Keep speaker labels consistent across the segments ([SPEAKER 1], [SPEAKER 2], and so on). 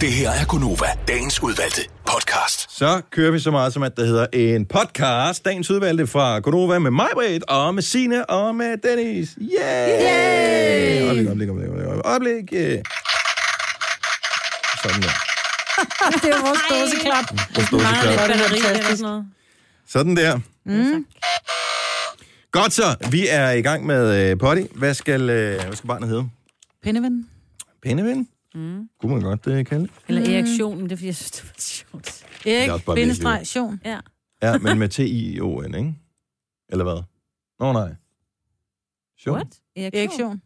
[SPEAKER 1] Det her er Gunova, dagens udvalgte podcast.
[SPEAKER 2] Så kører vi så meget som, at det hedder en podcast. Dagens udvalgte fra Gonova med mig, Britt, og med Sine og med Dennis. Yay! Yay! Øjeblik, øjeblik, øjeblik, øjeblik, øjeblik. øh. Sådan der.
[SPEAKER 3] Det er vores dåseklap.
[SPEAKER 2] Forståelsesklap. Sådan der. Mm. Godt så, vi er i gang med øh, potty. Hvad skal, øh, hvad skal barnet hedde?
[SPEAKER 3] Pindeven.
[SPEAKER 2] Pindeven? Mm. Kunne man godt øh, kalde det.
[SPEAKER 4] Eller erektionen, det er fordi, jeg synes, det var sjovt.
[SPEAKER 2] er også
[SPEAKER 3] Erik,
[SPEAKER 2] bare
[SPEAKER 3] bindestreg, Sion.
[SPEAKER 4] Ja.
[SPEAKER 2] Ja, men med T-I-O-N, ikke? Eller hvad? Nå nej. Sjovt.
[SPEAKER 4] What?
[SPEAKER 3] Erik
[SPEAKER 4] Erektion.
[SPEAKER 3] Sion.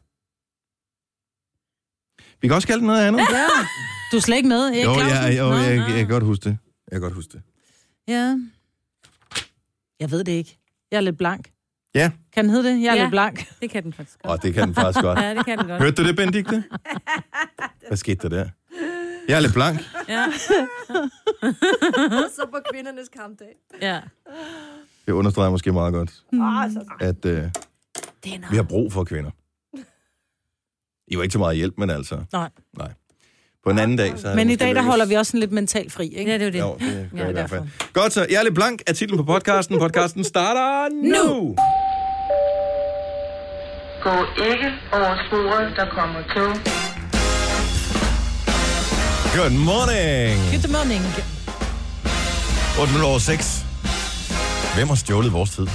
[SPEAKER 2] Vi kan også kalde det noget andet.
[SPEAKER 3] Ja. Du er slet ikke med, Erik
[SPEAKER 2] Jo,
[SPEAKER 3] Clausen?
[SPEAKER 2] jeg, jo
[SPEAKER 3] Nå.
[SPEAKER 2] jeg, jeg, jeg kan godt huske det. Jeg kan godt huske det.
[SPEAKER 3] Ja. Jeg ved det ikke. Jeg er lidt blank.
[SPEAKER 2] Ja,
[SPEAKER 3] Kan den hedde det? Jeg er
[SPEAKER 4] Ja.
[SPEAKER 3] lidt blank.
[SPEAKER 4] Det kan den faktisk godt.
[SPEAKER 2] og det kan den faktisk godt.
[SPEAKER 4] Ja, det kan den godt.
[SPEAKER 2] Hørte du det, Benedikte? Hvad skete der der? Jeg er lidt blank.
[SPEAKER 4] Ja,
[SPEAKER 5] så på kvindernes kampdag.
[SPEAKER 4] ja.
[SPEAKER 2] Det understreger måske meget godt,
[SPEAKER 5] Ah, så
[SPEAKER 2] at øh,
[SPEAKER 4] Det er nok.
[SPEAKER 2] vi har brug for kvinder. I var ikke så meget hjælp, men altså,
[SPEAKER 3] Nej.
[SPEAKER 2] nej. På en anden dag, så havde
[SPEAKER 3] Men
[SPEAKER 2] det
[SPEAKER 3] i
[SPEAKER 2] måske
[SPEAKER 3] dag, der
[SPEAKER 2] lykkes.
[SPEAKER 3] holder vi også sådan lidt mentalt fri, ikke?
[SPEAKER 4] Ja, det er jo det.
[SPEAKER 2] Jo, det gør
[SPEAKER 4] Ja,
[SPEAKER 2] ja, i hvert fald.
[SPEAKER 3] derfor.
[SPEAKER 2] Godt så, jeg er lidt blank af titlen på podcasten. Podcasten starter nu!
[SPEAKER 6] Gå ikke over sporet, der kommer tog.
[SPEAKER 2] Good morning!
[SPEAKER 3] Good morning.
[SPEAKER 2] 8 minutter over 6. Hvem har stjålet vores tid?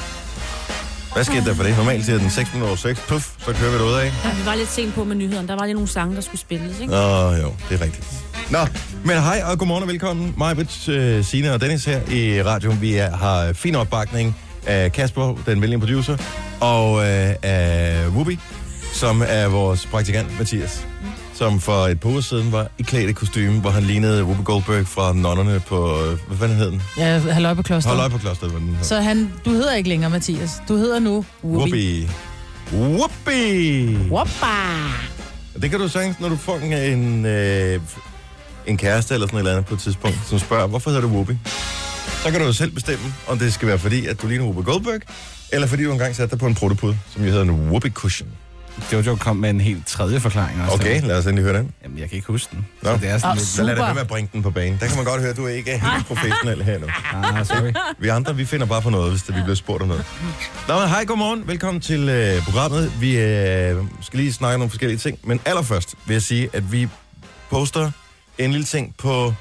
[SPEAKER 2] Hvad sker der for det? Normalt siger den 6 minutter over 6. Puff, så kører vi det ud af.
[SPEAKER 4] Ja, vi var lidt sent på med nyhederne. Der var lige nogle sange, der skulle spilles, ikke?
[SPEAKER 2] Åh, oh, jo, det er rigtigt. Nå, men hej og godmorgen og velkommen. Mig, Britt, øh, Signe og Dennis her i radioen. Vi er, har fin opbakning af Kasper, den venlige producer, og øh, af Ruby, som er vores praktikant, Mathias, som for et par uger siden var i klædt i kostume, hvor han lignede Ruby Goldberg fra Nonnerne på, øh, hvad fanden hed den?
[SPEAKER 3] Ja, halløj på kloster.
[SPEAKER 2] Hold øje på klosteret, hvor den hed.
[SPEAKER 3] Så han, du hedder ikke længere, Mathias. Du hedder nu Whoopi.
[SPEAKER 2] Whoopi. Whoopi.
[SPEAKER 3] Whoopa.
[SPEAKER 2] Og Det kan du sagtens, når du får en, en, øh, en kæreste eller sådan et eller andet på et tidspunkt, som spørger, hvorfor hedder du Whoopi? Så kan du jo selv bestemme, om det skal være fordi, at du ligner Whoopi Goldberg, eller fordi du engang satte dig på en protopud, som jo hedder en Whoopi Cushion.
[SPEAKER 7] Jojo kom med en helt tredje forklaring også.
[SPEAKER 2] Okay, lad os endelig høre den.
[SPEAKER 7] Jamen, jeg kan ikke huske den.
[SPEAKER 2] Nå.
[SPEAKER 7] Så det er sådan
[SPEAKER 3] Ah,
[SPEAKER 7] lidt...
[SPEAKER 2] Så lad det
[SPEAKER 3] Super.
[SPEAKER 2] være med at bringe den på banen. Der kan man godt høre, at du ikke er helt professionel her nu.
[SPEAKER 7] Ah, sorry.
[SPEAKER 2] Vi andre, vi finder bare på noget, hvis det, vi bliver spurgt om noget. Nå, men hej, godmorgen. Velkommen til øh, programmet. Vi øh, skal lige snakke om nogle forskellige ting. Men allerførst vil jeg sige, at vi poster en lille ting på...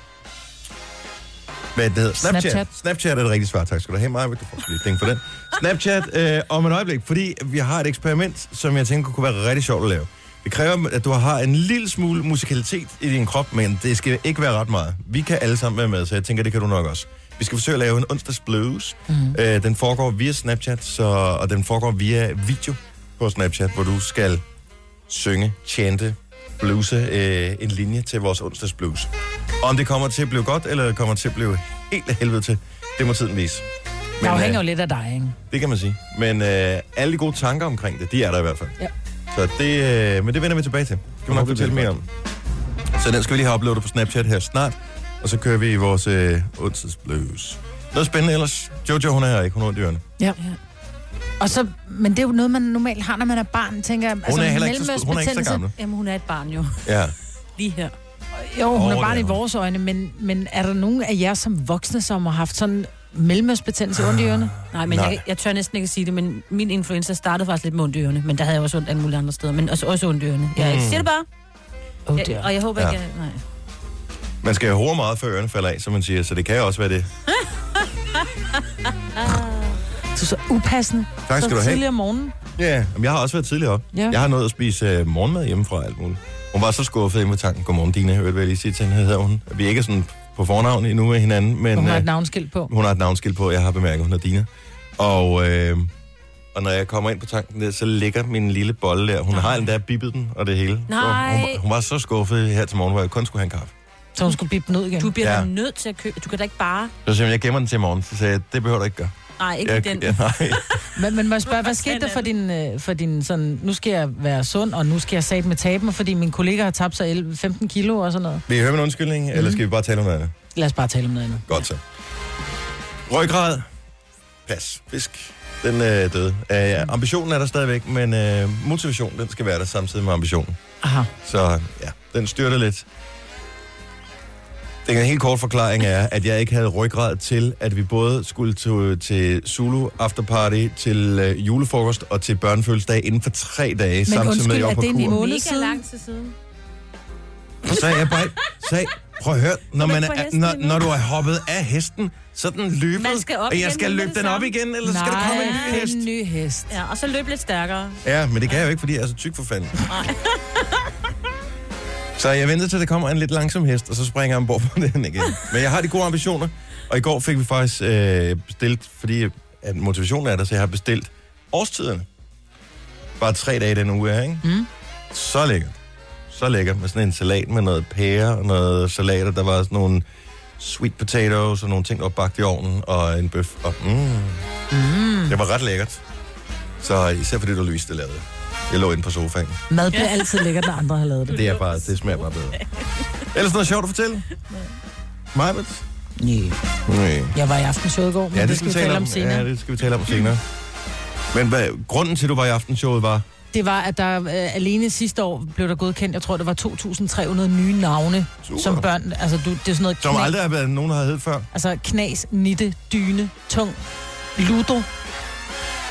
[SPEAKER 2] Hvad er det, det hedder?
[SPEAKER 3] Snapchat.
[SPEAKER 2] Snapchat er det rigtige svar. Tak skal du have, Maja. Du får lige et ding for den. Snapchat øh, om et øjeblik, fordi vi har et eksperiment, som jeg tænker kunne være rigtig sjovt at lave. Det kræver, at du har en lille smule musikalitet i din krop, men det skal ikke være ret meget. Vi kan alle sammen være med, så jeg tænker, det kan du nok også. Vi skal forsøge at lave en onsdags blues. Mm. Øh, den foregår via Snapchat, så, og den foregår via video på Snapchat, hvor du skal synge, chante, bluse øh, en linje til vores onsdags blues. Om det kommer til at blive godt, eller det kommer til at blive helt af helvede til, det må tiden vise.
[SPEAKER 3] Det
[SPEAKER 2] øh,
[SPEAKER 3] afhænger jo lidt af dig, ikke?
[SPEAKER 2] det kan man sige. Men øh, alle de gode tanker omkring det, de er der i hvert fald.
[SPEAKER 3] Ja.
[SPEAKER 2] Så det, øh, men det vender vi tilbage til. Det kan man nok fortælle mere om. Så den skal vi lige have uploadet på Snapchat her snart. Og så kører vi i vores øh, onsdags blues. Noget spændende ellers. Jojo, hun er her ikke. Hun er ondt i ørerne.
[SPEAKER 3] Ja. Og så, men det er jo noget, man normalt har, når man er barn, tænker jeg. Altså, Hun
[SPEAKER 2] er heller ikke så stor- hun er ikke så gammel.
[SPEAKER 4] Jamen, hun er et barn jo.
[SPEAKER 2] Ja.
[SPEAKER 4] Lige her.
[SPEAKER 3] Jo, hun
[SPEAKER 2] Åh,
[SPEAKER 3] er
[SPEAKER 2] det er
[SPEAKER 3] barn i
[SPEAKER 2] hun.
[SPEAKER 3] vores øjne, men, men er der nogen af jer som voksne, som har haft sådan mellemøstbetændelse ondt i ørerne?
[SPEAKER 4] Nej, men
[SPEAKER 2] Ah. Nej.
[SPEAKER 4] Jeg, jeg tør næsten ikke at sige det, men min influenza startede faktisk lidt med ondt i ørerne, men der havde jeg også ondt alle mulige andre steder, men også, også ondt i ørerne. Jeg mm. siger det bare,
[SPEAKER 3] Oh,
[SPEAKER 4] jeg, og jeg håber
[SPEAKER 2] Ja.
[SPEAKER 4] ikke, jeg... Nej.
[SPEAKER 2] Man skal hore meget, før ørerne falder af, som man siger. Så det kan jo også være det.
[SPEAKER 3] Du er så upassende.
[SPEAKER 2] Tak skal
[SPEAKER 3] så
[SPEAKER 2] du have.
[SPEAKER 3] tidligere om morgenen.
[SPEAKER 2] Ja, men jeg har også været tidligere op.
[SPEAKER 3] Ja.
[SPEAKER 2] Jeg har nået at spise øh, morgenmad hjemmefra og alt muligt. Hun var så skuffet hjemme ved tanken. Godmorgen, Dina. Hørte, hvad jeg lige sige til hende, hedder hun. Vi er ikke sådan på fornavn endnu med hinanden, men...
[SPEAKER 3] Hun har
[SPEAKER 2] øh,
[SPEAKER 3] et navnskilt på.
[SPEAKER 2] hun har et navnskilt på, jeg har bemærket, hun er Dina. Og, øh, og når jeg kommer ind på tanken der, så ligger min lille bolle der. Hun Nej. har endda bippet den og det hele. Så Hun,
[SPEAKER 4] Nej.
[SPEAKER 2] var- hun var så skuffet her til morgen, hvor jeg kun skulle have en kaffe.
[SPEAKER 3] Så hun skulle blive den ud igen.
[SPEAKER 4] Du bliver
[SPEAKER 2] Ja.
[SPEAKER 4] ja. nødt til at købe... Du kan da ikke bare...
[SPEAKER 2] Så sagde jeg, jeg gemmer den til morgen. Så sagde jeg, det behøver du ikke gøre.
[SPEAKER 4] Nej, ikke
[SPEAKER 2] Jeg,
[SPEAKER 4] jeg, den.
[SPEAKER 2] ja, nej.
[SPEAKER 3] Men, men må jeg spørge, hvad skete der for din, øh, for din sådan, nu skal jeg være sund, og nu skal jeg sat med tabe mig, fordi min kollega har tabt sig 11 15 kilo og sådan noget.
[SPEAKER 2] Vil I høre min undskyldning, mm.
[SPEAKER 3] Mhm.
[SPEAKER 2] eller skal vi bare tale om noget andet?
[SPEAKER 3] Lad os bare tale om noget andet.
[SPEAKER 2] Godt så. Ryggrad. Pas. Fisk. Den øh, døde. Øh, ja. Ambitionen er der stadigvæk, men øh, motivationen den skal være der samtidig med ambitionen.
[SPEAKER 3] Aha.
[SPEAKER 2] Så ja, den styrter lidt. Den helt korte forklaring er, at jeg ikke havde ryggrad til, at vi både skulle til, til Zulu Afterparty, til øh, julefrokost og til børnefødselsdag inden for tre dage, Men samtidig med, at
[SPEAKER 3] undskyld,
[SPEAKER 2] jeg var
[SPEAKER 3] er
[SPEAKER 2] på
[SPEAKER 3] det en
[SPEAKER 2] kur.
[SPEAKER 3] måned
[SPEAKER 4] Mega
[SPEAKER 3] siden.
[SPEAKER 4] lang tid siden.
[SPEAKER 2] Så er jeg bare... Så er, prøv at høre, når,
[SPEAKER 4] er
[SPEAKER 2] man
[SPEAKER 4] ikke på
[SPEAKER 2] er,
[SPEAKER 4] hesten
[SPEAKER 2] når,
[SPEAKER 4] endnu.
[SPEAKER 2] når du er hoppet af hesten, så er den løbet,
[SPEAKER 4] Man skal op
[SPEAKER 2] og jeg
[SPEAKER 4] igen
[SPEAKER 2] skal
[SPEAKER 4] med
[SPEAKER 2] løbe
[SPEAKER 4] det
[SPEAKER 2] den op
[SPEAKER 4] samme.
[SPEAKER 2] igen, eller så skal der komme en ny
[SPEAKER 3] Nej,
[SPEAKER 2] hest.
[SPEAKER 3] en ny hest.
[SPEAKER 4] Ja, og så løb lidt stærkere.
[SPEAKER 2] Ja, men det kan jeg jo ikke, fordi jeg er så tyk for fanden. så jeg ventede til, der kommer en lidt langsom hest, og så springer jeg ombord på den igen. Men jeg har de gode ambitioner, og i går fik vi faktisk øh, bestilt, fordi at motivationen er der, så jeg har bestilt årstiderne. Bare tre dage i den uge her, ikke? Mm. Så lækkert. Så lækkert med sådan en salat med noget pære og noget salater. Der var sådan nogle sweet potatoes og nogle ting, der var bagt i ovnen, og en bøf. Og, mm. Mm. Det var ret lækkert. Så især fordi det var Louise, der lavede det. Jeg lå inde på sofaen.
[SPEAKER 3] Mad bliver altid lækkert, når andre har lavet det.
[SPEAKER 2] Det, er bare, det smager bare bedre. Ellers noget sjovt at fortælle? Majbet?
[SPEAKER 3] Nej.
[SPEAKER 2] Nej.
[SPEAKER 3] Jeg var i aftenshowet i går, men
[SPEAKER 2] Ja,
[SPEAKER 3] det,
[SPEAKER 2] det
[SPEAKER 3] skal
[SPEAKER 2] skal
[SPEAKER 3] vi tale om, senere.
[SPEAKER 2] Ja, det skal vi tale om senere. Men hvad, grunden til, at du var i aftenshowet, var...
[SPEAKER 3] Det var, at der øh, alene sidste år blev der godkendt, jeg tror, der var 2.300 nye navne,
[SPEAKER 2] Super.
[SPEAKER 3] som børn, altså du, det er sådan noget
[SPEAKER 2] Som
[SPEAKER 3] knæ,
[SPEAKER 2] aldrig har været nogen, der har heddet før.
[SPEAKER 3] altså knas, nitte, dyne, tung, ludo.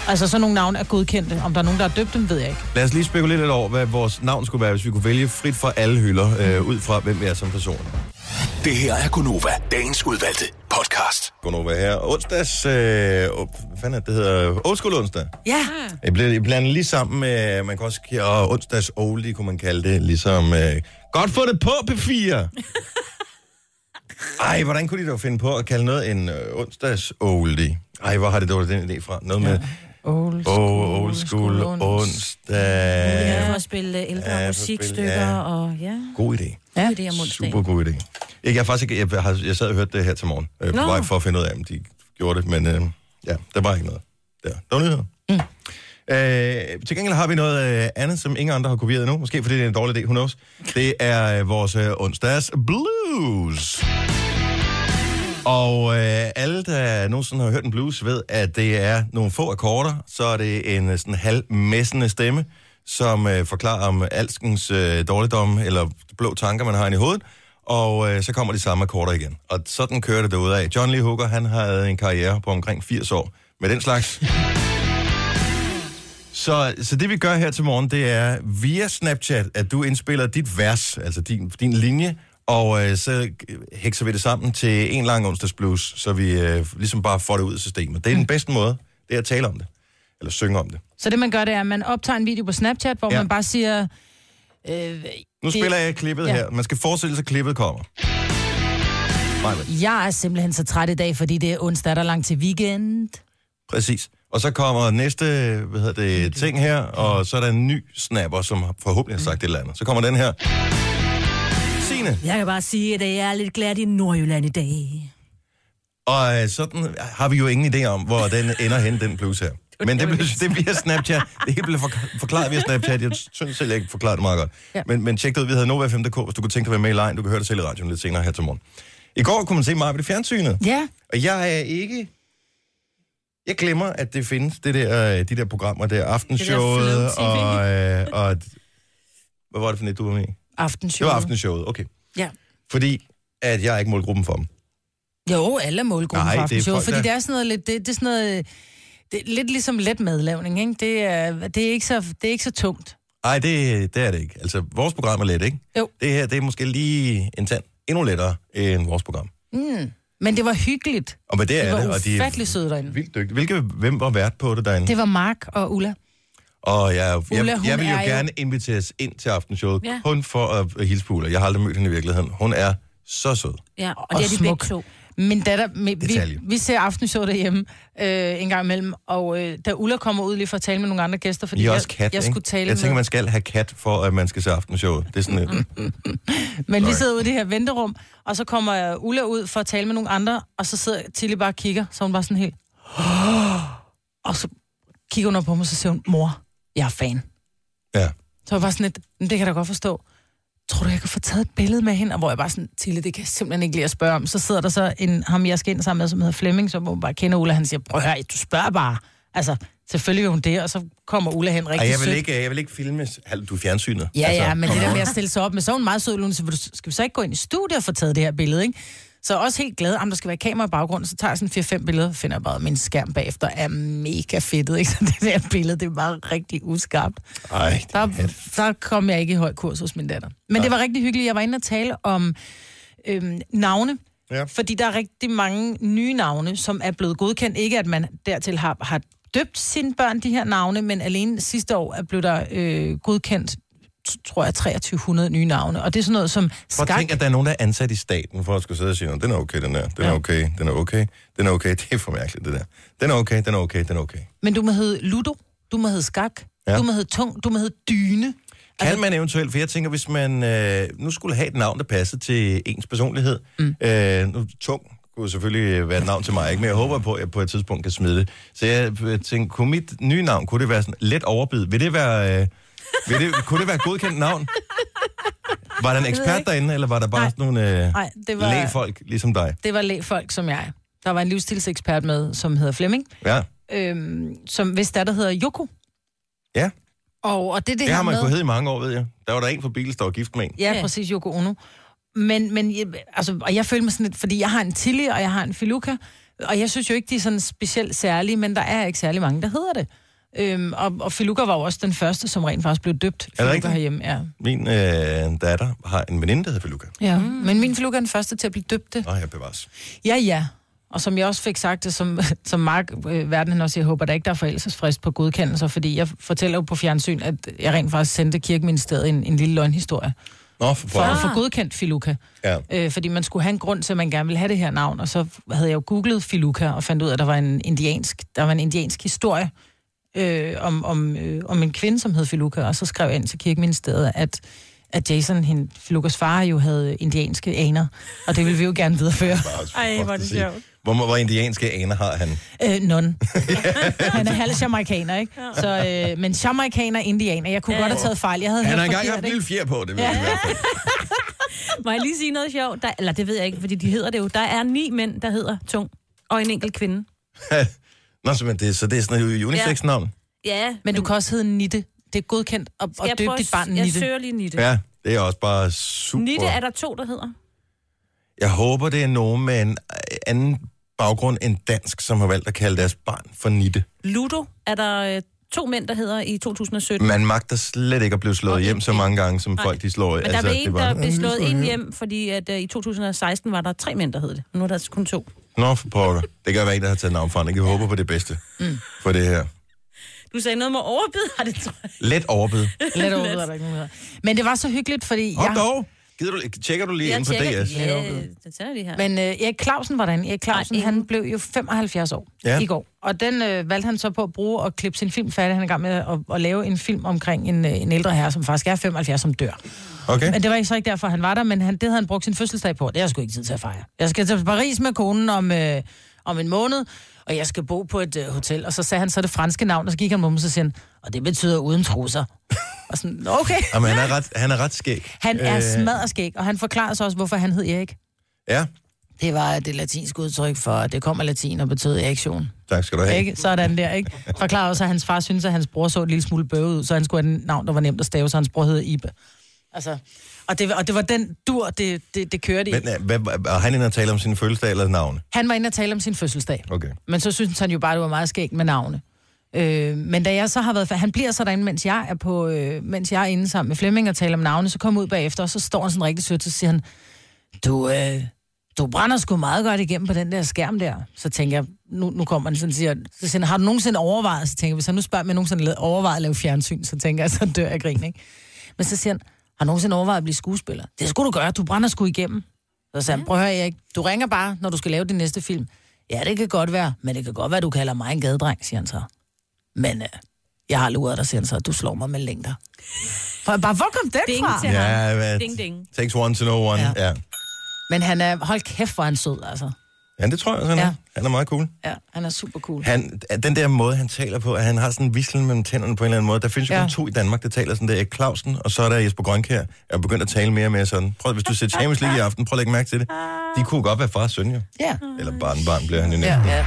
[SPEAKER 3] Altså sådan nogle navne er godkendte. Om der er nogen, der har døbt dem, ved jeg ikke.
[SPEAKER 2] Lad os lige spekulere lidt over, hvad vores navn skulle være, hvis vi kunne vælge frit fra alle hylder, øh, ud fra hvem vi er som person.
[SPEAKER 1] Det her er Gunova, dagens udvalgte podcast.
[SPEAKER 2] Gunova her. Onsdags... Øh, op- hvad fanden er det, det hedder? Old School onsdag.
[SPEAKER 4] Ja.
[SPEAKER 2] Jeg bliver jeg blander lige sammen med, man kan også kigge, og onsdags oldie kunne man kalde det, ligesom, øh, godt få det på, P4! Ej, hvordan kunne de dog finde på at kalde noget en øh, onsdags oldie? Ej, hvor har det dog den idé fra? Noget med,
[SPEAKER 3] Old
[SPEAKER 2] oh, old school, onsdag.
[SPEAKER 4] Ja. For at spille øh, ældre
[SPEAKER 2] Ja,
[SPEAKER 4] ja,
[SPEAKER 2] for at spille,
[SPEAKER 4] musikstykker,
[SPEAKER 2] ja.
[SPEAKER 4] og ja,
[SPEAKER 2] God idé.
[SPEAKER 4] ja. det er om onsdagen.
[SPEAKER 2] Super god idé. Ikke, jeg, har faktisk ikke, jeg, har, jeg sad og hørte det her til morgen, øh, på
[SPEAKER 4] Nå.
[SPEAKER 2] vej for at finde ud af, om de gjorde det, men øh, ja, der var ikke noget. Der, der var nyheder. Mm. Øh, til gengæld har vi noget øh, andet, som ingen andre har kopieret endnu. Måske fordi det er en dårlig idé, who knows. Det er øh, vores øh, onsdags blues. Og øh, alle, der nogensinde har hørt en blues, ved, at det er nogle få akkorder, så er det en øh, sådan halvmessende stemme, som øh, forklarer om alskens øh, dårligdom eller blå tanker, man har inde i hovedet, og øh, så kommer de samme akkorder igen. Og sådan kører det derude af. John Lee Hooker, han havde en karriere på omkring 80 år med den slags. Så, så det vi gør her til morgen, det er via Snapchat, at du indspiller dit vers, altså din, din linje, og øh, så hekser vi det sammen til en lang onsdags blues, så vi øh, ligesom bare får det ud af systemet. Det er den bedste måde, det er at tale om det, eller synge om det.
[SPEAKER 3] Så det, man gør, det er, at man optager en video på Snapchat, hvor
[SPEAKER 2] Ja.
[SPEAKER 3] ja. man bare siger... Øh,
[SPEAKER 2] Nu
[SPEAKER 3] det-
[SPEAKER 2] spiller jeg klippet
[SPEAKER 3] Ja.
[SPEAKER 2] her. Man skal forestille sig, at klippet kommer. Maja.
[SPEAKER 3] Jeg er simpelthen så træt i dag, fordi det er onsdag, der er langt til weekend.
[SPEAKER 2] Præcis. Og så kommer næste hvad hedder det, ting her, og så er der en ny snapper, som forhåbentlig har sagt et eller andet. Så kommer den her. Signe.
[SPEAKER 4] Jeg kan bare sige, at jeg er lidt glad i Nordjylland i dag.
[SPEAKER 2] Og øh, sådan har vi jo ingen idé om, hvor den ender hen, den blues her. Men det, bliver- det bliver Snapchat. Det hele bliver fork- forklaret via Snapchat. Jeg synes selv, jeg forklarede det meget godt. Ja. Men, men tjek det ud. Vi havde Nova5.dk, hvis du kunne tænke dig at være med i lejen. Du kan høre det selv i radioen lidt senere her til morgen. I går kunne man se mig ved det fjernsynet.
[SPEAKER 3] Ja.
[SPEAKER 2] Og jeg er ikke... Jeg glemmer, at det findes, det der, øh, de der programmer der. Aftenshowet
[SPEAKER 4] flow TV.
[SPEAKER 2] og, øh, og... Hvad var det for net, du var med i? Det
[SPEAKER 3] Aftenshowet.
[SPEAKER 2] var Aftenshowet, okay.
[SPEAKER 3] Ja.
[SPEAKER 2] Fordi at jeg er ikke målgruppen for dem.
[SPEAKER 3] Jo, alle er målgruppen Nej,
[SPEAKER 2] Nej, det
[SPEAKER 3] for
[SPEAKER 2] er
[SPEAKER 3] aftenshowet,
[SPEAKER 2] folk,
[SPEAKER 3] fordi
[SPEAKER 2] der-
[SPEAKER 3] det er sådan noget lidt, det, det er sådan noget, det er lidt ligesom let madlavning, ikke? Det er, det er, ikke, så, det er ikke så tungt.
[SPEAKER 2] Nej, det, det er det ikke. Altså, vores program er let, ikke?
[SPEAKER 3] Jo.
[SPEAKER 2] Det her, det er måske lige en tand endnu lettere end vores program.
[SPEAKER 3] Mm. Men det var hyggeligt.
[SPEAKER 2] Og men det,
[SPEAKER 3] Det
[SPEAKER 2] er det,
[SPEAKER 3] var
[SPEAKER 2] og de er
[SPEAKER 3] ufattelig søde derinde.
[SPEAKER 2] vildt dygtige. Hvilke, hvem var vært på det derinde?
[SPEAKER 3] Det var Mark og Ulla.
[SPEAKER 2] Og jeg, jeg,
[SPEAKER 3] Ulla,
[SPEAKER 2] jeg,
[SPEAKER 3] hun
[SPEAKER 2] jeg vil jo
[SPEAKER 3] er jo-
[SPEAKER 2] gerne inviteres ind til aftenshowet, ja.
[SPEAKER 4] Ja.
[SPEAKER 2] kun for at at hilse på Ulla. Jeg har aldrig mødt hende i virkeligheden. Hun er så sød.
[SPEAKER 4] Ja, og, det er de
[SPEAKER 3] smuk.
[SPEAKER 4] begge to.
[SPEAKER 3] Min datter, me- vi,
[SPEAKER 2] Detalje.
[SPEAKER 3] vi ser aftenshowet derhjemme øh, en gang imellem, og øh, da Ulla kommer ud lige for at tale med nogle andre gæster, fordi
[SPEAKER 2] I er
[SPEAKER 3] jeg,
[SPEAKER 2] også
[SPEAKER 3] jeg
[SPEAKER 2] kat, ikke?
[SPEAKER 3] skulle tale
[SPEAKER 2] jeg tænker,
[SPEAKER 3] med...
[SPEAKER 2] man skal have kat, for at man skal se aftenshowet. Det er sådan et...
[SPEAKER 3] Men vi
[SPEAKER 2] Sorry.
[SPEAKER 3] sidder ude i det her venterum, og så kommer øh, Ulla ud for at tale med nogle andre, og så sidder Tilly bare og kigger, så hun bare sådan helt... Og så kigger hun op på mig, og så siger hun, mor, jeg er fan.
[SPEAKER 2] Ja.
[SPEAKER 3] Så var jeg bare sådan lidt, "Men det kan jeg da godt forstå. Tror du, jeg kan få taget et billede med hende? Og hvor jeg bare sådan, Tille, det kan jeg simpelthen ikke lide at spørge om. Så sidder der så en, ham jeg skal ind sammen med, som hedder Flemming, som hun bare kender Ulla. Han siger, prøv at høre, du spørger bare. Altså, Selvfølgelig vil hun det, og så kommer Ulla hen
[SPEAKER 2] Ej,
[SPEAKER 3] rigtig
[SPEAKER 2] jeg vil
[SPEAKER 3] sødt.
[SPEAKER 2] ikke, jeg vil ikke filmes. Hal- Du er fjernsynet.
[SPEAKER 3] Ja, altså, ja, men det
[SPEAKER 2] come
[SPEAKER 3] der
[SPEAKER 2] on.
[SPEAKER 3] med at stille sig op med, så er hun meget sød, Lune, så vil du- skal vi så ikke gå ind i studiet og få taget det her billede, ikke? Så også helt glad, om der skal være kamera i baggrunden, så tager jeg sådan 4-5 billeder, finder jeg bare min skærm bagefter, er mega fedtet, ikke? Så det der billede, det er bare rigtig uskarpt.
[SPEAKER 2] Ej, det er
[SPEAKER 3] Der,
[SPEAKER 2] hat.
[SPEAKER 3] der kom jeg ikke i høj kurs hos min datter. Men det var rigtig hyggeligt, jeg var inde og tale om øhm, navne,
[SPEAKER 2] Ja.
[SPEAKER 3] fordi der er rigtig mange nye navne, som er blevet godkendt. Ikke at man dertil har, har døbt sine børn de her navne, men alene sidste år er blevet der øh, godkendt, t- tror jeg, 2300 nye navne. Og det er sådan noget som
[SPEAKER 2] Prøv at
[SPEAKER 3] skak.
[SPEAKER 2] tænke, at der er nogen, der er ansat i staten, for at skulle sidde og sige, "Nå, den er okay, den der, den er
[SPEAKER 3] Ja.
[SPEAKER 2] okay, den er okay, den er okay, det er for mærkeligt, det der. Den er okay, den er okay, den er okay.
[SPEAKER 3] Men du må hedde Ludo, du må hedde skak,
[SPEAKER 2] Ja.
[SPEAKER 3] ja. du må hedde tung, du må hedde dyne.
[SPEAKER 2] Kan
[SPEAKER 3] Altså-
[SPEAKER 2] man eventuelt, for jeg tænker, hvis man øh, nu skulle have et navn, der passede til ens personlighed, mm. øh, nu tung kunne selvfølgelig være et navn til mig, ikke? men jeg håber på, at jeg på et tidspunkt kan smide det. Så jeg øh, tænkte, kunne mit nye navn, kunne det være sådan let overbid? Vil det være, øh, vil det, kunne det være et godkendt navn? Var der en ekspert derinde, eller var der bare
[SPEAKER 3] Nej.
[SPEAKER 2] sådan nogle øh,
[SPEAKER 3] Nej, det var,
[SPEAKER 2] lægfolk, ligesom dig?
[SPEAKER 3] det var lægfolk som jeg. Der var en livsstilsekspert med, som hedder Flemming.
[SPEAKER 2] Ja,
[SPEAKER 3] øhm, som hvis der, der hedder Joko.
[SPEAKER 2] ja.
[SPEAKER 3] Og, og det er det,
[SPEAKER 2] det
[SPEAKER 3] her
[SPEAKER 2] har man
[SPEAKER 3] med...
[SPEAKER 2] kunnet hedde i mange år, ved jeg. Der var der en fra Beatles, der var gift med en.
[SPEAKER 3] Ja,
[SPEAKER 4] Ja.
[SPEAKER 3] præcis, Yoko Ono. Men, men jeg- altså, og jeg føler mig sådan lidt, fordi jeg har en Tilly, og jeg har en Filuka, og jeg synes jo ikke, de er sådan specielt særlige, men der er ikke særlig mange, der hedder det. Øhm, og, og Filuka var jo også den første, som rent faktisk blev døbt. Filuka
[SPEAKER 2] rigtigt?
[SPEAKER 3] herhjemme, ja.
[SPEAKER 2] Min øh, datter har en veninde, der hedder Feluca.
[SPEAKER 3] ja. Mm. Men min Filuka er den første til at blive døbt det.
[SPEAKER 2] Nå, jeg bevares.
[SPEAKER 3] Ja, ja. Og som jeg også fik sagt det, som, som Mark øh, Verden han også siger, jeg håber der ikke, der er forældresfrist på godkendelser, fordi jeg fortæller jo på fjernsyn, at jeg rent faktisk sendte kirkeministeriet en, en lille løgnhistorie.
[SPEAKER 2] Nå, for,
[SPEAKER 3] for
[SPEAKER 2] for,
[SPEAKER 3] at få godkendt Filuka.
[SPEAKER 2] Ja.
[SPEAKER 3] Øh, fordi man skulle have en grund til, at man gerne ville have det her navn. Og så havde jeg jo googlet Filuka og fandt ud af, at der var en indiansk, der var en indiansk historie øh, om, om, øh, om en kvinde, som hed Filuka. Og så skrev jeg ind til kirkeministeriet, at at Jason, hende, Filukas far, jo havde indianske aner, og det ville vi jo gerne videreføre.
[SPEAKER 2] Ej, hvor er det sjovt. Hvor, hvor indianske aner har han?
[SPEAKER 3] Øh, non. Han er halv jamaikaner, ikke? Så, øh, men jamaikaner, indianer, jeg kunne godt have taget fejl. Jeg havde
[SPEAKER 2] Han
[SPEAKER 3] hørt
[SPEAKER 2] har engang
[SPEAKER 3] forkert,
[SPEAKER 2] haft en
[SPEAKER 3] ikke?
[SPEAKER 2] lille fjer på, det ved jeg i hvert fald.
[SPEAKER 4] Må jeg lige sige noget sjovt? Der, eller det ved jeg ikke, fordi de hedder det jo. Der er ni mænd, der hedder Tung, og en enkelt kvinde.
[SPEAKER 2] Nå, så, men det, så det er sådan et unisex-navn?
[SPEAKER 4] Ja,
[SPEAKER 3] Men du kan også hedde Nitte. Det er godkendt at,
[SPEAKER 4] jeg
[SPEAKER 3] at døbe
[SPEAKER 4] prøver-
[SPEAKER 3] dit barn
[SPEAKER 4] Jeg
[SPEAKER 3] Nitte.
[SPEAKER 4] søger lige Nitte.
[SPEAKER 2] Ja, det er også bare super.
[SPEAKER 4] Nitte er der to, der hedder.
[SPEAKER 2] Jeg håber, det er nogen med en øh, anden baggrund end dansk, som har valgt at kalde deres barn for Nitte.
[SPEAKER 4] Ludo er der øh, to mænd, der hedder i 2017.
[SPEAKER 2] Man magter slet ikke at blive slået
[SPEAKER 4] Og
[SPEAKER 2] hjem
[SPEAKER 4] en-
[SPEAKER 2] så mange gange, som
[SPEAKER 4] Nej.
[SPEAKER 2] folk de slår.
[SPEAKER 4] Men altså, der blev en, der
[SPEAKER 2] Mm.
[SPEAKER 4] blev slået en hjem, fordi at, øh, i 2016 var der tre mænd, der hed det. Nu er der kun to.
[SPEAKER 2] Nå, for pokker. Det kan være en, der har taget navn for Jeg håber på det bedste mm. for det her.
[SPEAKER 4] Du sagde noget med overbid, har det tror jeg.
[SPEAKER 2] Let overbid.
[SPEAKER 3] Lidt over, der er ikke nogen, der hedder. Men det var så hyggeligt, fordi
[SPEAKER 2] Hold
[SPEAKER 3] jeg...
[SPEAKER 2] dog. Gider du, tjekker du lige ind på DS?
[SPEAKER 4] Ja, det tager øh, lige her. Men,
[SPEAKER 3] Men øh, Erik Clausen var derinde. Erik Clausen,
[SPEAKER 4] Nej,
[SPEAKER 3] han blev jo 75 år
[SPEAKER 2] Ja.
[SPEAKER 3] ja. i går. Og den øh, valgte han så på at bruge og klippe sin film færdig. Han er i gang med at, at lave en film omkring en, øh, en ældre herre, som faktisk er 75, som dør.
[SPEAKER 2] Okay.
[SPEAKER 3] Men det var ikke så ikke derfor, han var der, men han, det havde han brugt sin fødselsdag på. Det har jeg sgu ikke tid til at fejre. Jeg skal til Paris med konen om, øh, om en måned, og jeg skal bo på et øh, hotel. Og så sagde han så det franske navn, og så gik han om, og så siger han, og det betyder uden trusser. og sådan, "Nå, okay.
[SPEAKER 2] Jamen, han er ret, han er ret skæg.
[SPEAKER 3] Han er
[SPEAKER 2] Øh,
[SPEAKER 3] smadderskæg, og han forklarer så også, hvorfor han hed Erik.
[SPEAKER 2] Ja,
[SPEAKER 3] Det var det latinske udtryk for, at det kommer latin og betød reaktion.
[SPEAKER 2] tak skal du have.
[SPEAKER 3] Ikke? Sådan der, ikke? Forklarer også, at hans far synes, at hans bror så et lille smule bøvet ud, så han skulle have et navn, der var nemt at stave, så hans bror hed Ibe. Altså, og det, var- og det var den dur, det, det, det kørte i.
[SPEAKER 2] Men øh, hvad, hvad- er han inde og tale om sin fødselsdag eller navne?
[SPEAKER 3] Han var inde og tale om sin fødselsdag.
[SPEAKER 2] Okay.
[SPEAKER 3] Men så synes han jo bare, det var meget skægt med navne. Øh, men da jeg så har været... fa- Han bliver så derinde, mens jeg er, på, øh, mens jeg er inde sammen med Flemming og taler om navne, så kommer jeg ud bagefter, og så står han sådan rigtig sødt, og siger han, du, øh, du brænder sgu meget godt igennem på den der skærm der. Så tænker jeg, nu, nu kommer han sådan og siger, så siger han, har du nogensinde overvejet, så tænker jeg, hvis han nu spørger, om jeg nogensinde la- overvejet at lave fjernsyn, så tænker jeg, så dør jeg af grin, ikke? Men så siger han, har du nogensinde overvejet at blive skuespiller? Det skulle du gøre, du brænder sgu igennem. Så sagde han, prøv at høre, Erik, du ringer bare, når du skal lave din næste film. Ja, det kan godt være, men det kan godt være, du kalder mig en gadedreng, siger han så. Men øh, jeg har luret dig, siger han så, du slår mig med længder. For jeg bare, hvor kom den
[SPEAKER 4] Ding
[SPEAKER 3] fra?
[SPEAKER 4] til ham.
[SPEAKER 2] hvad?
[SPEAKER 4] Ding, ding.
[SPEAKER 2] Takes one to know one. Ja.
[SPEAKER 3] Ah. Ja.
[SPEAKER 2] ja.
[SPEAKER 3] Men han er, hold kæft, hvor er han sød, altså.
[SPEAKER 2] ja det tror jeg, også, han er.
[SPEAKER 3] Ja.
[SPEAKER 2] Han er meget cool.
[SPEAKER 3] Ja, han er super cool.
[SPEAKER 2] Han, at den der måde, han taler på, at han har sådan en vislen mellem tænderne på en eller anden måde. Der findes jo
[SPEAKER 3] Ja.
[SPEAKER 2] kun to i Danmark, der taler sådan der. Erik Clausen, og så er der Jesper Grønkær. Jeg er begyndt at tale mere og mere sådan. Prøv, hvis du ser Champions League i aften, prøv at lægge mærke til det. De kunne godt være far og søn, jo.
[SPEAKER 3] Ja.
[SPEAKER 2] Eller barnbarn bliver han jo næsten.
[SPEAKER 3] ja. ja.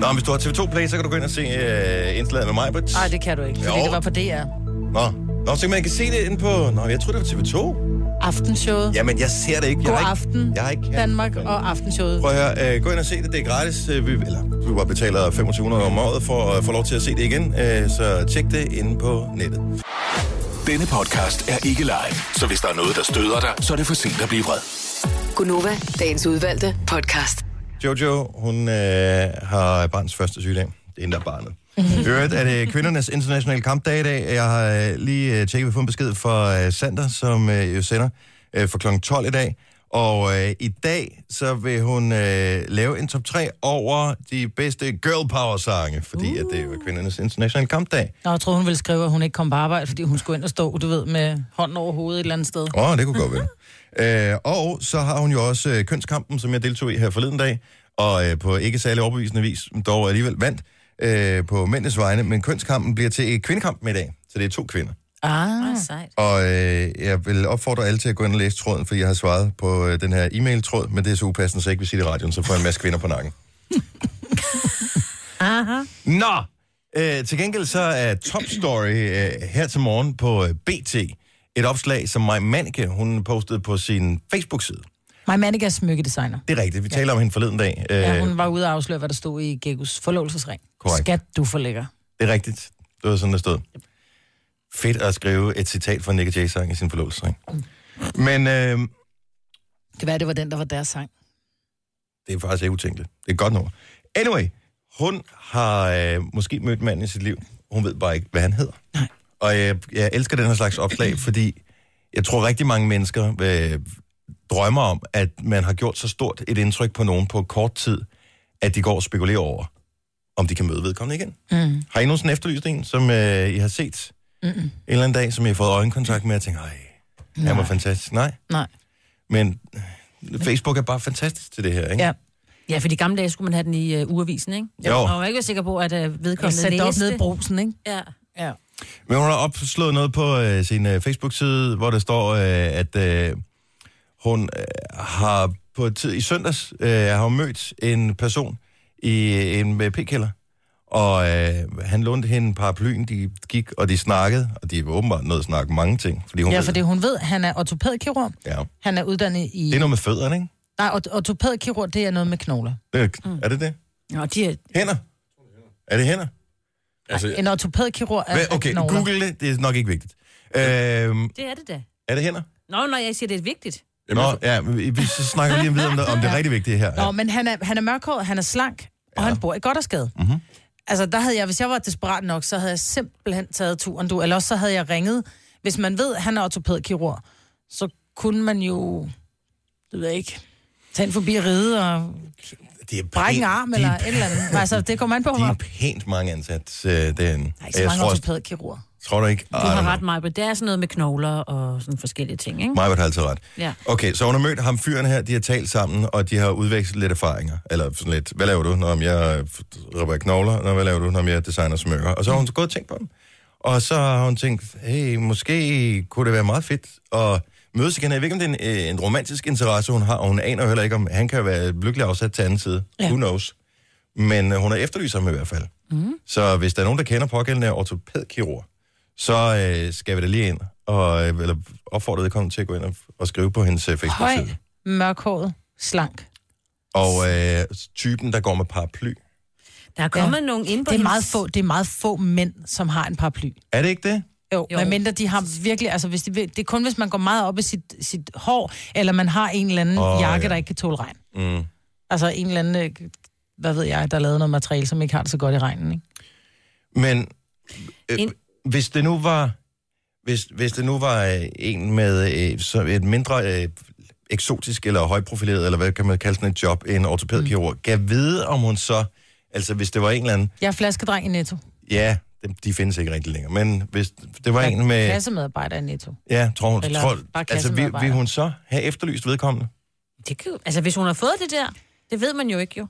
[SPEAKER 2] Nå, men hvis du har TV2 Play, så kan du gå ind og se øh, indslaget med mig. But...
[SPEAKER 3] Nej, det kan du ikke, fordi
[SPEAKER 2] Jo.
[SPEAKER 3] det var på DR.
[SPEAKER 2] Nå. Nå, så man kan se det inde på... Nå, jeg tror det var TV2.
[SPEAKER 3] Aftenshowet. Ja,
[SPEAKER 2] Jamen, jeg ser det ikke. Jeg
[SPEAKER 3] God
[SPEAKER 2] har ikke...
[SPEAKER 3] aften,
[SPEAKER 2] Jeg har ikke...
[SPEAKER 3] Danmark og Aftenshowet.
[SPEAKER 2] Prøv at høre, øh, gå ind og se det. Det er gratis. Øh, vi, eller, du bare betaler 2500 om året for at få lov til at se det igen. Øh, så tjek det inde på nettet.
[SPEAKER 1] Denne podcast er ikke live, så hvis der er noget, der støder dig, så er det for sent at blive vred.
[SPEAKER 5] Gunova, dagens udvalgte podcast.
[SPEAKER 2] Jojo, hun øh, har barns første sygedag. Det ændrer barnet. I øvrigt er det kvindernes internationale kampdag i dag. Jeg har øh, lige øh, tjekket, vi har fået en besked fra øh, Sander, som øh, jo sender øh, for kl. 12 i dag. Og øh, i dag, så vil hun øh, lave en top 3 over de bedste girl power-sange, fordi uh. at det er jo kvindernes internationale kampdag.
[SPEAKER 3] Nå, jeg tror hun ville skrive, at hun ikke kom på arbejde, fordi hun skulle ind og stå, du ved, med hånden over hovedet et eller andet sted.
[SPEAKER 2] Åh, oh, det kunne godt være. Øh, og så har hun jo også øh, kønskampen, som jeg deltog i her forleden dag, og øh, på ikke særlig overbevisende vis, dog alligevel vandt øh, på mændenes vegne, men kønskampen bliver til kvindekampen i dag, så det er to kvinder.
[SPEAKER 3] Ah,
[SPEAKER 4] Sejt.
[SPEAKER 2] Og øh, jeg vil opfordre alle til at gå ind og læse tråden, fordi jeg har svaret på øh, den her e-mail-tråd, men det er så upassende, så jeg ikke vil sige det i radioen, så får jeg en masse kvinder på nakken. Ah. Nå, øh, til gengæld så er Top Story øh, her til morgen på øh, BT et opslag, som Maja Manike, hun postede på sin Facebook-side.
[SPEAKER 3] My Manica er smykkedesigner.
[SPEAKER 2] Det er rigtigt, vi taler om hende forleden dag. Øh,
[SPEAKER 3] Ja, hun var ude og afsløre, hvad der stod i Gekos forlovelsesring.
[SPEAKER 2] Korrekt.
[SPEAKER 3] Skat, du for lækker.
[SPEAKER 2] Det er rigtigt. Det var sådan, der stod. Fedt at skrive et citat fra Nick Jay-sang i sin forlovelsesring.
[SPEAKER 3] Mm.
[SPEAKER 2] Men øh,
[SPEAKER 3] Det var, det var den, der var deres sang.
[SPEAKER 2] det er faktisk ikke utænkeligt. Det er et godt nummer. Anyway, hun har øh, måske mødt manden i sit liv. Hun ved bare ikke, hvad han hedder. Nej. Og jeg, jeg elsker den her slags opslag, fordi jeg tror rigtig mange mennesker øh, drømmer om, at man har gjort så stort et indtryk på nogen på kort tid, at de går og spekulerer over, om de kan møde vedkommende igen. Mm. Har I nogensinde efterlyst en, som øh, I har set Mm-mm. en eller anden dag, som I har fået øjenkontakt med, og tænkt, ej, han var fantastisk. Nej,
[SPEAKER 3] Nej.
[SPEAKER 2] men øh, Facebook er bare fantastisk til det her, ikke?
[SPEAKER 3] Ja.
[SPEAKER 4] Ja, for i gamle dage skulle man have den i uh, ugeavisen, ikke?
[SPEAKER 2] Jo.
[SPEAKER 4] Og man var ikke være sikker på, at uh,
[SPEAKER 3] Kom,
[SPEAKER 4] vedkommende
[SPEAKER 3] sæt dig op
[SPEAKER 4] læste.
[SPEAKER 3] nede i brusen, ikke?
[SPEAKER 4] Ja.
[SPEAKER 3] Ja.
[SPEAKER 2] Men hun har opslået noget på øh, sin øh, Facebook-side, hvor der står, øh, at øh, hun øh, har på et tid i søndags øh, har hun mødt en person i øh, en øh, p-kælder, og øh, han lånte hende paraplyen, de gik, og de snakkede, og de var åbenbart noget at snakke mange ting, fordi hun
[SPEAKER 3] ja,
[SPEAKER 2] ved-
[SPEAKER 3] fordi hun ved, han er ortopædkirurg.
[SPEAKER 2] ja.
[SPEAKER 3] Han er uddannet i...
[SPEAKER 2] Det er noget med fødderne, ikke?
[SPEAKER 3] Nej, ort- ortopædkirurg, det er noget med knogler.
[SPEAKER 2] Det, mm. Er det det?
[SPEAKER 4] Nå, de er...
[SPEAKER 2] Hænder? Er det hænder?
[SPEAKER 7] Altså,
[SPEAKER 3] En ortopædkirurg er,
[SPEAKER 2] Hvad?
[SPEAKER 3] er
[SPEAKER 2] Okay,
[SPEAKER 3] knogler.
[SPEAKER 2] google det, det er nok ikke vigtigt. Øhm,
[SPEAKER 4] Det er det da.
[SPEAKER 2] er det hænder?
[SPEAKER 4] Nå, når jeg siger, det er vigtigt.
[SPEAKER 2] Nå, ja, vi, vi så snakker vi lige om, videre om, det, om det rigtig vigtige her.
[SPEAKER 3] Nå, men han er, han er mørkhåret, han er slank, og ja. han bor i Goddersgade. Mm-hmm.
[SPEAKER 2] Mhm.
[SPEAKER 3] Altså, der havde jeg, hvis jeg var desperat nok, så havde jeg simpelthen taget turen, du. Eller også så havde jeg ringet. Hvis man ved, at han er ortopædkirurg, så kunne man jo, det ved jeg ikke, tage en forbi og ride og
[SPEAKER 2] Det er
[SPEAKER 3] brække en
[SPEAKER 2] pænt-
[SPEAKER 3] arm
[SPEAKER 2] de er
[SPEAKER 3] eller et eller andet. Men Altså, det kommer an på, hvor
[SPEAKER 2] De er
[SPEAKER 3] meget.
[SPEAKER 2] pænt mange ansat øh, den.
[SPEAKER 3] Der er
[SPEAKER 2] Jeg
[SPEAKER 3] ikke så mange
[SPEAKER 2] tror, også-
[SPEAKER 3] ortopædkirurger.
[SPEAKER 2] tror du ikke?
[SPEAKER 4] Du har ret, Maja, det er sådan noget med knogler og sådan forskellige ting, ikke?
[SPEAKER 2] Mig har altid ret.
[SPEAKER 4] Ja.
[SPEAKER 2] Okay, så hun har mødt ham fyren her, de har talt sammen, og de har udvekslet lidt erfaringer. Eller sådan lidt, hvad laver du, når jeg røber knogler? Når, hvad laver du, når jeg designer smykker? Og så har hun gået og tænkt på dem. Og så har hun tænkt, hey, måske kunne det være meget fedt at mødes igen. Jeg ved ikke, om det er en, øh, en romantisk interesse, hun har, og hun aner jo heller ikke, om han kan være lykkelig afsat til anden side. Ja. Who knows? Men øh, hun har efterlyst ham i hvert fald. Mm. Så hvis der er nogen, der kender pågældende ortopædkirurg, så øh, skal vi da lige ind og øh, eller opfordre vedkommende til at gå ind og, og skrive på hendes øh,
[SPEAKER 3] Høj,
[SPEAKER 2] Facebook-side.
[SPEAKER 3] mørkhåret, slank.
[SPEAKER 2] Og øh, typen, der går med paraply.
[SPEAKER 4] Der er kommet ja. nogen ind på
[SPEAKER 3] Det er, meget
[SPEAKER 4] hendes-
[SPEAKER 3] få, det er meget få mænd, som har en paraply.
[SPEAKER 2] Er det ikke det?
[SPEAKER 3] Jo, jo. medmindre de har virkelig, altså hvis de, vil- det er kun, hvis man går meget op i sit, sit hår, eller man har en eller anden
[SPEAKER 2] Åh,
[SPEAKER 3] oh, jakke,
[SPEAKER 2] ja.
[SPEAKER 3] ja. der ikke kan tåle regn.
[SPEAKER 2] Mm.
[SPEAKER 3] Altså en eller anden, øh, hvad ved jeg, der er lavet noget materiale, som ikke har det så godt i regnen, ikke?
[SPEAKER 2] Men øh,
[SPEAKER 4] En-
[SPEAKER 2] hvis det nu var hvis, hvis det nu var øh, en med øh, så et mindre øh, eksotisk eller højprofileret, eller hvad kan man kalde sådan et job, en ortopædkirurg, mm. kan vide, om hun så, altså hvis det var en eller anden,
[SPEAKER 3] Jeg er flaskedreng i Netto.
[SPEAKER 2] ja, dem, de findes ikke rigtig længere, men hvis det var en med...
[SPEAKER 3] Kassemedarbejder i Netto.
[SPEAKER 2] Ja, tror hun.
[SPEAKER 3] Eller
[SPEAKER 2] tror,
[SPEAKER 3] bare
[SPEAKER 2] altså, vil, vil
[SPEAKER 3] kassemedarbejder.
[SPEAKER 2] hun så have efterlyst vedkommende?
[SPEAKER 4] Det kan, jo- altså, hvis hun har fået det der, det ved man jo ikke jo.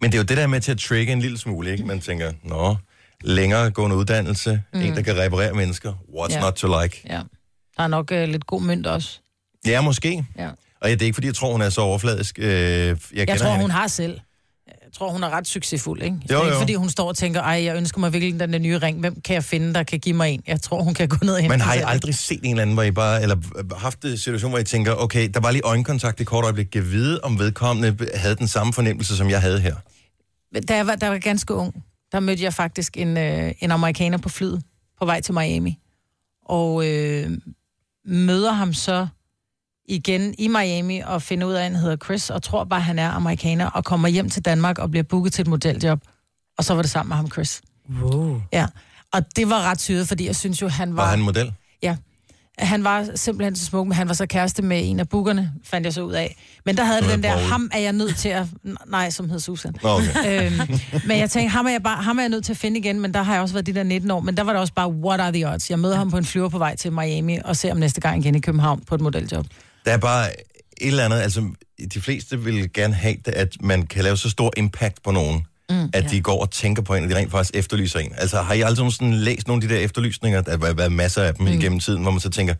[SPEAKER 2] Men det er jo det der med til at trigge en lille smule, ikke? Man tænker, nå, længere gående uddannelse, mm. en, der kan reparere mennesker, what's
[SPEAKER 3] Ja.
[SPEAKER 2] not to like?
[SPEAKER 3] Ja. Der er nok øh, lidt god mønt også.
[SPEAKER 2] Ja, måske.
[SPEAKER 3] Ja. Jeg,
[SPEAKER 2] Og ja, det er ikke, fordi jeg tror, hun er så overfladisk. Øh, jeg, jeg kender
[SPEAKER 3] jeg tror,
[SPEAKER 2] hende.
[SPEAKER 3] hun har selv. jeg tror, hun er ret succesfuld, ikke?
[SPEAKER 2] Jo,
[SPEAKER 3] Jo, ikke
[SPEAKER 2] jo.
[SPEAKER 3] fordi hun står og tænker, ej, jeg ønsker mig virkelig den der nye ring. Hvem kan jeg finde, der kan give mig en? Jeg tror, hun kan gå ned og hente
[SPEAKER 2] Men
[SPEAKER 3] den
[SPEAKER 2] har I
[SPEAKER 3] selv.
[SPEAKER 2] aldrig set en eller anden, hvor I bare, eller haft en situation, hvor I tænker, okay, der var lige øjenkontakt i kort øjeblik, jeg vide, om vedkommende havde den samme fornemmelse, som jeg havde her.
[SPEAKER 3] Da jeg var, da jeg var ganske ung, der mødte jeg faktisk en, øh, en amerikaner på flyet på vej til Miami. Og øh, møder ham så igen i Miami og finder ud af, at han hedder Chris, og tror bare, han er amerikaner, og kommer hjem til Danmark og bliver booket til et modeljob. Og så var det sammen med ham, Chris. Wow. Ja, og det var ret syret, fordi jeg synes jo, han var...
[SPEAKER 2] Var han en model?
[SPEAKER 3] Ja. Han var simpelthen så smuk, men han var så kæreste med en af bookerne, fandt jeg så ud af. Men der havde det
[SPEAKER 2] Nå,
[SPEAKER 3] den der,
[SPEAKER 2] Paul.
[SPEAKER 3] ham er jeg nødt til at... Nej, som hed Susan.
[SPEAKER 2] Nå, okay.
[SPEAKER 3] øhm, men jeg tænkte, ham er jeg, bare, ham er jeg nødt til at finde igen, men der har jeg også været de der 19 år, men der var det også bare, what are the odds? Jeg møder ham på en flyver på vej til Miami, og ser ham næste gang igen i København på et modeljob.
[SPEAKER 2] Der er bare et eller andet, altså de fleste vil gerne have det, at man kan lave så stor impact på nogen, mm, at ja. de går og tænker på en, og de rent faktisk efterlyser en. Altså har I aldrig sådan læst nogle af de der efterlysninger, der har været masser af dem mm. igennem tiden, hvor man så tænker,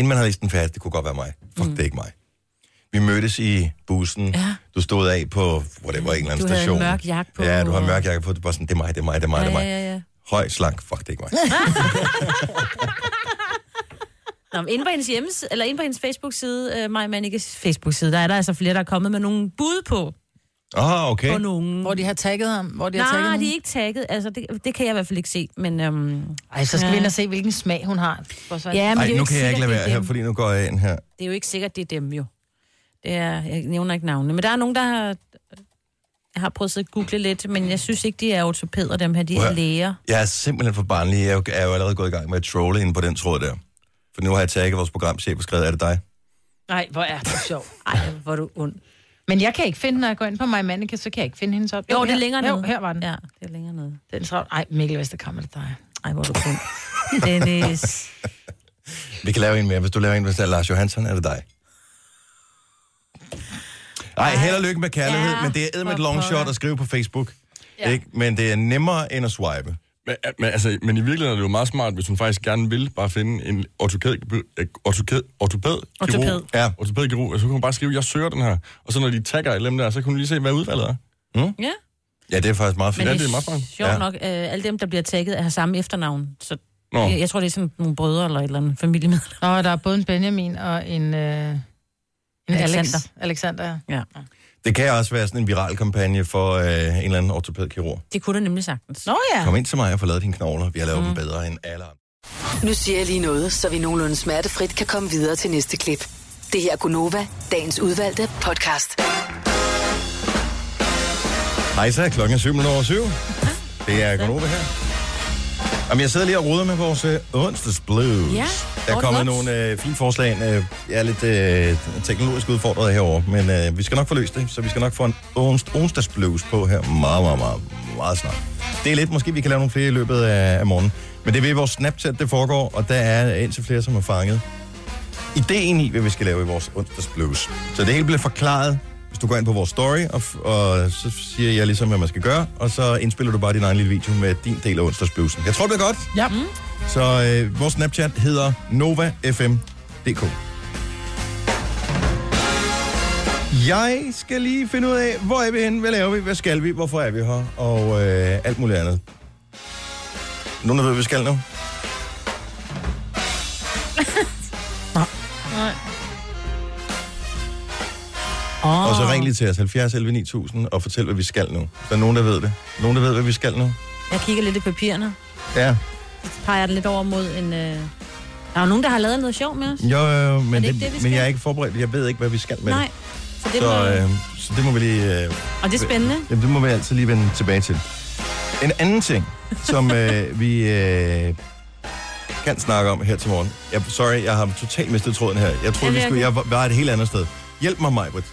[SPEAKER 2] inden man har læst den færdig, det kunne godt være mig. Fuck, mm. det er ikke mig. Vi mødtes i bussen, ja. du stod af på, hvor det var en eller anden
[SPEAKER 4] Du havde en
[SPEAKER 2] station.
[SPEAKER 4] mørk jakke på,
[SPEAKER 2] Ja, du har en
[SPEAKER 4] og-
[SPEAKER 2] mørk jakke på, du var sådan, det er mig, det er mig, det er mig, det er mig.
[SPEAKER 4] ja, ja.
[SPEAKER 2] Høj, slank, fuck, det er ikke mig.
[SPEAKER 4] Nå, men inde på hendes hjemmeside, eller inde på hendes Facebook-side, øh, Maja Mannikes Facebook-side, der er der altså flere, der er kommet med nogle bud på,
[SPEAKER 2] Åh, oh, okay.
[SPEAKER 4] på nogen.
[SPEAKER 3] Hvor de har tagget ham? Hvor de har tagget
[SPEAKER 4] Nej,
[SPEAKER 3] ham?
[SPEAKER 4] de er ikke tagget. Altså, det, det kan jeg i hvert fald ikke se, men... Øhm,
[SPEAKER 3] Ej, så skal vi ind og se, hvilken smag hun har.
[SPEAKER 4] ja, men
[SPEAKER 2] Ej,
[SPEAKER 4] det er jo
[SPEAKER 2] nu kan jeg
[SPEAKER 4] sikkert,
[SPEAKER 2] ikke lade
[SPEAKER 4] det er
[SPEAKER 2] være her,
[SPEAKER 4] dem.
[SPEAKER 2] fordi nu går jeg ind her.
[SPEAKER 4] Det er jo ikke sikkert, det er dem jo. Det er, jeg nævner ikke navnene, men der er nogen, der har, jeg har prøvet at sidde og google lidt, men jeg synes ikke, de er ortopæder, dem her, de
[SPEAKER 2] Prøv
[SPEAKER 4] er
[SPEAKER 2] at-
[SPEAKER 4] læger.
[SPEAKER 2] Jeg er simpelthen for barnlig. Jeg er jo- er jo allerede gået i gang med at trolle ind på den tråd der. For nu har jeg tagget vores programchef og skrevet, er det dig?
[SPEAKER 3] Nej, hvor er det sjovt.
[SPEAKER 4] Ej, hvor er du ond.
[SPEAKER 3] Men jeg kan ikke finde, når jeg går ind på mig Manneke, så kan jeg ikke finde hendes op.
[SPEAKER 4] Jo, det
[SPEAKER 3] her-
[SPEAKER 4] er længere
[SPEAKER 3] Jo,
[SPEAKER 4] nede.
[SPEAKER 3] her var den. Ja.
[SPEAKER 4] Ja, det er længere nede.
[SPEAKER 3] Den tror Ej, Mikkel Vesterkammer, det er dig.
[SPEAKER 4] Ej, hvor er du ond. Dennis.
[SPEAKER 2] Vi kan lave en mere. Hvis du laver en, hvis der er Lars Johansson, er det dig? Ej, held og lykke med kærlighed, ja,
[SPEAKER 4] Ja,
[SPEAKER 2] men det er med et
[SPEAKER 4] for
[SPEAKER 2] long shot
[SPEAKER 4] pokker.
[SPEAKER 2] at skrive på Facebook. Ja. Ikke? Men det er nemmere end at swipe.
[SPEAKER 8] Men, men, altså, men i virkeligheden er det jo meget smart, hvis hun faktisk gerne vil bare finde en ortopæd, øh, ortopæd, ortopæd,
[SPEAKER 4] Ortopæd.
[SPEAKER 2] Ja.
[SPEAKER 8] ortopæd kirurg, og så kan hun bare skrive, jeg søger den her. Og så når de tagger et lem der, så kan hun lige se, hvad udfaldet er.
[SPEAKER 4] Ja,
[SPEAKER 2] Ja, det er faktisk meget
[SPEAKER 4] men
[SPEAKER 2] fint.
[SPEAKER 8] Ja,
[SPEAKER 4] det
[SPEAKER 8] det er meget
[SPEAKER 4] er
[SPEAKER 8] smart.
[SPEAKER 4] sjovt
[SPEAKER 2] Ja.
[SPEAKER 4] ja. nok, øh, alle dem, der bliver tagget, har samme efternavn. Så
[SPEAKER 8] Nå.
[SPEAKER 4] jeg, jeg tror, det er sådan nogle brødre eller et eller andet familiemedlem.
[SPEAKER 3] Og der er både en Benjamin og en, øh, en Alexander.
[SPEAKER 4] Alexander.
[SPEAKER 3] Alex. Alexander, ja.
[SPEAKER 4] Ja.
[SPEAKER 2] Det kan også være sådan en viral kampagne for øh, en eller anden ortopædkirurg.
[SPEAKER 4] Det kunne det nemlig sagtens.
[SPEAKER 3] Nå ja.
[SPEAKER 2] Kom ind til mig og få lavet dine knogler. Vi har lavet mm. dem bedre end alle andre.
[SPEAKER 5] Nu siger jeg lige noget, så vi nogenlunde smertefrit kan komme videre til næste klip. Det her er Gunova, dagens udvalgte podcast.
[SPEAKER 2] Hej så, klokken er syv minutter over syv. Det er Gunova her. Jamen, jeg sidder lige og ruder med vores øh, onsdags blues.
[SPEAKER 4] Ja,
[SPEAKER 2] der er
[SPEAKER 4] godt
[SPEAKER 2] kommet
[SPEAKER 4] nok.
[SPEAKER 2] nogle øh, fine forslag. ind. Øh, jeg er lidt øh, teknologisk udfordret herover, men øh, vi skal nok få løst det, så vi skal nok få en ons- onsdags blues på her meget, meget, meget, meget snart. Det er lidt, måske vi kan lave nogle flere i løbet af, af morgenen. Men det er ved vores Snapchat, det foregår, og der er indtil flere, som er fanget ideen i, hvad vi skal lave i vores onsdags blues. Så det hele bliver forklaret, hvis du går ind på vores story, og, f- og så siger jeg ligesom, hvad man skal gøre, og så indspiller du bare din egen lille video med din del af onsdags bluesen. Jeg tror, det bliver godt. Mm.
[SPEAKER 3] Ja.
[SPEAKER 2] Så øh, vores Snapchat hedder NovaFM.dk. Jeg skal lige finde ud af, hvor er vi henne, hvad laver vi, hvad skal vi, hvorfor er vi her, og øh, alt muligt andet. Nogen, der ved, hvad vi skal nu?
[SPEAKER 4] Oh. Ah.
[SPEAKER 2] Og så ring lige til os, 70 11 9000, og fortæl, hvad vi skal nu. Der er nogen, der ved det. Nogen, der ved, hvad vi skal nu.
[SPEAKER 4] Jeg kigger lidt i papirerne.
[SPEAKER 2] Ja,
[SPEAKER 4] Så peger den lidt over mod en... Øh... Der er jo nogen, der har lavet noget sjov med os.
[SPEAKER 2] jo, jo, men,
[SPEAKER 4] det
[SPEAKER 2] det
[SPEAKER 4] ikke det, vi
[SPEAKER 2] men
[SPEAKER 4] skal?
[SPEAKER 2] jeg er ikke forberedt. Jeg ved ikke, hvad vi skal med
[SPEAKER 4] Nej.
[SPEAKER 2] det.
[SPEAKER 4] Så det,
[SPEAKER 2] Så,
[SPEAKER 4] må...
[SPEAKER 2] øh, så det må vi lige... Øh,
[SPEAKER 4] og det er spændende.
[SPEAKER 2] jamen, det må vi altid lige vende tilbage til. En anden ting, som øh, vi øh, kan snakke om her til morgen. Jeg, sorry, jeg har totalt mistet tråden her. Jeg troede,
[SPEAKER 4] Ja,
[SPEAKER 2] vi
[SPEAKER 4] det er
[SPEAKER 2] skulle... Jeg var- var et helt andet sted. Hjælp mig, Majbrit.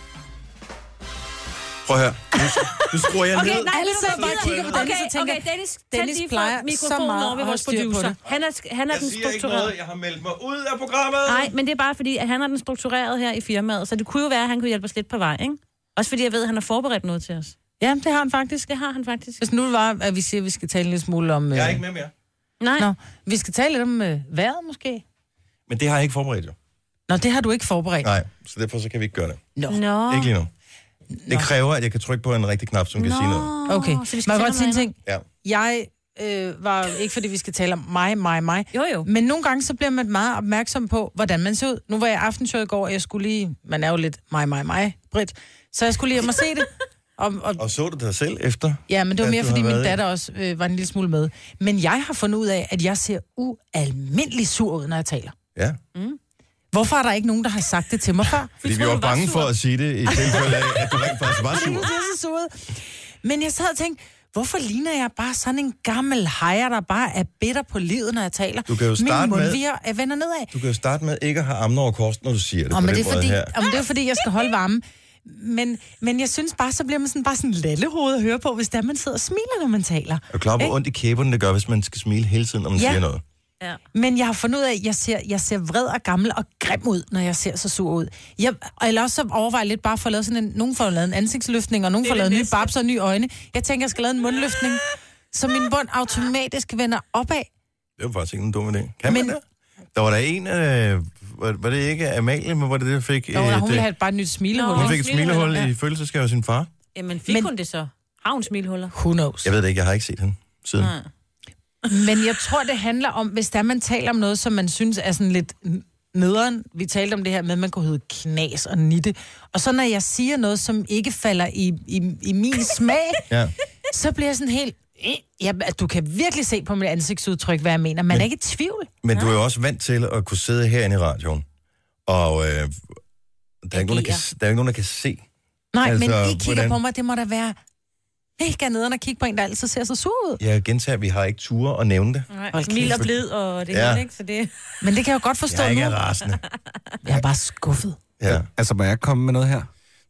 [SPEAKER 2] Prøv her. Nu, nu skruer jeg ned.
[SPEAKER 3] Alle sidder bare og kigger på Dennis og tænker,
[SPEAKER 4] Dennis,
[SPEAKER 3] Dennis plejer så meget
[SPEAKER 4] over ved
[SPEAKER 3] at
[SPEAKER 4] vores
[SPEAKER 3] holde styr på
[SPEAKER 4] producer.
[SPEAKER 3] det.
[SPEAKER 4] Han er, han er den strukturerede.
[SPEAKER 2] Jeg har meldt mig ud af programmet.
[SPEAKER 4] Nej, men det er bare fordi, at han er den strukturerede her i firmaet, så det kunne jo være, at han kunne hjælpe os lidt på vej, ikke? Også fordi jeg ved, at han har forberedt noget til
[SPEAKER 2] Øh,
[SPEAKER 4] os.
[SPEAKER 3] Ja, det har han faktisk.
[SPEAKER 4] Det har han faktisk.
[SPEAKER 3] Hvis nu det var, at vi siger, at vi skal tale en lille smule om... Øh...
[SPEAKER 2] med mere.
[SPEAKER 4] Nej,
[SPEAKER 3] Nå, vi skal tale lidt om øh, vejret måske.
[SPEAKER 2] Men det har jeg ikke forberedt, jo.
[SPEAKER 3] Nå, det har du ikke forberedt.
[SPEAKER 2] Nej, så derfor så kan vi ikke gøre det.
[SPEAKER 3] Nå.
[SPEAKER 4] Nå.
[SPEAKER 2] Ikke lige nu. Det kræver, at jeg kan trykke på en rigtig knap, som kan sige noget.
[SPEAKER 4] så
[SPEAKER 3] Okay,
[SPEAKER 4] vi
[SPEAKER 3] man
[SPEAKER 4] skal
[SPEAKER 3] kan godt sige
[SPEAKER 4] tale
[SPEAKER 3] en
[SPEAKER 4] om
[SPEAKER 3] ting.
[SPEAKER 2] Ja.
[SPEAKER 3] Jeg øh, var ikke, fordi vi skal tale om mig, mig, mig.
[SPEAKER 4] Jo, jo.
[SPEAKER 3] Men nogle gange, så bliver man meget opmærksom på, hvordan man ser ud. Nu var jeg i aftenshowet i går, og jeg skulle lige... Man er jo lidt mig, mig, mig, Britt. Så jeg skulle lige hjem og se det. Og, og,
[SPEAKER 2] Og så du dig selv efter?
[SPEAKER 3] ja, men det var
[SPEAKER 2] at
[SPEAKER 3] mere,
[SPEAKER 2] du
[SPEAKER 3] fordi
[SPEAKER 2] har
[SPEAKER 3] min
[SPEAKER 2] været i?
[SPEAKER 3] datter også øh, var en lille smule med. Men jeg har fundet ud af, at jeg ser ualmindelig sur ud, når jeg taler.
[SPEAKER 2] Ja,
[SPEAKER 3] Hvorfor er der ikke nogen, der har sagt det til mig før?
[SPEAKER 2] fordi vi var bange for at sige det i tilfælde af, at du rent faktisk var
[SPEAKER 3] Det
[SPEAKER 2] sur.
[SPEAKER 3] er så sur. Men jeg sad og tænkte, hvorfor ligner jeg bare sådan en gammel hejer, der bare er bitter på livet, når jeg taler?
[SPEAKER 2] Du kan jo
[SPEAKER 3] Min
[SPEAKER 2] starte med-
[SPEAKER 3] mundviger er vender nedad.
[SPEAKER 2] Du kan jo starte med ikke at have armene over korset, når du siger det
[SPEAKER 3] Nå,
[SPEAKER 2] på
[SPEAKER 3] men
[SPEAKER 2] den
[SPEAKER 3] det, er
[SPEAKER 2] måde
[SPEAKER 3] fordi,
[SPEAKER 2] her.
[SPEAKER 3] om det er fordi, jeg skal holde varmen. Men, men jeg synes bare, så bliver man sådan, bare sådan lallehoved at høre på, hvis der man sidder og smiler, når man taler.
[SPEAKER 2] Er du klar på, hvor
[SPEAKER 3] Ikke?
[SPEAKER 2] ondt i kæberne det gør, hvis man skal smile hele tiden, når man
[SPEAKER 3] Ja.
[SPEAKER 2] siger noget?
[SPEAKER 4] Ja.
[SPEAKER 3] Men jeg har fundet ud af, at jeg ser, jeg ser vred og gammel og grim ud, når jeg ser så sur ud. Jeg, og eller også så overvejer jeg lidt bare for at lave sådan en... Nogen får lavet en ansigtsløftning, og nogen
[SPEAKER 4] Det er
[SPEAKER 3] får
[SPEAKER 4] det
[SPEAKER 3] lavet nye
[SPEAKER 4] næste.
[SPEAKER 3] babs og nye øjne. Jeg tænker, jeg skal lave en mundløftning, så min mund automatisk vender opad.
[SPEAKER 2] Det var faktisk ikke en dum idé. Kan men...
[SPEAKER 3] Men-
[SPEAKER 2] man det? Der var der en, øh, var, var det ikke Amalie, men var det det, der fik, øh,
[SPEAKER 3] Og hun ville
[SPEAKER 2] det,
[SPEAKER 3] have bare et nyt smilehul.
[SPEAKER 4] Nå.
[SPEAKER 2] hun fik et
[SPEAKER 4] Smilehul,
[SPEAKER 2] smilehul
[SPEAKER 4] ja.
[SPEAKER 2] i følelsesgave af sin far?
[SPEAKER 4] Jamen, fik
[SPEAKER 3] Men-
[SPEAKER 4] men... hun det så? Har hun smilhuller?
[SPEAKER 3] Who knows?
[SPEAKER 2] Jeg ved det ikke, jeg har ikke set hende siden. Nej.
[SPEAKER 3] Men jeg tror, det handler om, hvis der man taler om noget, som man synes er sådan lidt n- nederen. Vi talte om det her med, at man kunne hedde knas og nitte. Og så når jeg siger noget, som ikke falder i, i, i min smag,
[SPEAKER 2] Ja.
[SPEAKER 3] så bliver jeg sådan helt... "Øh." Ja, altså, du kan virkelig se på mit ansigtsudtryk, hvad jeg mener. Man er ikke i tvivl.
[SPEAKER 2] Men du er jo
[SPEAKER 3] Ah.
[SPEAKER 2] også vant til at kunne sidde herinde i radioen, og øh, der, er ikke nogen, der, kan,
[SPEAKER 4] Agere.
[SPEAKER 2] der er ikke nogen, der kan se.
[SPEAKER 3] Nej,
[SPEAKER 2] Altså,
[SPEAKER 3] altså, men I kigger
[SPEAKER 2] hvordan-
[SPEAKER 3] hvordan... på mig, det må da være mega nederen at kigge på en, der altid ser så sur ud.
[SPEAKER 2] Jeg gentager, vi har ikke ture at nævne det.
[SPEAKER 4] Nej,
[SPEAKER 3] Hold
[SPEAKER 4] mild
[SPEAKER 3] kæft.
[SPEAKER 4] og blid og det
[SPEAKER 2] Ja.
[SPEAKER 4] ja. hele, ikke? Så det...
[SPEAKER 3] Men det kan jeg jo godt forstå
[SPEAKER 2] Jeg er
[SPEAKER 3] nu.
[SPEAKER 2] ikke rasende.
[SPEAKER 3] Jeg er bare skuffet.
[SPEAKER 2] Ja.
[SPEAKER 7] Altså, må jeg komme med noget her?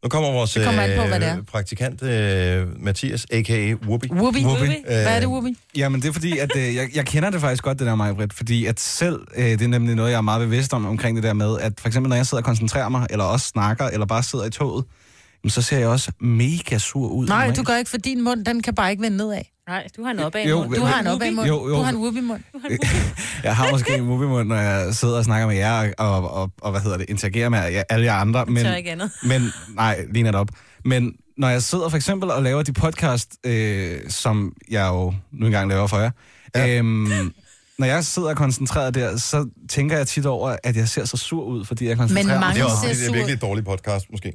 [SPEAKER 2] Nu kommer vores
[SPEAKER 3] Det kommer an på, hvad det er.
[SPEAKER 2] øh, praktikant øh, Mathias, a.k.a. Whoopi. Øh,
[SPEAKER 3] Whoopi.
[SPEAKER 2] Whoopi.
[SPEAKER 7] øh,
[SPEAKER 3] Hvad er det, Whoopi?
[SPEAKER 7] Jamen, det er fordi, at øh, jeg, jeg kender det faktisk godt, det der mig, Britt, fordi at selv, øh, det er nemlig noget, jeg er meget bevidst om, omkring det der med, at for eksempel, når jeg sidder og koncentrerer mig, eller også snakker, eller bare sidder i toget, jamen, så ser jeg også mega sur ud.
[SPEAKER 3] Nej,
[SPEAKER 7] normalt.
[SPEAKER 3] du gør ikke, for din mund, den kan bare ikke vende nedad.
[SPEAKER 4] Nej, du har en opad
[SPEAKER 7] Jo,
[SPEAKER 4] mund.
[SPEAKER 7] men-
[SPEAKER 3] Du har en opad mund.
[SPEAKER 7] Jo, jo.
[SPEAKER 3] Du har en Whoopi-mund.
[SPEAKER 7] Jeg har måske en movimund, når jeg sidder og snakker med jer, og, og, og, og hvad hedder det, interagerer med jer, alle jer andre. Men,
[SPEAKER 4] tør ikke andet.
[SPEAKER 7] Men, nej, lige netop. Men når jeg sidder for eksempel og laver de podcast, øh, som jeg jo nu engang laver for jer, ja. øhm, når jeg sidder og koncentrerer der, så tænker jeg tit over, at jeg ser så sur ud, fordi jeg koncentrerer mig.
[SPEAKER 3] mange
[SPEAKER 2] Det er også
[SPEAKER 3] ser
[SPEAKER 2] fordi, det er
[SPEAKER 3] sur
[SPEAKER 2] virkelig
[SPEAKER 3] ud.
[SPEAKER 2] et dårligt podcast, måske.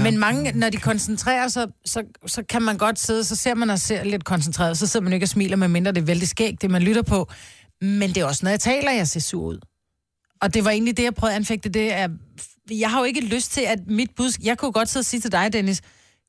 [SPEAKER 3] Men mange, når de koncentrerer sig, så, så kan man godt sidde, så ser man og ser lidt koncentreret, så sidder man ikke og smiler, medmindre det er vældig skægt, det man lytter på. Men det er også, når jeg taler, jeg ser sur ud. Og det var egentlig det, jeg prøvede at anfægte. Det er, jeg har jo ikke lyst til, at mit budskab... Jeg kunne godt sidde og sige til dig, Dennis,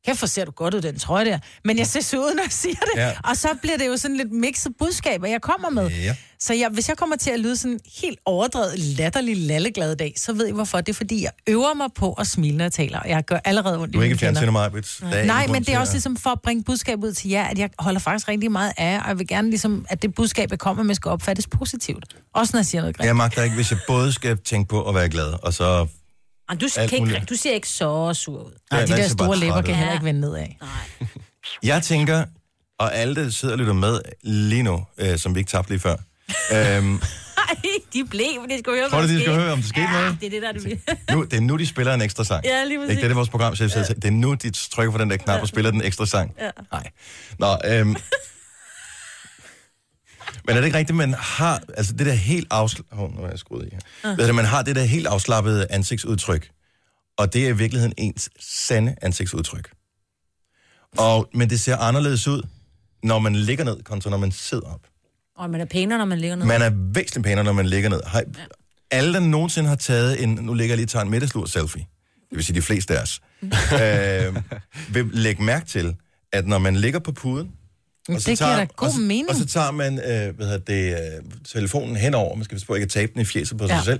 [SPEAKER 3] kæft, hvor ser du godt ud, den trøje der. Men jeg ser sur ud, når jeg siger det.
[SPEAKER 2] Ja.
[SPEAKER 3] Ja. Og så bliver det jo sådan lidt mixet budskaber, jeg kommer med.
[SPEAKER 2] Ja.
[SPEAKER 3] Så jeg, hvis jeg kommer til at lyde sådan helt overdrevet, latterlig, lalleglad i dag, så ved I hvorfor. Det er, fordi jeg øver mig på at smile, når jeg taler. Og jeg gør allerede ondt i
[SPEAKER 2] Du er
[SPEAKER 3] mine
[SPEAKER 2] ikke
[SPEAKER 3] tænder.
[SPEAKER 2] fjernsynet mig, Britt. Der ingen
[SPEAKER 3] Nej,
[SPEAKER 2] grund
[SPEAKER 3] men det
[SPEAKER 2] til
[SPEAKER 3] er
[SPEAKER 2] at-
[SPEAKER 3] også ligesom for at bringe budskabet ud til jer, at jeg holder faktisk rigtig meget af jer, og jeg vil gerne ligesom, at det budskab, jeg kommer med, skal opfattes positivt. Også når jeg siger noget grimt.
[SPEAKER 2] Jeg magter ikke, hvis jeg både skal tænke på at være glad, og så...
[SPEAKER 4] Ej, Du,
[SPEAKER 2] Alt
[SPEAKER 4] kan ikke,
[SPEAKER 2] muligt.
[SPEAKER 4] du ser ikke så sur ud.
[SPEAKER 3] Nej, de
[SPEAKER 2] Jeg er
[SPEAKER 3] der
[SPEAKER 2] altid bare
[SPEAKER 3] store læber
[SPEAKER 2] træt
[SPEAKER 3] kan
[SPEAKER 2] af
[SPEAKER 3] heller ikke vende nedad.
[SPEAKER 2] det. Jeg tænker, og alle, der sidder og lytter med lige nu, øh, som vi ikke tabte lige før. øhm,
[SPEAKER 4] Nej, de blev, de skulle høre,
[SPEAKER 2] Tror
[SPEAKER 4] hvad der
[SPEAKER 2] du, de skal
[SPEAKER 4] skete?
[SPEAKER 2] høre, om der skete
[SPEAKER 4] ja,
[SPEAKER 2] noget? Altså.
[SPEAKER 4] det er det, der du vil.
[SPEAKER 2] nu, det er nu, de spiller en ekstra sang.
[SPEAKER 4] Ja, lige præcis.
[SPEAKER 2] Ikke det, det er vores programchef ja. Det er nu, de trykker på den der knap ja. og spiller den ekstra sang. Ja. Nej. Nå, øhm, Men er det ikke rigtigt, man har altså det der helt afslappede... Oh, nu er jeg skruet i
[SPEAKER 4] Ah.
[SPEAKER 2] her. Ved du, man har det der helt afslappede ansigtsudtryk. Og det er i virkeligheden ens sande ansigtsudtryk. Og, men det ser anderledes ud, når man ligger ned, kontra når man sidder op.
[SPEAKER 4] Og man er pænere, når man ligger ned.
[SPEAKER 2] Man er væsentligt pænere, når man ligger ned. Har, ja. Alle, der nogensinde har taget en... Nu ligger jeg lige og tager en middagslur selfie. Det vil sige de fleste af os. øh, vil lægge mærke til, at når man ligger på puden, og så
[SPEAKER 3] det giver da god
[SPEAKER 2] og så,
[SPEAKER 3] mening.
[SPEAKER 2] Og så tager man øh, hvad hedder det, øh, telefonen henover, man skal passe på ikke at tabe den i fjeset på ja. sig
[SPEAKER 3] Ja.
[SPEAKER 2] selv,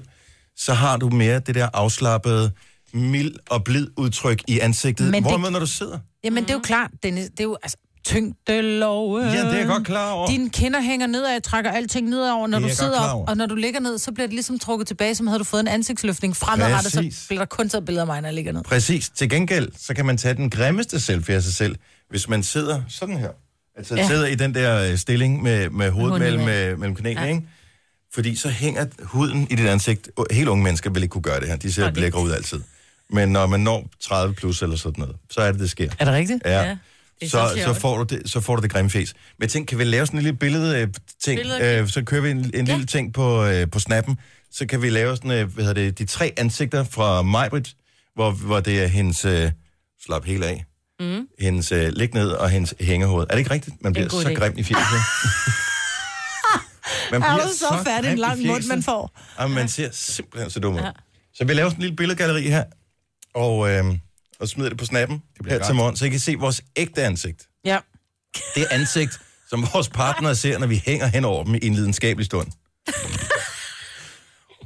[SPEAKER 2] så har du mere det der afslappede, mild og blid udtryk i ansigtet.
[SPEAKER 3] Men
[SPEAKER 2] Men
[SPEAKER 3] det-
[SPEAKER 2] Hvorimod, når du sidder?
[SPEAKER 3] Jamen, det er jo klart, Dennis, det er jo altså, tyngdeloven.
[SPEAKER 2] Ja, det er jeg godt klar over.
[SPEAKER 3] Dine kinder hænger nedad, jeg trækker alting nedover, når
[SPEAKER 2] Det
[SPEAKER 3] du
[SPEAKER 2] er jeg godt
[SPEAKER 3] sidder
[SPEAKER 2] klar over.
[SPEAKER 3] op, og når du ligger ned, så bliver det ligesom trukket tilbage, som havde du fået en ansigtsløftning fremadrettet,
[SPEAKER 2] Præcis.
[SPEAKER 3] så bliver der kun taget billeder af mig, når jeg ligger ned.
[SPEAKER 2] Præcis. Til gengæld, så kan man tage den grimmeste selfie af sig selv, hvis man sidder sådan her. Altså ja.
[SPEAKER 3] Ja.
[SPEAKER 2] sidder i den der øh, stilling med, med hovedet
[SPEAKER 4] Hunden
[SPEAKER 2] mellem,
[SPEAKER 4] nedad.
[SPEAKER 2] øh, mellem knæene, ja. ikke? Fordi så hænger huden i dit ansigt. Helt unge mennesker vil ikke kunne gøre det her. De ser lækre ud altid. Men når man når 30 plus eller sådan noget, så er det, det sker.
[SPEAKER 3] Er det rigtigt?
[SPEAKER 2] Ja.
[SPEAKER 4] Ja,
[SPEAKER 2] ja
[SPEAKER 4] det er
[SPEAKER 2] så,
[SPEAKER 4] så
[SPEAKER 2] så,
[SPEAKER 4] sjovt.
[SPEAKER 2] får du det, så får du det grimme fes. Men jeg tænkte, kan vi lave sådan en lille billede-ting?
[SPEAKER 4] Billede-
[SPEAKER 2] Øh, så kører vi en, en ja. lille ting på, øh, på snappen. Så kan vi lave sådan, øh, hvad hedder det, de tre ansigter fra Majbrit, hvor, hvor det er hendes øh, slap helt af, mm. hendes øh, lig ned og hendes hængehoved. Er det ikke rigtigt? Man
[SPEAKER 4] Det er
[SPEAKER 2] bliver
[SPEAKER 4] en god
[SPEAKER 2] så
[SPEAKER 4] idé.
[SPEAKER 2] grim i fjeset. man
[SPEAKER 3] Er du så færdig en
[SPEAKER 2] grim i
[SPEAKER 3] lang mund,
[SPEAKER 2] fjeset.
[SPEAKER 3] man får?
[SPEAKER 2] Og man ser simpelthen så dum ud.
[SPEAKER 4] Ja.
[SPEAKER 2] Ja. Så vi laver sådan en lille billedgalleri her, og, øh, og smider det på snappen det her til morgen, så I kan se vores ægte ansigt.
[SPEAKER 3] Ja.
[SPEAKER 2] Det ansigt, som vores partner ser, når vi hænger hen over dem i en lidenskabelig stund.